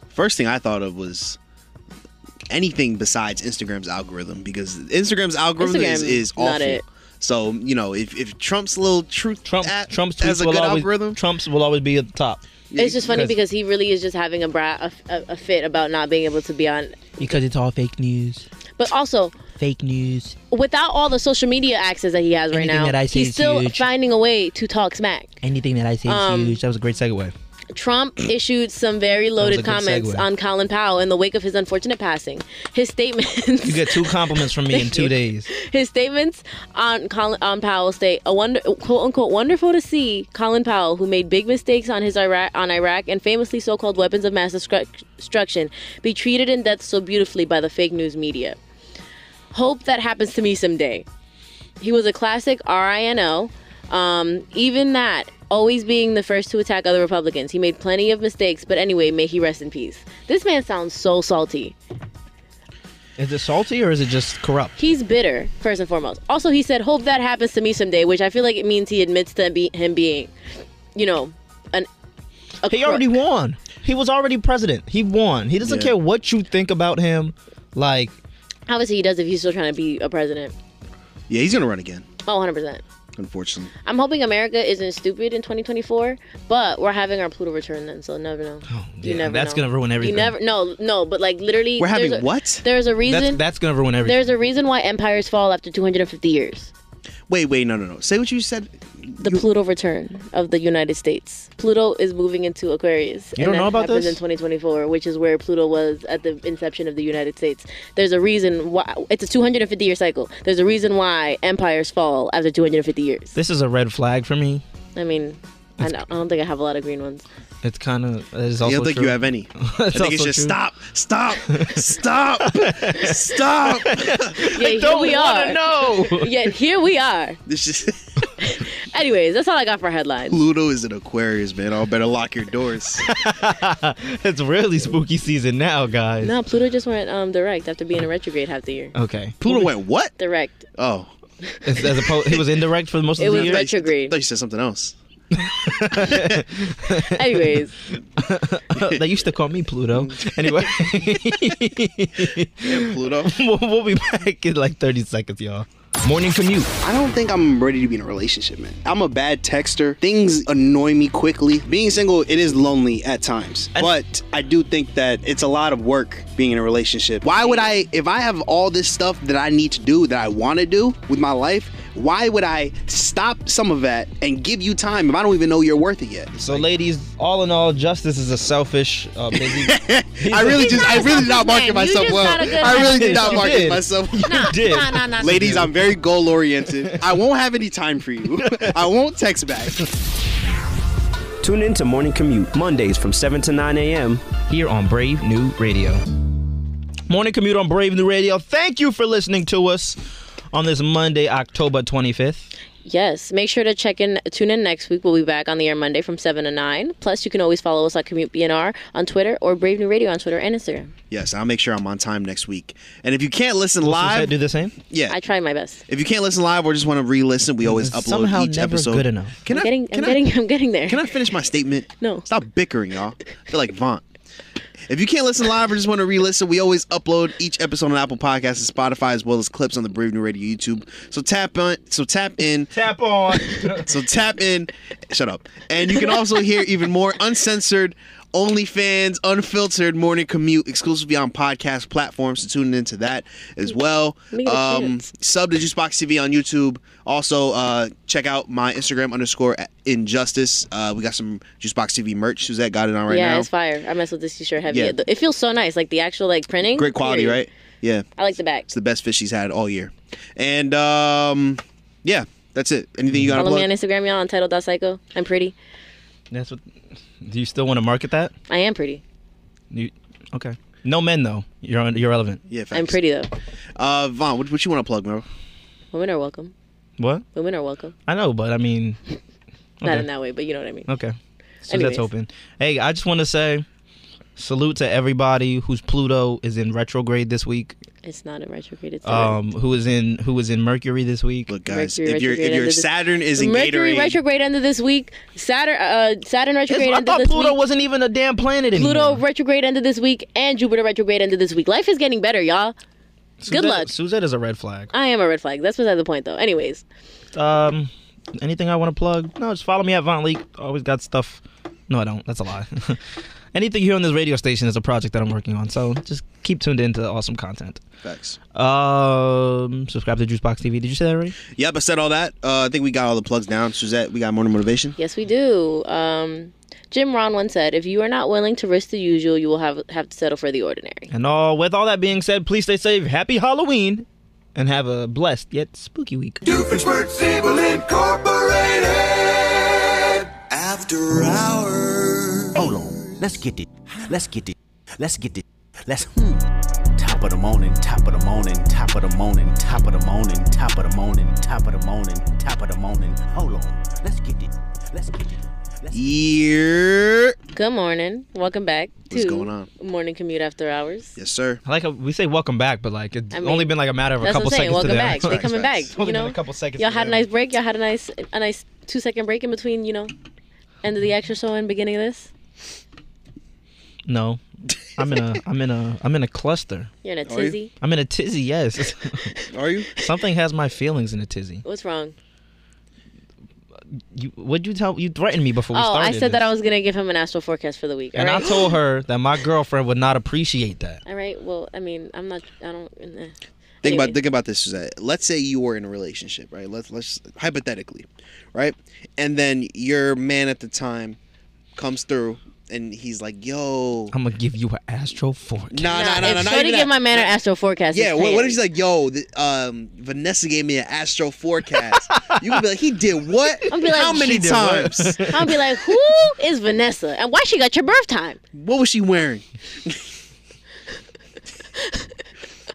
Speaker 2: first thing i thought of was anything besides instagram's algorithm because instagram's algorithm is,
Speaker 6: Instagram,
Speaker 2: is awful
Speaker 6: not it.
Speaker 2: so you know if, if trump's little truth
Speaker 8: Trump
Speaker 2: at-
Speaker 8: Trump's
Speaker 2: has
Speaker 8: tweets
Speaker 2: a
Speaker 8: will
Speaker 2: good
Speaker 8: always
Speaker 2: algorithm
Speaker 8: Trump's will always be at the top
Speaker 6: It's just funny
Speaker 8: Because-
Speaker 6: because he really is just having a, bra- a, a, a fit about not being able to be on.
Speaker 9: Because it's all fake news.
Speaker 6: But also,
Speaker 9: Fake news.
Speaker 6: without all the social media access that he has right
Speaker 9: Anything
Speaker 6: now,
Speaker 9: that I say
Speaker 6: he's
Speaker 9: is
Speaker 6: still
Speaker 9: huge.
Speaker 6: finding a way to talk smack.
Speaker 9: Anything that I say is
Speaker 6: Um,
Speaker 9: huge.
Speaker 8: That was a great segue.
Speaker 6: Trump issued some very
Speaker 8: a
Speaker 6: loaded
Speaker 8: good
Speaker 6: comments
Speaker 8: segue.
Speaker 6: on Colin Powell in the wake of his unfortunate passing. His statements.
Speaker 8: You get two compliments from me in two days.
Speaker 6: His statements on Colin on Powell state a wonder quote unquote wonderful to see Colin Powell, who made big mistakes on his Iraq on Iraq and famously so-called weapons of mass destruct- destruction, be treated in death so beautifully by the fake news media. Hope that happens to me someday. He was a classic RINO. Um, even that, always being the first to attack other Republicans. He made plenty of mistakes, but anyway, may he rest in peace. This man sounds so salty.
Speaker 8: Is it salty or is it just corrupt?
Speaker 6: He's bitter, first and foremost. Also, he said, "Hope that happens to me someday," which I feel like it means he admits to be- him being, you know, an. A
Speaker 8: He already
Speaker 6: crook.
Speaker 8: won. He was already president. He won. He doesn't
Speaker 2: Yeah.
Speaker 8: care what you think about him. Like
Speaker 6: Obviously, he does if he's still trying to be a president.
Speaker 2: yeah he's gonna run again
Speaker 6: Oh, 100 percent.
Speaker 2: unfortunately
Speaker 6: I'm hoping America isn't stupid in 2024, but we're having our Pluto return then, so never know. you
Speaker 8: Oh, yeah,
Speaker 6: never
Speaker 8: that's
Speaker 6: know.
Speaker 8: gonna ruin everything.
Speaker 6: You never, no, no, but like literally,
Speaker 2: We're having
Speaker 6: there's a-
Speaker 2: what?
Speaker 6: There's a reason.
Speaker 8: that's that's gonna ruin everything.
Speaker 6: there's a reason why empires fall after 250 years.
Speaker 2: wait wait no no no say what you said
Speaker 6: The Pluto return of the United States. Pluto is moving into Aquarius.
Speaker 8: You don't
Speaker 6: and that
Speaker 8: know about
Speaker 6: happens
Speaker 8: this?
Speaker 6: in 2024, which is where Pluto was at the inception of the United States. There's a reason why it's a 250 year cycle. There's a reason why empires fall after 250 years.
Speaker 8: this is a red flag for me.
Speaker 6: I mean, I, know, I don't think I have a lot of green ones,
Speaker 8: It's kind of. It's
Speaker 2: I
Speaker 8: also
Speaker 2: don't think
Speaker 8: true.
Speaker 2: you have any. I think it's
Speaker 8: also
Speaker 2: just
Speaker 8: true.
Speaker 2: stop, stop, stop, stop.
Speaker 6: Yeah, here
Speaker 8: Don't
Speaker 6: we
Speaker 8: wanna
Speaker 6: are.
Speaker 8: know.
Speaker 6: Yeah, here we are.
Speaker 2: This is
Speaker 6: Anyways, that's all I got for headlines.
Speaker 2: Pluto is an Aquarius, man. I'll better lock your doors.
Speaker 8: it's really spooky season now, guys.
Speaker 6: No, Pluto just went um direct after being in retrograde half the year.
Speaker 8: Okay.
Speaker 2: Pluto went what?
Speaker 6: Direct.
Speaker 2: Oh,
Speaker 8: As, as opposed, he was indirect for most
Speaker 6: It
Speaker 8: of the
Speaker 6: was
Speaker 8: year.
Speaker 2: I thought
Speaker 6: retrograde.
Speaker 2: you said something else.
Speaker 6: Anyways,
Speaker 8: they used to call me Pluto.
Speaker 2: Mm.
Speaker 8: Anyway,
Speaker 2: Yeah, Pluto.
Speaker 8: we'll, we'll be back in like 30 seconds, y'all. Morning commute.
Speaker 2: I don't think I'm ready to be in a relationship, man. I'm a bad texter. Things annoy me quickly. Being single, it is lonely at times. But I do think that it's a lot of work being in a relationship. Why would I, if I have all this stuff that I need to do, that I want to do with my life, why would I stop some of that and give you time if I don't even know you're worth it yet?
Speaker 8: So, ladies, all in all, Justice is a selfish, uh, busy.
Speaker 2: I really
Speaker 6: He's
Speaker 2: just,
Speaker 6: not
Speaker 2: I
Speaker 6: a
Speaker 2: really did not market
Speaker 6: selfish man. You
Speaker 2: myself
Speaker 6: just
Speaker 2: well.
Speaker 6: not a good
Speaker 2: I really did
Speaker 6: man.
Speaker 2: not
Speaker 8: You
Speaker 2: market
Speaker 8: did.
Speaker 2: myself.
Speaker 8: You did.
Speaker 6: nah, nah, nah, nah.
Speaker 2: Ladies, I'm very goal oriented. I won't have any time for you. I won't text back.
Speaker 10: Tune in to Morning Commute Mondays from 7 to 9 a.m.
Speaker 8: here on Brave New Radio. Morning commute on Brave New Radio. Thank you for listening to us on this Monday, October 25th.
Speaker 6: Yes, make sure to check in, tune in next week. We'll be back on the air Monday from 7 to 9. Plus, you can always follow us at Commute BNR on Twitter or Brave New Radio on Twitter and Instagram.
Speaker 2: Yes, I'll make sure I'm on time next week. And if you can't listen
Speaker 8: Live,
Speaker 2: live,
Speaker 8: do the same.
Speaker 2: yeah,
Speaker 6: I try my best.
Speaker 2: if you can't listen live or just want to re-listen, we always upload
Speaker 8: Somehow
Speaker 2: each
Speaker 8: never
Speaker 2: episode.
Speaker 8: good enough.
Speaker 2: Can
Speaker 6: I'm
Speaker 2: I-
Speaker 6: getting,
Speaker 2: can
Speaker 6: I'm
Speaker 2: I-
Speaker 6: getting, I'm getting there.
Speaker 2: Can I finish my statement?
Speaker 6: No.
Speaker 2: Stop bickering, y'all. I feel like Vaughn. If you can't listen live or just want to re-listen, we always upload each episode on Apple Podcasts and Spotify, as well as clips on the Brave New Radio YouTube. So tap on, so tap in,
Speaker 8: Tap on.
Speaker 2: so tap in. Shut up. And you can also hear even more uncensored, OnlyFans, unfiltered morning commute exclusively on podcast platforms. So tune into that as well.
Speaker 6: Let me get a
Speaker 2: Um,
Speaker 6: chance.
Speaker 2: sub to Juicebox TV on YouTube. Also, uh, check out my Instagram underscore at injustice. Uh, we got some Juicebox TV merch. Suzette got it on right
Speaker 6: yeah,
Speaker 2: now.
Speaker 6: it's fire. I mess with this t-shirt heavy.
Speaker 2: Yeah.
Speaker 6: It, it feels so nice, like the actual like printing.
Speaker 2: Great quality,
Speaker 6: Period.
Speaker 2: right? Yeah.
Speaker 6: I like the back.
Speaker 2: It's the best fish she's had all year. And um, yeah, that's it. Anything you got to
Speaker 6: Follow me on
Speaker 2: plug?
Speaker 6: Instagram, y'all, on title.psycho. I'm pretty.
Speaker 8: That's what. Do you still want to market that?
Speaker 6: I am pretty.
Speaker 8: You, okay. No men though. You're un- you're relevant.
Speaker 2: Yeah,
Speaker 6: I'm
Speaker 2: thanks.
Speaker 6: pretty though.
Speaker 2: Uh, Vaughn, what, what you want to plug, bro?
Speaker 6: Women are welcome.
Speaker 8: What?
Speaker 6: Women are welcome.
Speaker 8: I know, but I mean,
Speaker 6: Not
Speaker 8: Okay.
Speaker 6: in that way, but you know what I mean.
Speaker 8: okay. So
Speaker 6: Anyways.
Speaker 8: that's open. Hey, I just want to say salute to everybody whose Pluto is in retrograde this week.
Speaker 6: It's not a retrograde. It's um,
Speaker 8: Um, who is in who is in Mercury this week?
Speaker 2: Look, guys,
Speaker 6: Mercury
Speaker 2: if your if
Speaker 6: retrograde
Speaker 2: your
Speaker 6: ended-
Speaker 2: Saturn is in
Speaker 6: Mercury
Speaker 2: Gatorade,
Speaker 6: retrograde ended this week. Saturn uh Saturn retrograde
Speaker 8: I
Speaker 6: ended
Speaker 8: thought
Speaker 6: this
Speaker 8: Pluto
Speaker 6: week.
Speaker 8: wasn't even a damn planet anymore.
Speaker 6: Pluto retrograde ended this week and Jupiter retrograde ended this week. Life is getting better, y'all.
Speaker 8: Suzette-
Speaker 6: good luck.
Speaker 8: Suzette is a red flag.
Speaker 6: I am a red flag. That's beside the point, though. Anyways,
Speaker 8: Um, anything I want to plug? No, just follow me at Von Leak. Always got stuff. No, I don't. That's a lie. anything here on this radio station is a project that I'm working on. So just keep tuned in to awesome content.
Speaker 2: Facts.
Speaker 8: Um, subscribe to Juicebox TV. Did you say that already?
Speaker 2: Yep, I said all that. Uh, I think we got all the plugs down. Suzette, we got morning motivation.
Speaker 6: yes, we do. Um, Jim Ron once said, "If you are not willing to risk the usual, you will have have to settle for the ordinary."
Speaker 8: And all with all that being said, please stay safe. Happy Halloween, and have a blessed yet spooky week.
Speaker 11: After hours.
Speaker 10: Hold on. Let's get it. Let's get it. Let's get it. Let's. Hmm. Top of the morning, top of the morning, top of the morning, top of the morning, top of the morning, top of the morning, top of the morning. Hold on. Let's get it. Let's get it. Let's
Speaker 2: Yeah.
Speaker 6: Good morning. Welcome back.
Speaker 2: What's
Speaker 6: to
Speaker 2: going on?
Speaker 6: Morning commute after hours.
Speaker 2: Yes, sir.
Speaker 8: I like how we say welcome back, but like it's
Speaker 6: I mean,
Speaker 8: only been like a matter of a
Speaker 6: That's
Speaker 8: couple
Speaker 6: what I'm saying.
Speaker 8: seconds
Speaker 6: Welcome
Speaker 8: to them.
Speaker 6: back. They coming back.
Speaker 2: Facts.
Speaker 8: Only
Speaker 6: You
Speaker 8: been
Speaker 6: know,
Speaker 8: a couple seconds
Speaker 6: Y'all
Speaker 8: to
Speaker 6: had a
Speaker 8: them.
Speaker 6: nice break. Y'all had a nice a nice two second break in between. You know, end of the extra show and beginning of this.
Speaker 8: No, I'm in a I'm in a I'm in a cluster.
Speaker 6: You're in a
Speaker 2: you?
Speaker 6: tizzy.
Speaker 8: I'm in a tizzy. Yes,
Speaker 2: Are you?
Speaker 8: something has my feelings in a tizzy.
Speaker 6: What's wrong?
Speaker 8: You would you tell you threatened me before we
Speaker 6: oh,
Speaker 8: started.
Speaker 6: I said that
Speaker 8: this.
Speaker 6: I was gonna give him an astral forecast for the week.
Speaker 8: and
Speaker 6: all right?
Speaker 8: I told her that my girlfriend would not appreciate that.
Speaker 6: All right. Well, I mean, I'm not. I don't. eh.
Speaker 2: Think
Speaker 6: Anyway,
Speaker 2: about think about this, Suzette. Let's say you were in a relationship, right? Let's let's hypothetically, right? And then your man at the time comes through and he's like, "Yo,
Speaker 8: I'm gonna give you an Astro Fort.
Speaker 2: nah, nah, nah, nah,
Speaker 6: if
Speaker 2: nah,
Speaker 6: Shorty
Speaker 2: even
Speaker 6: give
Speaker 2: that.
Speaker 6: my man an astro forecast.
Speaker 2: Yeah,
Speaker 6: he's
Speaker 2: what,
Speaker 6: paying.
Speaker 2: what if she's like, yo, th- um, Vanessa gave me an astro forecast? you could be like, he did what?
Speaker 6: I'm be like,
Speaker 2: How many
Speaker 6: She did what?
Speaker 2: times?
Speaker 6: I'll be like, who is Vanessa, and why she got your birth time?
Speaker 2: What was she wearing?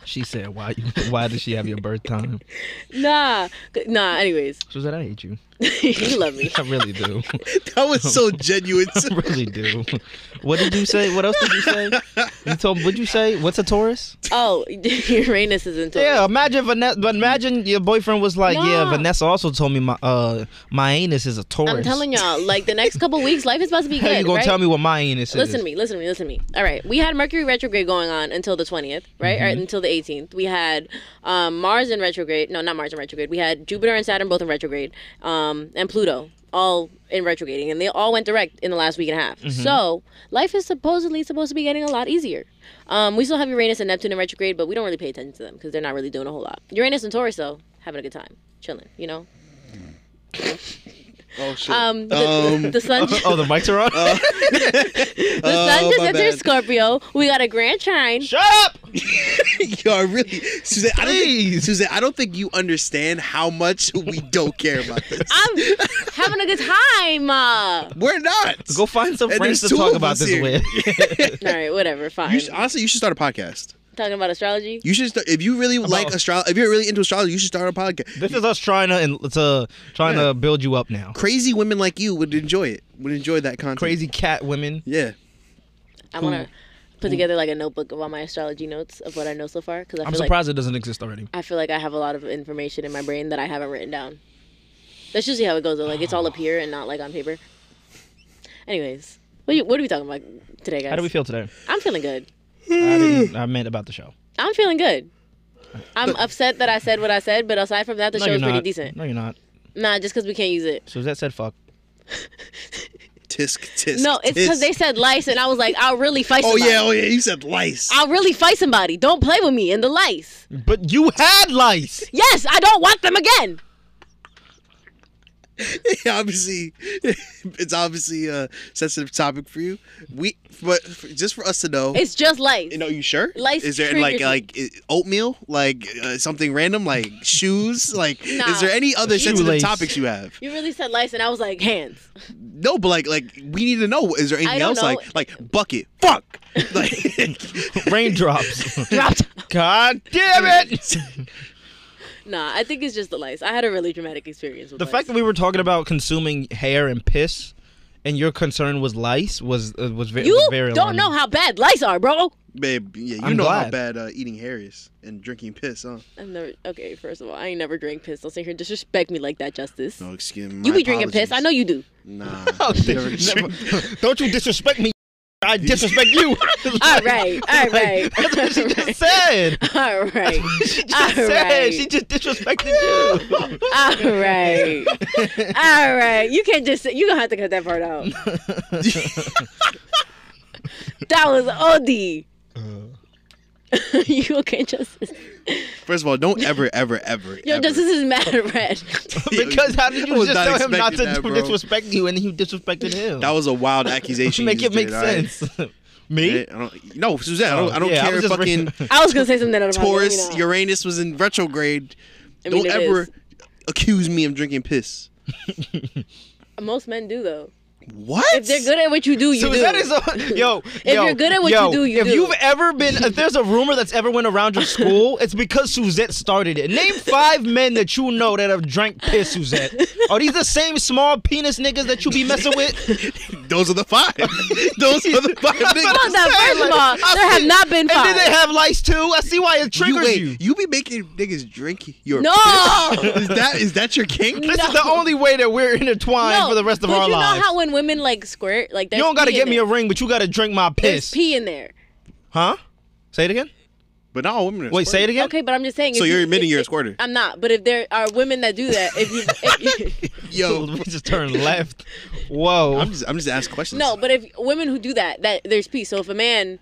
Speaker 8: She said, "Why? You, why does she have your birth time?"
Speaker 6: Nah, nah. Anyways,
Speaker 8: She said, "I hate you.
Speaker 6: you love me.
Speaker 8: I really do.
Speaker 2: that was so genuine.
Speaker 8: I really do." What did you say? What else did you say? You told. What'd you say? What's a Taurus?
Speaker 6: Oh, Uranus is in Taurus.
Speaker 8: Yeah, imagine Vanessa. But imagine your boyfriend was like, "Yeah,
Speaker 6: Nah.
Speaker 8: Vanessa also told me my uh my anus is a Taurus."
Speaker 6: I'm telling y'all, like the next couple weeks, life is about to be
Speaker 8: How
Speaker 6: good.
Speaker 8: you gonna
Speaker 6: right?
Speaker 8: tell me what my anus is?
Speaker 6: Listen to me, listen to me, listen to me. All right, we had Mercury retrograde going on until the 20th, right? Or until the 18th. We had um, Mars in retrograde. No, not Mars in retrograde. We had Jupiter and Saturn both in retrograde, um, and Pluto all in retrograding, and they all went direct in the last week and a half. So life is supposedly supposed to be getting a lot easier. Um, we still have Uranus and Neptune in retrograde, but we don't really pay attention to them because they're not really doing a whole lot. Uranus and Taurus though, having a good time, chilling, you know.
Speaker 2: Oh shit.
Speaker 6: Um, the, the sun.
Speaker 8: Oh, the mics are on.
Speaker 6: Uh, The sun
Speaker 2: Oh,
Speaker 6: just
Speaker 2: my
Speaker 6: entered
Speaker 2: bad.
Speaker 6: Scorpio. We got a grand trine.
Speaker 8: Shut up!
Speaker 2: Yo, I really, Suzanne. I don't think, Suzanne, I don't think you understand how much we don't care about this.
Speaker 6: I'm having a good time. Uh,
Speaker 2: We're not.
Speaker 8: Go find some
Speaker 2: And
Speaker 8: friends to
Speaker 2: there's two
Speaker 8: talk
Speaker 2: of
Speaker 8: about
Speaker 2: us
Speaker 8: this
Speaker 2: here.
Speaker 8: with.
Speaker 6: all right, whatever, fine.
Speaker 2: You should, honestly, you should start a podcast.
Speaker 6: Talking about astrology.
Speaker 2: You should start if you really like astrology. If you're really into astrology, you should start a podcast.
Speaker 8: This is us trying to and to trying to build you up now.
Speaker 2: Crazy women like you would enjoy it. Would enjoy that content.
Speaker 8: Crazy cat women.
Speaker 2: Yeah.
Speaker 6: I want to put together like a notebook of all my astrology notes of what I know so far because I
Speaker 8: I'm
Speaker 6: feel like
Speaker 8: surprised it doesn't exist already.
Speaker 6: I feel like I have a lot of information in my brain that I haven't written down. That's usually how it goes. Though. Like it's all up here and not like on paper. Anyways, what, you, what are we talking about today, guys?
Speaker 8: How do we feel today?
Speaker 6: I'm feeling good.
Speaker 8: I, didn't, I meant about the show.
Speaker 6: I'm feeling good. I'm upset that I said what I said, but aside from that, the
Speaker 8: no,
Speaker 6: show
Speaker 8: you're
Speaker 6: is pretty
Speaker 8: not.
Speaker 6: decent.
Speaker 8: No, you're not.
Speaker 6: Nah, just because we can't use it.
Speaker 8: So that said, fuck.
Speaker 2: Tisk tisk.
Speaker 6: No, it's because
Speaker 2: tisk.
Speaker 6: they said lice, and I was like, I'll really fight
Speaker 2: Oh
Speaker 6: somebody.
Speaker 2: yeah, oh yeah. You said lice.
Speaker 6: I'll really fight somebody. Don't play with me and the lice.
Speaker 8: But you had lice.
Speaker 6: Yes, I don't want them again.
Speaker 2: obviously, it's obviously a sensitive topic for you. We, but f- just for us to know.
Speaker 6: It's just lice.
Speaker 2: Oh. you know, you sure?
Speaker 6: Lice
Speaker 2: is there
Speaker 6: triggers
Speaker 2: like
Speaker 6: me.
Speaker 2: like i- oatmeal, like uh, something random, like shoes? Like,
Speaker 6: Nah.
Speaker 2: is there any other sensitive
Speaker 8: Shoelace.
Speaker 2: topics you have?
Speaker 6: You really said lice, and I was like, hands.
Speaker 2: No, but like like we need to know. Is there anything
Speaker 6: don't
Speaker 2: else?
Speaker 6: know.
Speaker 2: Like like bucket, fuck. Like
Speaker 8: Raindrops.
Speaker 6: Dropped.
Speaker 8: God damn it!
Speaker 6: nah, I think it's just the lice. I had a really dramatic experience with
Speaker 8: The
Speaker 6: lice.
Speaker 8: fact that we were talking about consuming hair and piss, and your concern was lice, was uh, was very
Speaker 6: you
Speaker 8: was very
Speaker 6: don't
Speaker 8: alarming.
Speaker 6: know how bad lice are, bro.
Speaker 2: babe, yeah, you
Speaker 8: I'm
Speaker 2: know how
Speaker 8: glad.
Speaker 2: bad uh, eating hair is and drinking piss, huh?
Speaker 6: I've never. Okay, first of all, I ain't never drank piss. Don't sit here and disrespect me like that, Justice.
Speaker 8: Oh,
Speaker 2: No, excuse me.
Speaker 6: you be drinking piss. I know you do.
Speaker 2: Nah.
Speaker 8: Never- don't you disrespect me? I disrespect you.
Speaker 6: All right, all right,
Speaker 8: That's what she
Speaker 6: All right.
Speaker 8: just said.
Speaker 6: all right,
Speaker 8: She
Speaker 6: all
Speaker 8: just said
Speaker 6: right.
Speaker 8: she just disrespected you.
Speaker 6: all right, all right. You can't just. You gonna have to cut that part out. that was od.
Speaker 8: Uh.
Speaker 6: you okay, Justice?
Speaker 2: First of all, don't ever, ever, ever.
Speaker 6: Yo,
Speaker 2: ever.
Speaker 6: Justice is mad red.
Speaker 8: because how did
Speaker 2: I
Speaker 8: you
Speaker 2: was
Speaker 8: just
Speaker 2: not
Speaker 8: tell him not to
Speaker 2: expecting that, bro.
Speaker 8: disrespect you and you disrespected him?
Speaker 2: That was a wild accusation.
Speaker 8: make
Speaker 2: you
Speaker 8: it
Speaker 2: just
Speaker 8: make
Speaker 2: did, all right?
Speaker 8: sense. Me?
Speaker 2: I don't, no, Suzanne, I don't, I don't
Speaker 8: Yeah, I
Speaker 2: care.
Speaker 8: was
Speaker 2: if
Speaker 8: just
Speaker 2: fucking
Speaker 6: I was gonna say something that I'm
Speaker 2: Taurus, Uranus was in retrograde.
Speaker 6: I mean,
Speaker 2: don't
Speaker 6: it
Speaker 2: ever
Speaker 6: is.
Speaker 2: accuse me of drinking piss.
Speaker 6: Most men do though.
Speaker 2: What?
Speaker 6: If they're good at what you do, you
Speaker 8: So
Speaker 6: do.
Speaker 8: that is a, yo.
Speaker 6: If
Speaker 8: yo,
Speaker 6: you're good at what
Speaker 8: yo,
Speaker 6: you do, you
Speaker 8: If
Speaker 6: do.
Speaker 8: you've ever been, if there's a rumor that's ever went around your school, it's because Suzette started it. Name five men that you know that have drank piss, Suzette. Are these the same small penis niggas that you be messing with?
Speaker 2: Those are the five. Those are the five.
Speaker 6: Come on
Speaker 2: niggas.
Speaker 6: now, first of all, there have not been
Speaker 8: And
Speaker 6: five.
Speaker 8: then they have lice too. I see why it
Speaker 2: You,
Speaker 8: triggers
Speaker 2: wait,
Speaker 8: you.
Speaker 2: you. be making niggas drink your
Speaker 6: no,
Speaker 2: Is that is that your kink?
Speaker 8: This is the only way that we're intertwined
Speaker 6: no.
Speaker 8: for the rest of
Speaker 6: but
Speaker 8: our
Speaker 6: you
Speaker 8: lives.
Speaker 6: know how when women like squirt, like
Speaker 8: you don't
Speaker 6: got to
Speaker 8: get me
Speaker 6: there.
Speaker 8: a ring, but you got to drink my
Speaker 6: There's
Speaker 8: piss.
Speaker 6: pee in there.
Speaker 8: huh? Say it again.
Speaker 2: But not all women. Are
Speaker 8: Wait, say it again.
Speaker 6: Okay, but I'm just saying.
Speaker 2: So
Speaker 6: if
Speaker 2: you're
Speaker 6: you-
Speaker 2: admitting
Speaker 6: if-
Speaker 2: you're a squirter.
Speaker 6: I'm not, but if there are women that do that, if you, if you
Speaker 2: Yo,
Speaker 8: we just turned left. Whoa.
Speaker 2: I'm just I'm just asking questions.
Speaker 6: no, but if women who do that, that there's pee. So if a man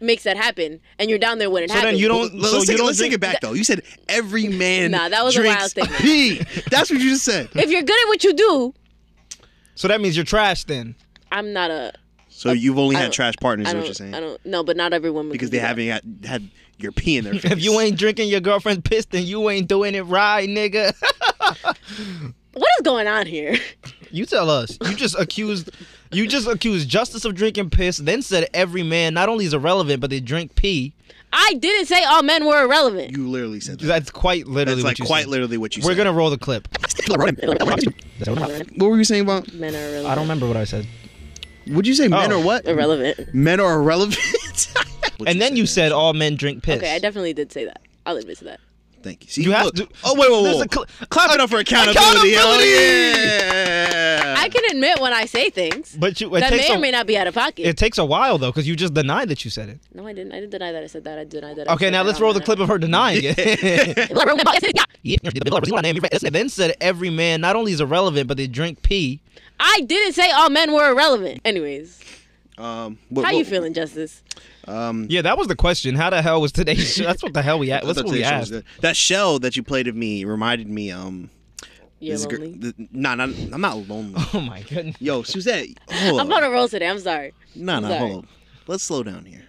Speaker 6: makes that happen and you're down there when it
Speaker 8: so
Speaker 6: happens,
Speaker 8: then you
Speaker 2: Well,
Speaker 8: don't.
Speaker 2: let's
Speaker 8: so
Speaker 2: take,
Speaker 8: you
Speaker 2: it,
Speaker 8: don't
Speaker 2: let's
Speaker 8: drink
Speaker 2: take it back though. You said every man
Speaker 6: Nah, that was a wild
Speaker 2: drinks
Speaker 6: statement.
Speaker 2: pee. That's what you just said.
Speaker 6: If you're good at what you do,
Speaker 8: So that means you're trash then.
Speaker 6: I'm not a.
Speaker 2: So you've only
Speaker 6: I
Speaker 2: had
Speaker 6: don't-
Speaker 2: trash partners,
Speaker 6: I
Speaker 2: is what
Speaker 6: don't-
Speaker 2: you're saying?
Speaker 6: I don't. No, but not every woman.
Speaker 2: Because they
Speaker 6: can do that.
Speaker 2: haven't had, had your pee in their face.
Speaker 8: If you ain't drinking your girlfriend's piss, then you ain't doing it right, nigga.
Speaker 6: What is going on here?
Speaker 8: You tell us. You just accused you just accused justice of drinking piss, then said every man not only is irrelevant, but they drink pee.
Speaker 6: I didn't say all men were irrelevant.
Speaker 2: You literally said
Speaker 8: that. That's quite literally
Speaker 2: That's
Speaker 8: what
Speaker 2: like
Speaker 8: you
Speaker 2: quite
Speaker 8: said.
Speaker 2: literally what you
Speaker 8: We're
Speaker 2: said.
Speaker 8: gonna roll the clip.
Speaker 2: What were you saying about?
Speaker 6: Men are irrelevant.
Speaker 8: I don't remember what I said.
Speaker 2: Would you say men
Speaker 8: Oh.
Speaker 2: are what?
Speaker 6: Irrelevant.
Speaker 2: Men are irrelevant.
Speaker 8: and then you said all men drink piss.
Speaker 6: Okay, I definitely did say that. I'll admit to that.
Speaker 2: Thank you. See,
Speaker 8: You have
Speaker 2: look.
Speaker 8: to-
Speaker 2: Oh wait, wait,
Speaker 8: There's
Speaker 2: wait.
Speaker 8: a cl-
Speaker 2: Clap it up for accountability. Oh, yeah.
Speaker 6: I can admit when I say things
Speaker 8: But you, it
Speaker 6: that
Speaker 8: takes
Speaker 6: may
Speaker 8: a-
Speaker 6: or may not be out of pocket.
Speaker 8: It takes a while though, because you just denied that you said it.
Speaker 6: no, I didn't. I didn't deny that. I said that. I denied that. I
Speaker 8: Okay,
Speaker 6: said
Speaker 8: now
Speaker 6: that.
Speaker 8: let's
Speaker 6: I
Speaker 8: roll the
Speaker 6: don't
Speaker 8: clip of her denying it.
Speaker 6: know.
Speaker 8: then said every man not only is irrelevant, but they drink pee.
Speaker 6: I didn't say all men were irrelevant. Anyways,
Speaker 2: Um, what-
Speaker 6: how you
Speaker 2: what-
Speaker 6: feeling, Justice?
Speaker 2: Um,
Speaker 8: yeah, that was the question. How the hell was today's show? That's what the hell we
Speaker 2: I
Speaker 8: at. That's
Speaker 2: thought
Speaker 8: what we
Speaker 2: today's show was
Speaker 8: asked.
Speaker 2: good. That shell that you played of me reminded me. Um,
Speaker 6: You're
Speaker 2: this gir-
Speaker 6: lonely?
Speaker 2: th- nah, nah, I'm not lonely.
Speaker 8: Oh my goodness.
Speaker 2: Yo, Suzette, hold
Speaker 6: I'm
Speaker 2: up.
Speaker 6: on a roll today. I'm sorry.
Speaker 2: No,
Speaker 6: I'm
Speaker 2: no,
Speaker 6: sorry.
Speaker 2: hold up. Let's slow down here.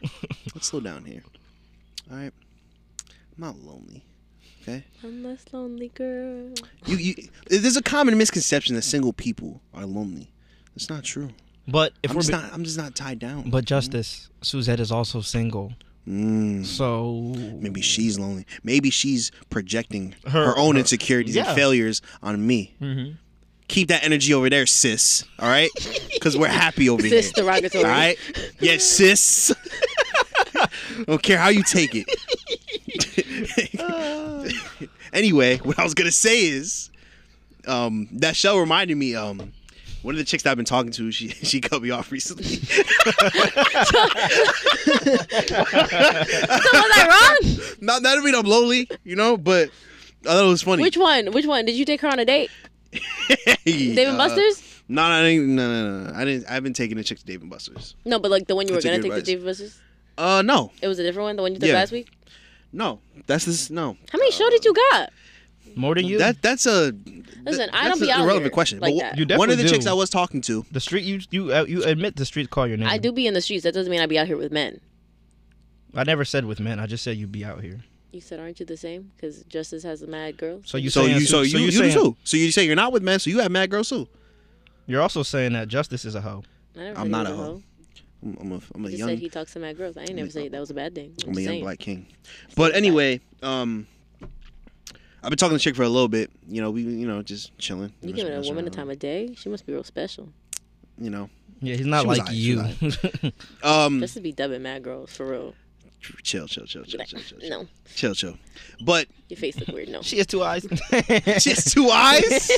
Speaker 2: Let's slow down here. All right. I'm not lonely. Okay.
Speaker 6: I'm less lonely, girl.
Speaker 2: You, you. There's a common misconception that single people are lonely. It's not true.
Speaker 8: But if
Speaker 2: I'm
Speaker 8: we're
Speaker 2: just
Speaker 8: be-
Speaker 2: not, I'm just not tied down.
Speaker 8: But Justice, Suzette is also single.
Speaker 2: Mm.
Speaker 8: So
Speaker 2: maybe she's lonely. Maybe she's projecting her,
Speaker 8: Her-
Speaker 2: own
Speaker 8: her-
Speaker 2: insecurities
Speaker 8: yeah. Mm-hmm.
Speaker 2: and failures on me. Keep that energy over there, sis. All right, because we're happy over here.
Speaker 6: Sis derogatory.
Speaker 2: All right, yes, sis. Don't care how you take it. anyway, what I was gonna say is, um, that show reminded me. Um, one of the chicks that I've been talking to, she she cut me off recently.
Speaker 6: Was I wrong?
Speaker 2: Not that I mean I'm lonely, you know, but I thought it was funny.
Speaker 6: Which one? Which one? Did you take her on a date? Dave and Buster's?
Speaker 2: uh, No, no, I didn't, no, no, no, no. I didn't. I haven't taken a chick to Dave and Buster's.
Speaker 6: No, but like the one you were
Speaker 2: That's a
Speaker 6: gonna
Speaker 2: good
Speaker 6: take to
Speaker 2: advice.
Speaker 6: Dave and Buster's.
Speaker 2: Uh, no,
Speaker 6: It was a different one. The one you took
Speaker 2: Yeah.
Speaker 6: last week.
Speaker 2: no. That's this. No,
Speaker 6: How many show did you got?
Speaker 8: more than you.
Speaker 2: that that's a
Speaker 6: Listen, I
Speaker 2: that's
Speaker 6: don't be
Speaker 2: an
Speaker 6: out
Speaker 2: irrelevant
Speaker 6: here
Speaker 2: question.
Speaker 6: like
Speaker 2: but
Speaker 6: that.
Speaker 8: You definitely
Speaker 2: one of the
Speaker 8: do.
Speaker 2: chicks I was talking to.
Speaker 8: the street you you uh, you admit the street call your name.
Speaker 6: I do be in the streets. That doesn't mean I be out here with men.
Speaker 8: I never said with men. I just said you'd be out here.
Speaker 6: You said, aren't you the same? Because Justice has the mad girls.
Speaker 8: So you
Speaker 2: so
Speaker 8: saying,
Speaker 2: you so you you
Speaker 8: saying,
Speaker 2: too. So you say you're not with men. So you have mad girls too.
Speaker 8: You're also saying that justice is a hoe.
Speaker 6: I never
Speaker 2: I'm
Speaker 6: said he
Speaker 2: not
Speaker 6: was
Speaker 2: a hoe. I'm, I'm a I'm a
Speaker 6: You just
Speaker 2: young
Speaker 6: said he talks to mad girls. I ain't never say that was a bad thing. I'm
Speaker 2: I'm a
Speaker 6: just
Speaker 2: young
Speaker 6: saying.
Speaker 2: black king. But anyway, um, I've been talking to the chick for a little bit. You know, we you know just chilling.
Speaker 6: You giving a woman a time of day? She must be real special.
Speaker 2: Hmm. You know,
Speaker 8: Yeah, he's not
Speaker 2: She was
Speaker 8: like
Speaker 2: aight, she
Speaker 8: you.
Speaker 2: was um,
Speaker 6: Justice be dubbing mad girls for real.
Speaker 2: chill, chill, chill, chill, chill, chill, chill,
Speaker 6: No,
Speaker 2: chill, chill. But
Speaker 6: your face look weird. No,
Speaker 8: she has two eyes.
Speaker 2: she has two eyes.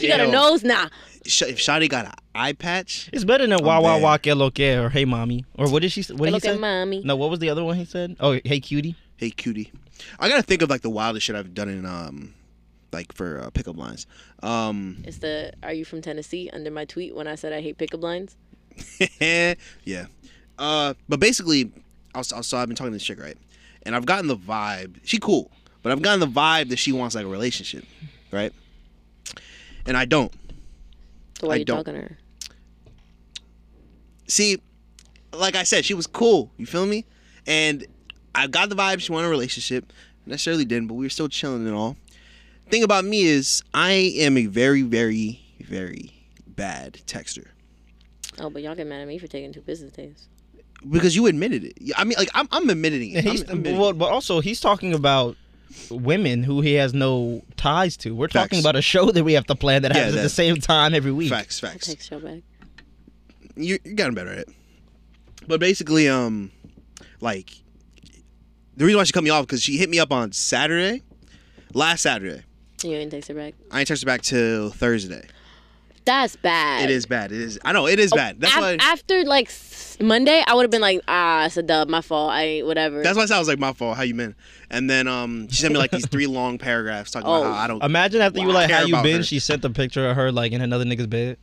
Speaker 6: she got a
Speaker 2: Ew.
Speaker 6: nose. Nah,
Speaker 2: Sh- if Shotty got an eye patch,
Speaker 8: it's better than wah wah
Speaker 2: bad.
Speaker 8: wah que lo que or hey mommy or what did she s- what did he
Speaker 6: look
Speaker 8: say?
Speaker 6: at mommy.
Speaker 8: No, what was the other one he said? Oh, hey cutie.
Speaker 2: hey cutie, I gotta think of like the wildest shit I've done in um, like for uh, pickup lines. Um,
Speaker 6: It's the "Are you from Tennessee?" under my tweet when I said I hate pickup lines.
Speaker 2: yeah. Uh, but basically, I was, I was- so I've been talking to this chick, right? And I've gotten the vibe. She cool, but I've gotten the vibe that she wants like a relationship, right? And I don't.
Speaker 6: So why
Speaker 2: I
Speaker 6: you
Speaker 2: don't.
Speaker 6: talking to her?
Speaker 2: See, like I said, she was cool. You feel me? And I got the vibe she wanted a relationship. Necessarily didn't, but we were still chilling and all. Thing about me is, I am a very, very, very bad texter.
Speaker 6: Oh, but y'all get mad at me for taking two business days.
Speaker 2: because you admitted it. Yeah, I mean, like I'm, I'm admitting it.
Speaker 8: He's,
Speaker 2: I'm, I'm admitting
Speaker 8: well, but also he's talking about women who he has no ties to. We're talking
Speaker 2: Facts.
Speaker 8: about a show that we have to plan that
Speaker 2: Yeah,
Speaker 8: happens at the
Speaker 2: that-
Speaker 8: same time every
Speaker 2: it.
Speaker 8: week.
Speaker 2: facts,
Speaker 6: I'll
Speaker 2: facts.
Speaker 6: take show back.
Speaker 2: You you gotten better at it. But basically, um, like the reason why she cut me off because she hit me up on Saturday, last Saturday.
Speaker 6: You ain't text her back.
Speaker 2: I ain't texted her back till Thursday.
Speaker 6: That's bad. Oh,
Speaker 2: It is bad. It is. I know it is bad. That's
Speaker 6: Af-
Speaker 2: why.
Speaker 6: After like s- Monday, I would have been like, ah, it's a dub. My fault. I ain't whatever.
Speaker 2: That's why it sounds like my fault. How you been? And then um, she sent me like these three long paragraphs talking
Speaker 6: Oh.
Speaker 2: about how I don't.
Speaker 8: Imagine after you were like,
Speaker 2: care
Speaker 8: "How you
Speaker 2: about
Speaker 8: been?"
Speaker 2: her.
Speaker 8: She sent a picture of her like in another nigga's bed.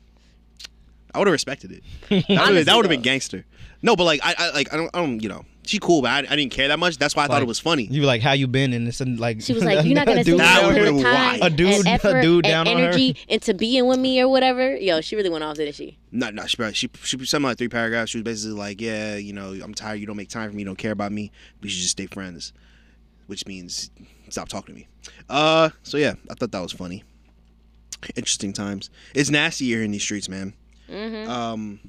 Speaker 2: I would have respected it. That would have
Speaker 6: Honestly,
Speaker 2: been
Speaker 6: though.
Speaker 2: gangster. No, but like I, I like I don't I don't you know she cool, but I, I didn't care that much. That's why I thought it was funny.
Speaker 8: You were like, how you been? And it's and like
Speaker 6: She was like, "You're not gonna
Speaker 8: a dude
Speaker 6: spend all
Speaker 8: down
Speaker 6: your
Speaker 8: here-
Speaker 6: time
Speaker 8: A dude,
Speaker 6: and effort
Speaker 8: a dude
Speaker 6: and
Speaker 8: down on her.
Speaker 6: energy into being with me or whatever." Yo, she really went off, didn't she?
Speaker 2: No, no, she probably- she she sent me like three paragraphs. She was basically like, yeah, you know, I'm tired. You don't make time for me. You don't care about me. We should just stay friends, which means stop talking to me. Uh, so yeah, I thought that was funny. Interesting times. It's nasty here in these streets, man.
Speaker 6: Mm-hmm.
Speaker 2: Um,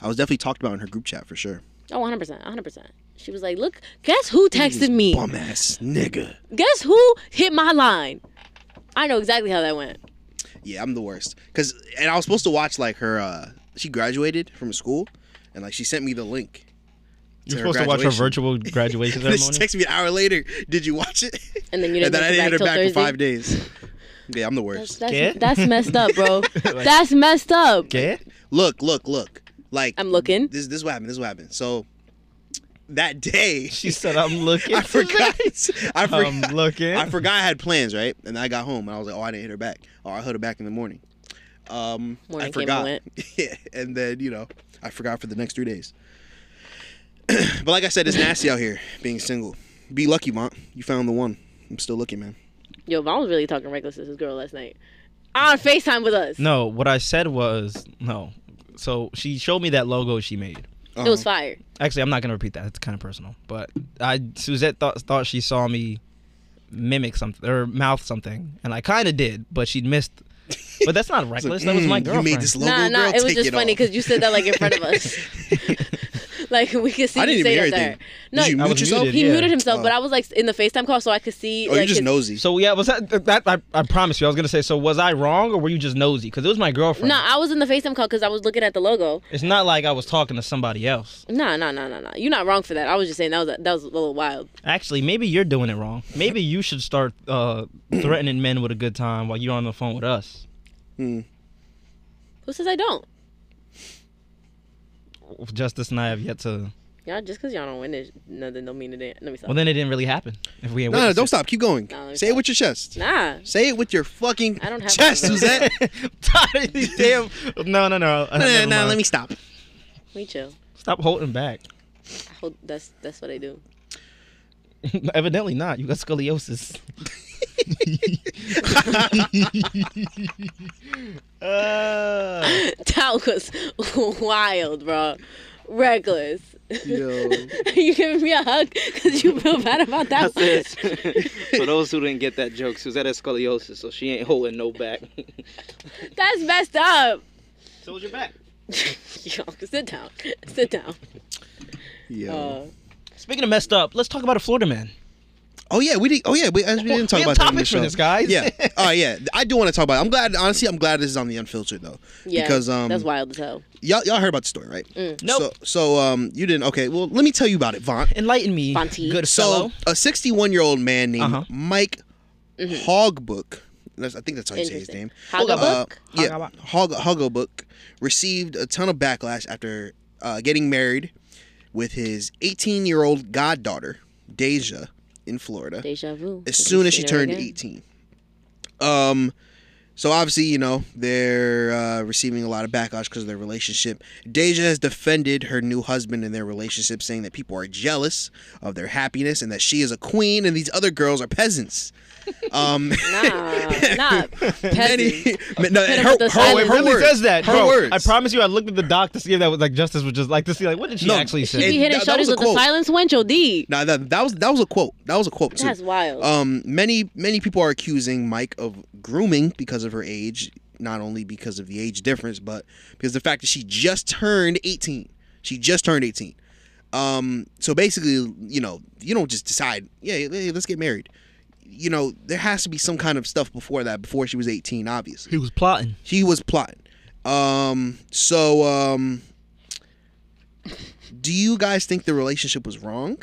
Speaker 2: I was definitely talked about in her group chat for sure.
Speaker 6: oh, 100 percent, 100 percent. She was like, "Look, guess who texted me?
Speaker 2: Bum ass nigga.
Speaker 6: Guess who hit my line?" I know exactly how that went.
Speaker 2: Yeah, I'm the worst. Cause and I was supposed to watch like her. uh She graduated from school, and like she sent me the link.
Speaker 8: You're
Speaker 2: her
Speaker 8: supposed to watch her
Speaker 2: graduation.
Speaker 8: virtual graduation
Speaker 2: And then she
Speaker 8: ceremony.
Speaker 2: texted me an hour later. Did you watch it?
Speaker 6: And then you
Speaker 2: and
Speaker 6: didn't
Speaker 2: then I
Speaker 6: make it
Speaker 2: didn't hit her
Speaker 6: back
Speaker 2: back
Speaker 6: till
Speaker 2: for five days. Yeah, I'm the worst.
Speaker 6: That's, that's messed up, bro. that's messed up.
Speaker 2: Look, look, look. Like
Speaker 6: I'm looking.
Speaker 2: This this is what happened. This is what happened. So that day
Speaker 8: she said, "I'm looking."
Speaker 2: I forgot. I forgot.
Speaker 8: I'm looking.
Speaker 2: I forgot I had plans, right? And I got home and I was like, "Oh, I didn't hit her back. Oh, I hit her back in the morning." Um,
Speaker 6: Morning
Speaker 2: I
Speaker 6: came and
Speaker 2: forgot.
Speaker 6: went.
Speaker 2: yeah, and then you know, I forgot for the next three days. but like I said, it's nasty out here being single. Be lucky, Mont. You found the one. I'm still looking, man.
Speaker 6: Yo, Vaughn was really talking reckless to this girl last night on Facetime with us.
Speaker 8: No, what I said was no. So she showed me that logo she made.
Speaker 6: It was fire.
Speaker 8: Actually, I'm not gonna repeat that. It's kind of personal. But I Suzette thought thought she saw me mimic something or mouth something, and I kind of did, but she missed. But that's not reckless. that was my
Speaker 2: "Mm, you
Speaker 8: girlfriend.
Speaker 2: made this logo,
Speaker 6: Nah, nah,
Speaker 2: girl,
Speaker 6: it was
Speaker 2: take
Speaker 6: just
Speaker 2: it
Speaker 6: funny
Speaker 2: off."
Speaker 6: because you said that like in front of us. like we could see
Speaker 2: I
Speaker 6: you
Speaker 2: didn't even
Speaker 6: say
Speaker 2: hear
Speaker 6: that there.
Speaker 2: anything. Did you
Speaker 8: I
Speaker 2: mute
Speaker 8: was
Speaker 2: yourself?
Speaker 8: muted,
Speaker 6: He
Speaker 8: yeah.
Speaker 6: muted himself,
Speaker 2: Oh.
Speaker 6: but I was like in the Facetime call, so I could see.
Speaker 2: Oh,
Speaker 6: like,
Speaker 2: you just
Speaker 6: his-
Speaker 2: nosy.
Speaker 8: So yeah, was that that I, I promise you I was gonna say. So was I wrong or were you just nosy? Because it was my girlfriend.
Speaker 6: No, I was in the Facetime call because I was looking at the logo.
Speaker 8: It's not like I was talking to somebody else.
Speaker 6: No, no, no, no, no. You're not wrong for that. I was just saying that was that was a little wild.
Speaker 8: Actually, maybe you're doing it wrong. Maybe you should start uh, threatening men with a good time while you're on the phone with us.
Speaker 6: Who says I don't?
Speaker 8: Justice and I have yet to.
Speaker 6: Y'all just because y'all don't win this, nothing don't mean it. didn't- Let me stop.
Speaker 8: Well, then it didn't really happen. If we ain't
Speaker 2: No, no,
Speaker 8: witnessed
Speaker 2: don't stop. Keep going.
Speaker 6: Nah, let me
Speaker 2: Say it with your chest.
Speaker 6: nah,
Speaker 2: Say it with your fucking
Speaker 6: I don't have
Speaker 2: chest,
Speaker 6: one of those.
Speaker 2: Suzette.
Speaker 8: it. Damn. No, no, no. Uh,
Speaker 2: No,
Speaker 8: never
Speaker 2: no,
Speaker 8: mind.
Speaker 2: let me stop.
Speaker 6: we chill.
Speaker 8: stop holding back.
Speaker 6: I hope that's that's what I do.
Speaker 8: Evidently not. You got scoliosis. uh,
Speaker 6: that was wild, bro. Reckless.
Speaker 2: Yo.
Speaker 6: you giving me a hug because you feel bad about that. one.
Speaker 5: For those who didn't get that joke, Suzette has scoliosis, so she ain't holding no back.
Speaker 6: That's messed up.
Speaker 5: so was your back.
Speaker 6: Yo, sit down. Sit down.
Speaker 2: Yo.
Speaker 6: Uh,
Speaker 8: Speaking of messed up, let's talk about a Florida man.
Speaker 2: Oh yeah, we did. Oh yeah, we, we didn't talk
Speaker 8: we have
Speaker 2: about that on the
Speaker 8: topics for
Speaker 2: show.
Speaker 8: this, guys.
Speaker 2: Yeah. Oh yeah, I do want to talk about. It. I'm glad. Honestly, I'm glad this is on the unfiltered though.
Speaker 6: yeah,
Speaker 2: Because um,
Speaker 6: that's wild as hell.
Speaker 2: y'all y'all heard about the story, right?
Speaker 6: Mm.
Speaker 8: Nope.
Speaker 2: So, so um, you didn't. Okay. Well, let me tell you about it, Vaughn.
Speaker 8: Enlighten me,
Speaker 6: Fonty.
Speaker 8: good
Speaker 2: So,
Speaker 8: fellow.
Speaker 2: a 61 year old man named
Speaker 8: Uh-huh.
Speaker 2: Mike Hogbook. That's, I think that's how you say his
Speaker 6: Mm-hmm. Interesting.
Speaker 2: name.
Speaker 6: Hogbook?
Speaker 2: Uh, yeah, Hog Hogbook received a ton of backlash after uh, getting married with his 18 year old goddaughter Deja in Florida
Speaker 6: Deja vu.
Speaker 2: as soon as she
Speaker 6: Seen her
Speaker 2: turned
Speaker 6: again.
Speaker 2: 18. Um, so obviously, you know, they're uh, receiving a lot of backlash because of their relationship. Deja has defended her new husband and their relationship, saying that people are jealous of their happiness and that she is a queen and these other girls are peasants. Um,
Speaker 6: Nah, nah. Peasant.
Speaker 2: any, no,
Speaker 6: him
Speaker 2: her,
Speaker 6: with the
Speaker 2: her,
Speaker 6: silence.
Speaker 8: It
Speaker 2: her
Speaker 8: really
Speaker 2: words,
Speaker 8: says that.
Speaker 2: Her
Speaker 8: bro.
Speaker 2: words.
Speaker 8: I promise you, I looked at the doc to see if that was like justice was just like to see like what did she
Speaker 2: No,
Speaker 8: actually
Speaker 6: She
Speaker 8: say.
Speaker 2: it-
Speaker 6: be hitting
Speaker 2: that- that was
Speaker 6: shoulders
Speaker 2: a
Speaker 6: with the
Speaker 2: quote.
Speaker 6: silence wincho D.
Speaker 2: Now that that was that was a quote. That was a quote. too.
Speaker 6: That's wild.
Speaker 2: Um, many many people are accusing Mike of grooming because of her age, not only because of the age difference, but because the fact that she just turned eighteen. She just turned eighteen. Um, so basically, you know, you don't just decide, yeah, hey, let's get married. You know, there has to be some kind of stuff before that. Before she was eighteen, obviously
Speaker 8: He was plotting.
Speaker 2: he was plotting. Um, so um, do you guys think the relationship was wrong?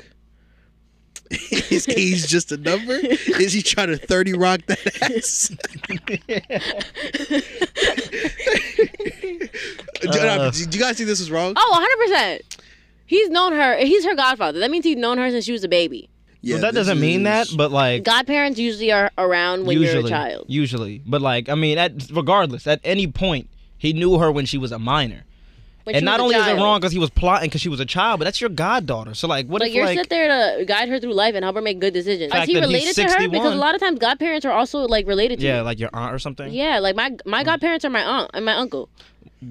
Speaker 2: Is age just a number? Is he trying to thirty rock that ass? do,
Speaker 8: Uh.
Speaker 2: do you guys think this was wrong?
Speaker 6: Oh, 100%. He's known her. He's her godfather. That means he's known her since she was a baby.
Speaker 2: yeah,
Speaker 8: well, that
Speaker 2: this
Speaker 8: doesn't mean that,
Speaker 2: is-
Speaker 8: but like
Speaker 6: Godparents usually are around when
Speaker 8: usually,
Speaker 6: you're a child.
Speaker 8: usually. But like I mean, at regardless, at any point, he knew her when she was a minor.
Speaker 6: When she
Speaker 8: and not
Speaker 6: was a
Speaker 8: only is
Speaker 6: child.
Speaker 8: it wrong because he was plotting because she was a child, but that's your goddaughter. So like, what
Speaker 6: but
Speaker 8: if
Speaker 6: you're
Speaker 8: like
Speaker 6: sit there to guide her through life and help her make good decisions.
Speaker 8: Fact
Speaker 6: Is he
Speaker 8: that he's
Speaker 6: related to her? Because
Speaker 8: 61.
Speaker 6: a lot of times godparents are also like related to
Speaker 8: yeah,
Speaker 6: you.
Speaker 8: like Mm. your aunt or something?
Speaker 6: yeah, like my my godparents are my aunt and my uncle.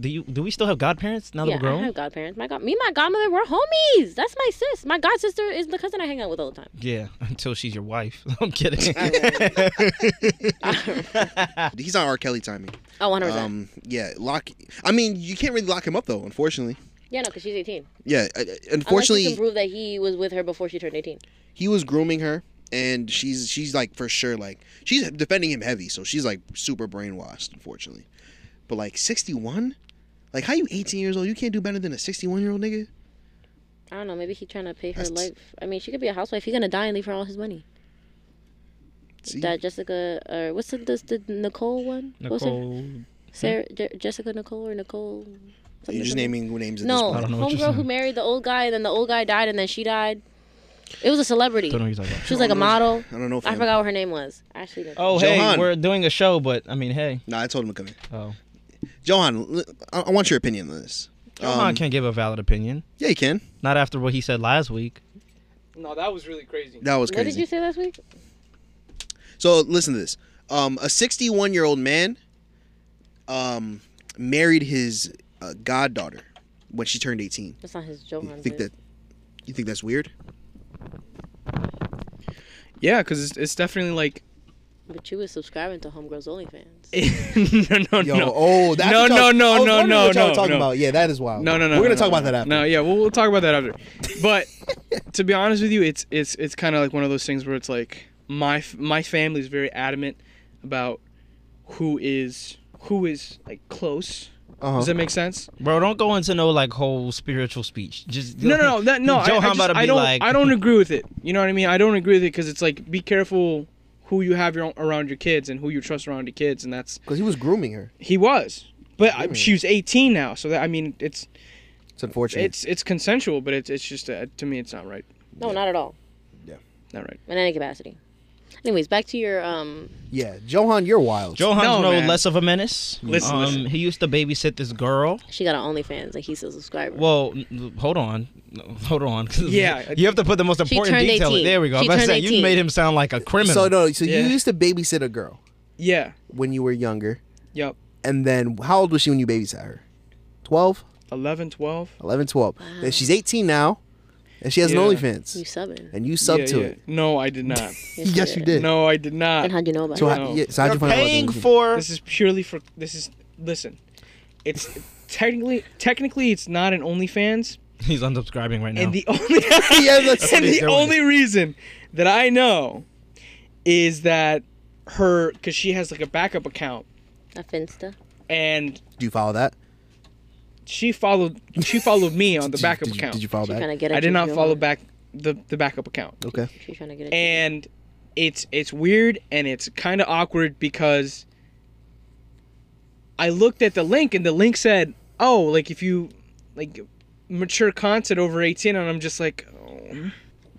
Speaker 8: Do you do we still have godparents now that
Speaker 6: yeah,
Speaker 8: we're grown?
Speaker 6: I have godparents. My god, me and my godmother, we're homies. That's my sis. My god sister is the cousin I hang out with all the time.
Speaker 8: yeah, until she's your wife. I'm kidding.
Speaker 2: He's on R. Kelly timing.
Speaker 6: Oh, 100%.
Speaker 2: Um, yeah, lock. I mean, you can't really lock him up though, unfortunately.
Speaker 6: Yeah, no, because she's 18.
Speaker 2: Yeah, I- I-
Speaker 6: Unless
Speaker 2: unfortunately,
Speaker 6: you can prove that he was with her before she turned 18.
Speaker 2: he was grooming her, and she's she's like for sure like she's defending him heavy, so she's like super brainwashed, unfortunately. But like sixty one, like how you eighteen years old, you can't do better than a sixty one year old nigga.
Speaker 6: I don't know. Maybe he trying to pay her
Speaker 2: That's-
Speaker 6: life. I mean, she could be a housewife. He gonna die and leave her all his money. That Jessica or what's the this, the Nicole one? What's her- Sarah, Je- Jessica Nicole or Nicole? something
Speaker 2: You're just
Speaker 6: like that.
Speaker 2: naming names. At
Speaker 6: No,
Speaker 2: this point.
Speaker 6: homegirl who married the old guy and then the old guy died and then she died. It was a celebrity.
Speaker 8: Don't know who you're talking about.
Speaker 6: She was like a model.
Speaker 2: I don't know if
Speaker 6: I
Speaker 2: I'm-
Speaker 6: forgot what her name was. I Actually, didn't.
Speaker 8: oh hey,
Speaker 2: Johan.
Speaker 8: we're doing a show, but I mean hey,
Speaker 2: Nah, I told him to come in.
Speaker 8: Oh.
Speaker 2: Johan, l- I, I want your opinion on this.
Speaker 8: Johan
Speaker 2: Um,
Speaker 8: can't give a valid opinion.
Speaker 2: Yeah, he can.
Speaker 8: Not after what he said last week.
Speaker 5: No, that was really crazy.
Speaker 2: That was
Speaker 6: What did
Speaker 2: crazy.
Speaker 6: you say last week?
Speaker 2: So listen to this. Um, a 61 year old man um, married his uh, goddaughter when she turned 18.
Speaker 6: That's not his Johan.
Speaker 2: You think that?
Speaker 6: dude.
Speaker 2: You think that's weird?
Speaker 5: Yeah, because it's, it's definitely like
Speaker 6: But you was subscribing to Homegirls OnlyFans.
Speaker 5: no, no,
Speaker 12: Yo,
Speaker 5: no.
Speaker 12: oh, that's
Speaker 5: no,
Speaker 12: what
Speaker 5: no,
Speaker 12: y'all- I
Speaker 5: no,
Speaker 12: was
Speaker 5: no,
Speaker 12: wondering
Speaker 5: no,
Speaker 12: what y'all
Speaker 5: no,
Speaker 12: were talking
Speaker 5: no.
Speaker 12: about. Yeah, that is wild.
Speaker 5: No, no, no.
Speaker 12: We're gonna
Speaker 5: no,
Speaker 12: talk
Speaker 5: no,
Speaker 12: about that after.
Speaker 5: No, uh, yeah, we'll, we'll talk about that after. But to be honest with you, it's it's it's kind of like one of those things where it's like my f- my family is very adamant about who is who is like close.
Speaker 12: Uh-huh.
Speaker 8: Oh,
Speaker 5: Does that make sense?
Speaker 8: Bro, don't go into no like whole spiritual speech. Just
Speaker 5: No, no, no, that, no. I- I,
Speaker 8: Johan
Speaker 5: just-
Speaker 8: about to be
Speaker 5: I don't,
Speaker 8: like,
Speaker 5: I don't agree with it. You know what I mean? I don't agree with it because it's like be careful who you have your own, around your kids and who you trust around your kids, and that's
Speaker 12: because he was grooming her.
Speaker 5: He was, but I, she was 18 now, so that I mean, it's
Speaker 12: It's unfortunate.
Speaker 5: it's it's consensual, but it's it's just uh, to me, it's not right.
Speaker 6: No, not at all.
Speaker 5: Not right.
Speaker 6: In any capacity. Anyways, back to your um.
Speaker 12: Yeah, Johan, you're wild.
Speaker 8: Johan's no,
Speaker 6: No, man.
Speaker 8: less of a menace.
Speaker 6: Listen,
Speaker 8: um,
Speaker 6: listen.
Speaker 8: he used to babysit this girl.
Speaker 6: She got an OnlyFans. Like he's a subscriber.
Speaker 8: Well, n- n- hold on, No, hold on. 'cause
Speaker 6: Yeah.
Speaker 8: you have to put the most
Speaker 6: She
Speaker 8: important
Speaker 6: turned
Speaker 8: detail.
Speaker 6: 18.
Speaker 8: There we go.
Speaker 6: She
Speaker 8: I'm about to
Speaker 6: turned
Speaker 8: say, you
Speaker 6: 18.
Speaker 8: made him sound like a criminal.
Speaker 12: So no, so you used to babysit a girl.
Speaker 5: Yeah.
Speaker 12: When you were younger.
Speaker 5: Yep.
Speaker 12: And then how old was she when you babysat her? 12,
Speaker 5: 11, 12.
Speaker 12: 11, 12. Then she's 18 now, and she has
Speaker 5: Yeah.
Speaker 12: an OnlyFans.
Speaker 6: You subbing.
Speaker 12: And you sub
Speaker 5: Yeah,
Speaker 12: to
Speaker 5: yeah.
Speaker 12: it.
Speaker 5: No, I did not.
Speaker 12: Yes, Yes, you you did. did.
Speaker 5: No, I did not.
Speaker 6: And how'd you know about
Speaker 12: So
Speaker 6: it?
Speaker 12: how- yeah, so how'd you find out about the OnlyFans?
Speaker 5: This is purely for. This is listen. It's technically technically it's not an OnlyFans,
Speaker 8: He's unsubscribing right now.
Speaker 5: and the only
Speaker 12: yeah,
Speaker 8: that's-
Speaker 5: and the
Speaker 8: Doing it.
Speaker 5: only reason that I know is that her because she has like a backup account
Speaker 6: A Finsta.
Speaker 12: Oh,
Speaker 5: and
Speaker 12: Do you follow that?
Speaker 5: she followed she followed me on the backup
Speaker 12: did you-
Speaker 5: account.
Speaker 12: did you follow She back?
Speaker 6: tryna get
Speaker 5: I
Speaker 6: at
Speaker 5: did
Speaker 6: you,
Speaker 5: not
Speaker 6: Joe.
Speaker 5: follow back the the backup account.
Speaker 12: Okay.
Speaker 6: She's trying to get it.
Speaker 5: And it's it's weird and it's kind of awkward because I looked at the link and the link said, "Oh, like if you like mature content over 18." And I'm just like, oh.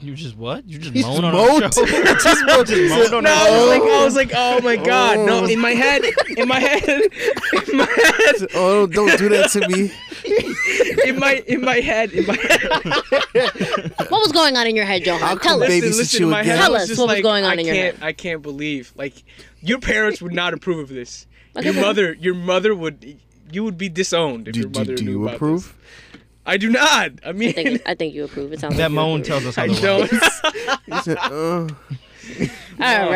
Speaker 8: you just what? You just
Speaker 5: He's
Speaker 8: moan on
Speaker 5: moaned.
Speaker 8: our show.
Speaker 5: Just
Speaker 8: moaned.
Speaker 5: no,
Speaker 8: on
Speaker 5: I
Speaker 8: our
Speaker 5: was like,
Speaker 8: show.
Speaker 5: I was like, oh my god, no! In my head, in my head, in my head.
Speaker 12: Oh, don't do that to me.
Speaker 5: in my in my head, in my
Speaker 6: What was going on in your head, Johan? Tell us.
Speaker 5: in my head, I
Speaker 6: Tell
Speaker 5: was
Speaker 6: us
Speaker 5: just
Speaker 6: what was
Speaker 5: like,
Speaker 6: going on
Speaker 5: I
Speaker 6: in your
Speaker 5: can't,
Speaker 6: head.
Speaker 5: I can't believe like your parents would not approve of this. Your
Speaker 6: Okay.
Speaker 5: mother, your mother would, you would be disowned if your mother knew about
Speaker 12: approve?
Speaker 5: This. I do not. I mean,
Speaker 6: I think, I think you approve. It sounds like
Speaker 8: That
Speaker 6: you
Speaker 8: moan
Speaker 6: approve.
Speaker 8: tells us
Speaker 5: I
Speaker 8: otherwise.
Speaker 5: don't.
Speaker 6: All right.
Speaker 8: All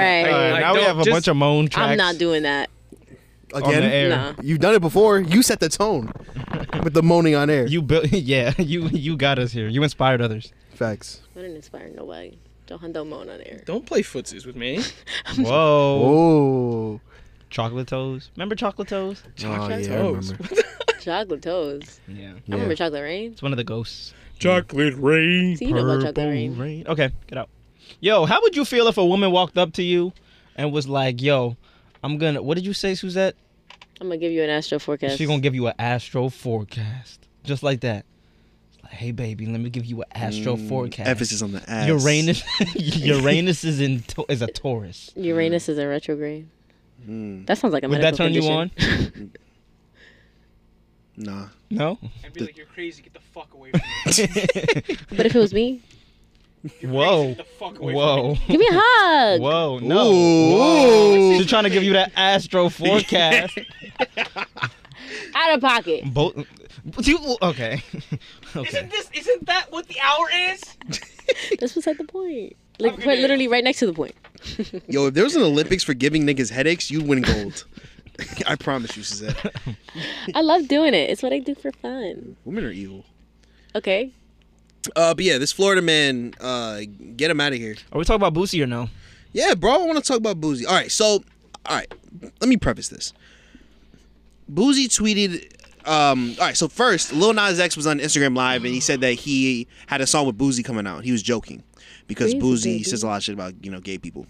Speaker 8: right, now we have a bunch of moan tracks.
Speaker 6: I'm not doing that.
Speaker 12: Again,
Speaker 8: the air.
Speaker 6: Nah.
Speaker 12: you've done it before. You set the tone with the moaning on air.
Speaker 8: You built, yeah. You you got us here. You inspired others.
Speaker 12: Facts.
Speaker 6: I didn't inspire nobody. Johan, don't moan on air.
Speaker 5: Don't play footsies with me.
Speaker 8: Whoa.
Speaker 10: Oh.
Speaker 12: Whoa.
Speaker 8: Chocolate toes. Remember chocolate toes?
Speaker 12: Chocolate
Speaker 5: yeah, I Toes.
Speaker 6: Chocolate toes.
Speaker 8: Yeah.
Speaker 6: I remember chocolate rain.
Speaker 8: It's one of the ghosts.
Speaker 5: Chocolate rain.
Speaker 6: See, you know about chocolate
Speaker 8: purple
Speaker 6: rain.
Speaker 8: Okay, get out. Yo, how would you feel if a woman walked up to you and was like, "Yo, I'm gonna." What did you say, Suzette?
Speaker 6: I'm gonna give you an astro forecast.
Speaker 8: She gonna give you an astro forecast, just like that. Like, hey, baby, let me give you an astro
Speaker 2: Mm,
Speaker 8: forecast.
Speaker 2: emphasis on the ass.
Speaker 8: Uranus. Uranus is in to- is a Taurus.
Speaker 6: Uranus is in
Speaker 12: Hmm.
Speaker 6: retrograde. That sounds like a
Speaker 8: Would
Speaker 6: medical
Speaker 8: that turn you
Speaker 6: condition.
Speaker 2: Nah.
Speaker 8: No.
Speaker 5: I'd be like, "You're crazy. Get the fuck away from me."
Speaker 6: But if it was me,
Speaker 8: Whoa. Whoa.
Speaker 6: give me a hug.
Speaker 8: Whoa. No.
Speaker 6: Ooh.
Speaker 8: Whoa. She's trying to give you that astro forecast.
Speaker 6: Out of pocket.
Speaker 8: Both. you- Okay. okay.
Speaker 5: Isn't this? Isn't that what the hour is?
Speaker 6: That's beside the point. Like right- literally right next to the point.
Speaker 2: Yo, if there was an Olympics for giving niggas headaches, you'd win gold. I promise you, Suzette.
Speaker 6: I love doing it. It's what I do for fun.
Speaker 2: Women are evil.
Speaker 6: Okay.
Speaker 2: Uh, but yeah, this Florida man, uh, get him out of here.
Speaker 8: Are we talking about Boosie or no?
Speaker 2: Yeah, bro, I want to talk about Boozy. All right, so, all right, let me preface this. Boozy tweeted, um, all right, so first, Lil Nas X was on Instagram Live and he said that he had a song with Boozy coming out. He was joking because
Speaker 10: Crazy
Speaker 2: Boozy
Speaker 10: baby.
Speaker 2: says a lot of shit about, you know, gay people.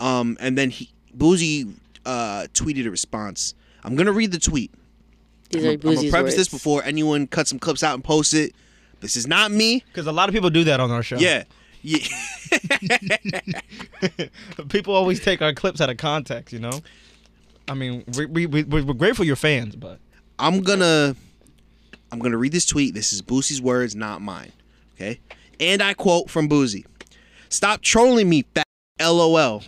Speaker 2: Um, and then he, Boozy uh, tweeted a response. I'm going to read the tweet.
Speaker 6: These
Speaker 2: I'm gonna-
Speaker 6: are
Speaker 2: I'm
Speaker 6: Boozy's
Speaker 2: gonna preface this
Speaker 6: words.
Speaker 2: before anyone cut some clips out and post it. This is not me.
Speaker 8: Because a lot of people do that on our show.
Speaker 2: Yeah. Yeah.
Speaker 8: People always take our clips out of context, you know? I mean, we, we, we, we're grateful you're fans, but.
Speaker 2: I'm gonna I'm gonna read this tweet. This is Boosie's words, not mine. Okay? And I quote from Boosie. Stop trolling me, fat LOL.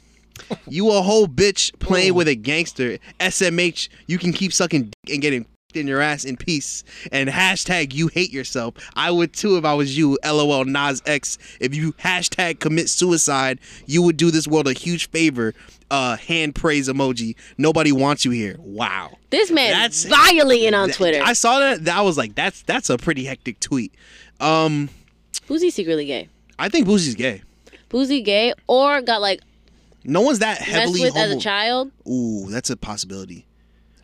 Speaker 2: You a whole bitch playing with a gangster. SMH, you can keep sucking dick and getting f***ed in your ass in peace. And hashtag you hate yourself. I would too if I was you, LOL Nas X. If you hashtag commit suicide, you would do this world a huge favor. Uh, hand praise emoji. Nobody wants you here. Wow.
Speaker 6: This man violating on
Speaker 2: Th-
Speaker 6: Twitter.
Speaker 2: I saw that. That was like, that's that's a pretty hectic tweet. Um,
Speaker 6: Boozy secretly gay.
Speaker 2: I think Boosie's gay.
Speaker 6: Boozy gay or got like
Speaker 2: No one's that heavily
Speaker 6: messed with as a
Speaker 2: homo-
Speaker 6: child.
Speaker 2: Ooh, that's a possibility.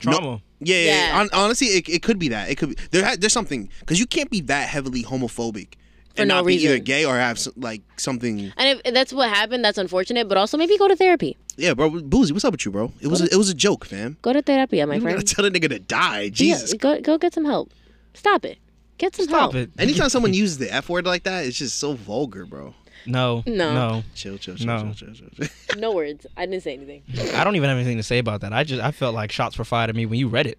Speaker 8: Trauma.
Speaker 2: Yeah, yeah. yeah.
Speaker 6: Yeah.
Speaker 2: Hon- honestly, it, it could be that. It could be there. Ha- there's something because you can't be that heavily homophobic
Speaker 6: For
Speaker 2: and
Speaker 6: no
Speaker 2: not be either
Speaker 6: reason.
Speaker 2: gay or have so- like something.
Speaker 6: And if that's what happened, that's unfortunate. But also maybe go to therapy.
Speaker 2: Yeah, bro. Boozy, what's up with you, bro? It was a, it was a joke, fam.
Speaker 6: Go to therapy, my
Speaker 2: You gotta
Speaker 6: friend.
Speaker 2: tell a nigga to die. Jesus.
Speaker 6: Yeah, go go get some help. Stop it. Get some help.
Speaker 2: Anytime someone uses the F word like that, it's just so vulgar, bro.
Speaker 8: No.
Speaker 6: No.
Speaker 8: No.
Speaker 2: Chill, chill, chill,
Speaker 8: No.
Speaker 2: chill, chill,
Speaker 6: No words. I didn't say anything.
Speaker 8: I don't even have anything to say about that. I just I felt like shots were fired at me when you read it.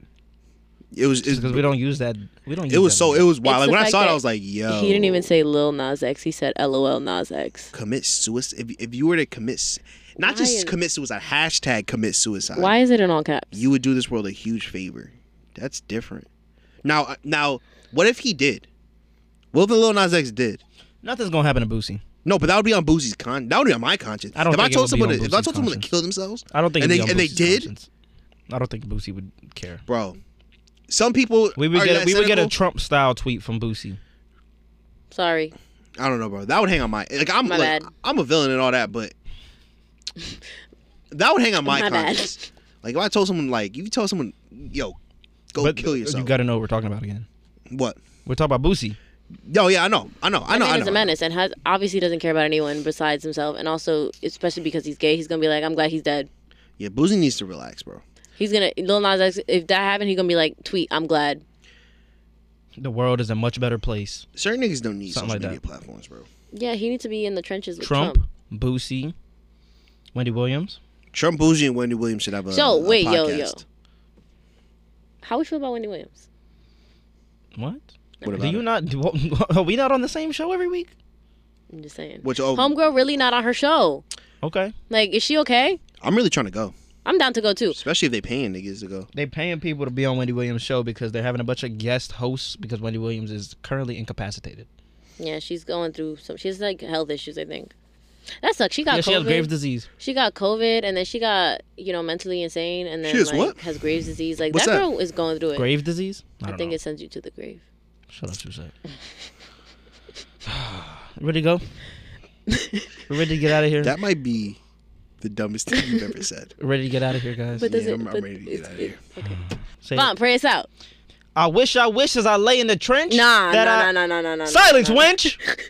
Speaker 2: It was
Speaker 8: because we don't use that. We don't. Use
Speaker 2: It was
Speaker 8: that
Speaker 2: so
Speaker 8: anymore.
Speaker 2: it was wild.
Speaker 6: It's
Speaker 2: Like
Speaker 6: the
Speaker 2: when I
Speaker 6: fact
Speaker 2: saw it, I
Speaker 6: that
Speaker 2: was like, yo.
Speaker 6: He didn't even say Lil Nas X. He said LOL Nas X.
Speaker 2: commit suicide. If, if you were to commit, s- not
Speaker 6: Why
Speaker 2: just
Speaker 6: is-
Speaker 2: commit suicide, hashtag commit suicide.
Speaker 6: Why is it in all caps?
Speaker 2: You would do this world a huge favor. That's different. Now, uh, now, what if he did? What if Lil Nas X did?
Speaker 8: Nothing's gonna happen to Boosie.
Speaker 2: No, but that would be on Boosie's con. That would be on my conscience.
Speaker 8: I don't
Speaker 2: If I
Speaker 8: think it
Speaker 2: told
Speaker 8: would be
Speaker 2: someone,
Speaker 8: on
Speaker 2: to, if I
Speaker 8: Boosie's
Speaker 2: told someone to
Speaker 8: conscience.
Speaker 2: kill themselves,
Speaker 8: I don't think
Speaker 2: and
Speaker 8: it'd
Speaker 2: they
Speaker 8: be on
Speaker 2: and they
Speaker 8: Boosie's
Speaker 2: did,
Speaker 8: conscience. I don't think Boosie would care.
Speaker 2: bro. Some people
Speaker 8: We would
Speaker 2: are
Speaker 8: get
Speaker 2: that
Speaker 8: we would get a
Speaker 2: cynical.
Speaker 8: Trump style tweet from Boosie.
Speaker 6: Sorry.
Speaker 2: I don't know, bro. That would hang on my like. I'm
Speaker 6: My
Speaker 2: like,
Speaker 6: bad.
Speaker 2: I'm a villain and all that, but that would hang on my,
Speaker 6: My bad.
Speaker 2: conscience. Like if I told someone, like if you told someone, yo, go
Speaker 8: but
Speaker 2: kill yourself.
Speaker 8: You got to know what we're talking about again.
Speaker 2: What?
Speaker 8: We're talking about Boosie.
Speaker 2: No, yeah, I know, I know, I
Speaker 6: That
Speaker 2: know,
Speaker 6: man
Speaker 2: I
Speaker 6: is a
Speaker 2: know.
Speaker 6: menace and has obviously doesn't care about anyone besides himself. And also, especially because he's gay, he's gonna be like, "I'm glad he's dead."
Speaker 2: Yeah, Boozy needs to relax, bro.
Speaker 6: He's gonna Lil Nas X. If that happened, he's gonna be like, "Tweet, I'm glad."
Speaker 8: The world is a much better place.
Speaker 2: Certain niggas don't need
Speaker 8: Something
Speaker 2: social
Speaker 8: like
Speaker 2: media
Speaker 8: that.
Speaker 2: platforms, bro.
Speaker 6: Yeah, he needs to be in the trenches with Trump.
Speaker 8: Trump, Boosie, Wendy Williams.
Speaker 2: Trump, Boozy, and Wendy Williams should have a.
Speaker 6: So
Speaker 2: a
Speaker 6: wait, yo, yo,
Speaker 2: podcast.
Speaker 6: how we feel about Wendy Williams?
Speaker 8: What?
Speaker 2: What about
Speaker 8: do you not? Do, are we not on the same show every week?
Speaker 6: I'm just saying.
Speaker 2: Which oh,
Speaker 6: Homegirl really not on her show.
Speaker 8: Okay.
Speaker 6: Like, is she okay?
Speaker 2: I'm really trying to go,
Speaker 6: I'm down to go too.
Speaker 2: especially if they paying niggas to go.
Speaker 8: They paying people to be on Wendy Williams' show because they're having a bunch of guest hosts because Wendy Williams is currently incapacitated.
Speaker 6: Yeah, she's going through some. She has like health issues, I think. That sucks. She got
Speaker 8: yeah,
Speaker 6: COVID.
Speaker 8: she has Graves' disease.
Speaker 6: She got COVID, and then she got you know mentally insane, and then
Speaker 8: She has
Speaker 6: like,
Speaker 8: what?
Speaker 6: has Graves disease. Like
Speaker 8: What's
Speaker 6: that,
Speaker 8: that?
Speaker 6: girl is going through it.
Speaker 8: Graves' disease? I
Speaker 6: I,
Speaker 8: don't
Speaker 6: think
Speaker 8: know.
Speaker 6: it sends you to the grave.
Speaker 8: Shut up, Suzette. Ready to go? We're ready to get out of here.
Speaker 2: That might be the dumbest thing you've ever said.
Speaker 8: Ready to get out of here, guys.
Speaker 6: But does
Speaker 2: Yeah,
Speaker 6: it?
Speaker 2: I'm- I'm
Speaker 6: but
Speaker 2: ready to get
Speaker 6: it's-
Speaker 2: outta here.
Speaker 6: it's- Okay.
Speaker 8: Say it.
Speaker 6: Vaughn, pray us out.
Speaker 8: I wish I wish as I lay in the trench.
Speaker 6: Nah,
Speaker 8: that
Speaker 6: nah, nah,
Speaker 8: I-
Speaker 6: nah, nah, nah, nah,
Speaker 8: Silence,
Speaker 6: nah.
Speaker 8: wench!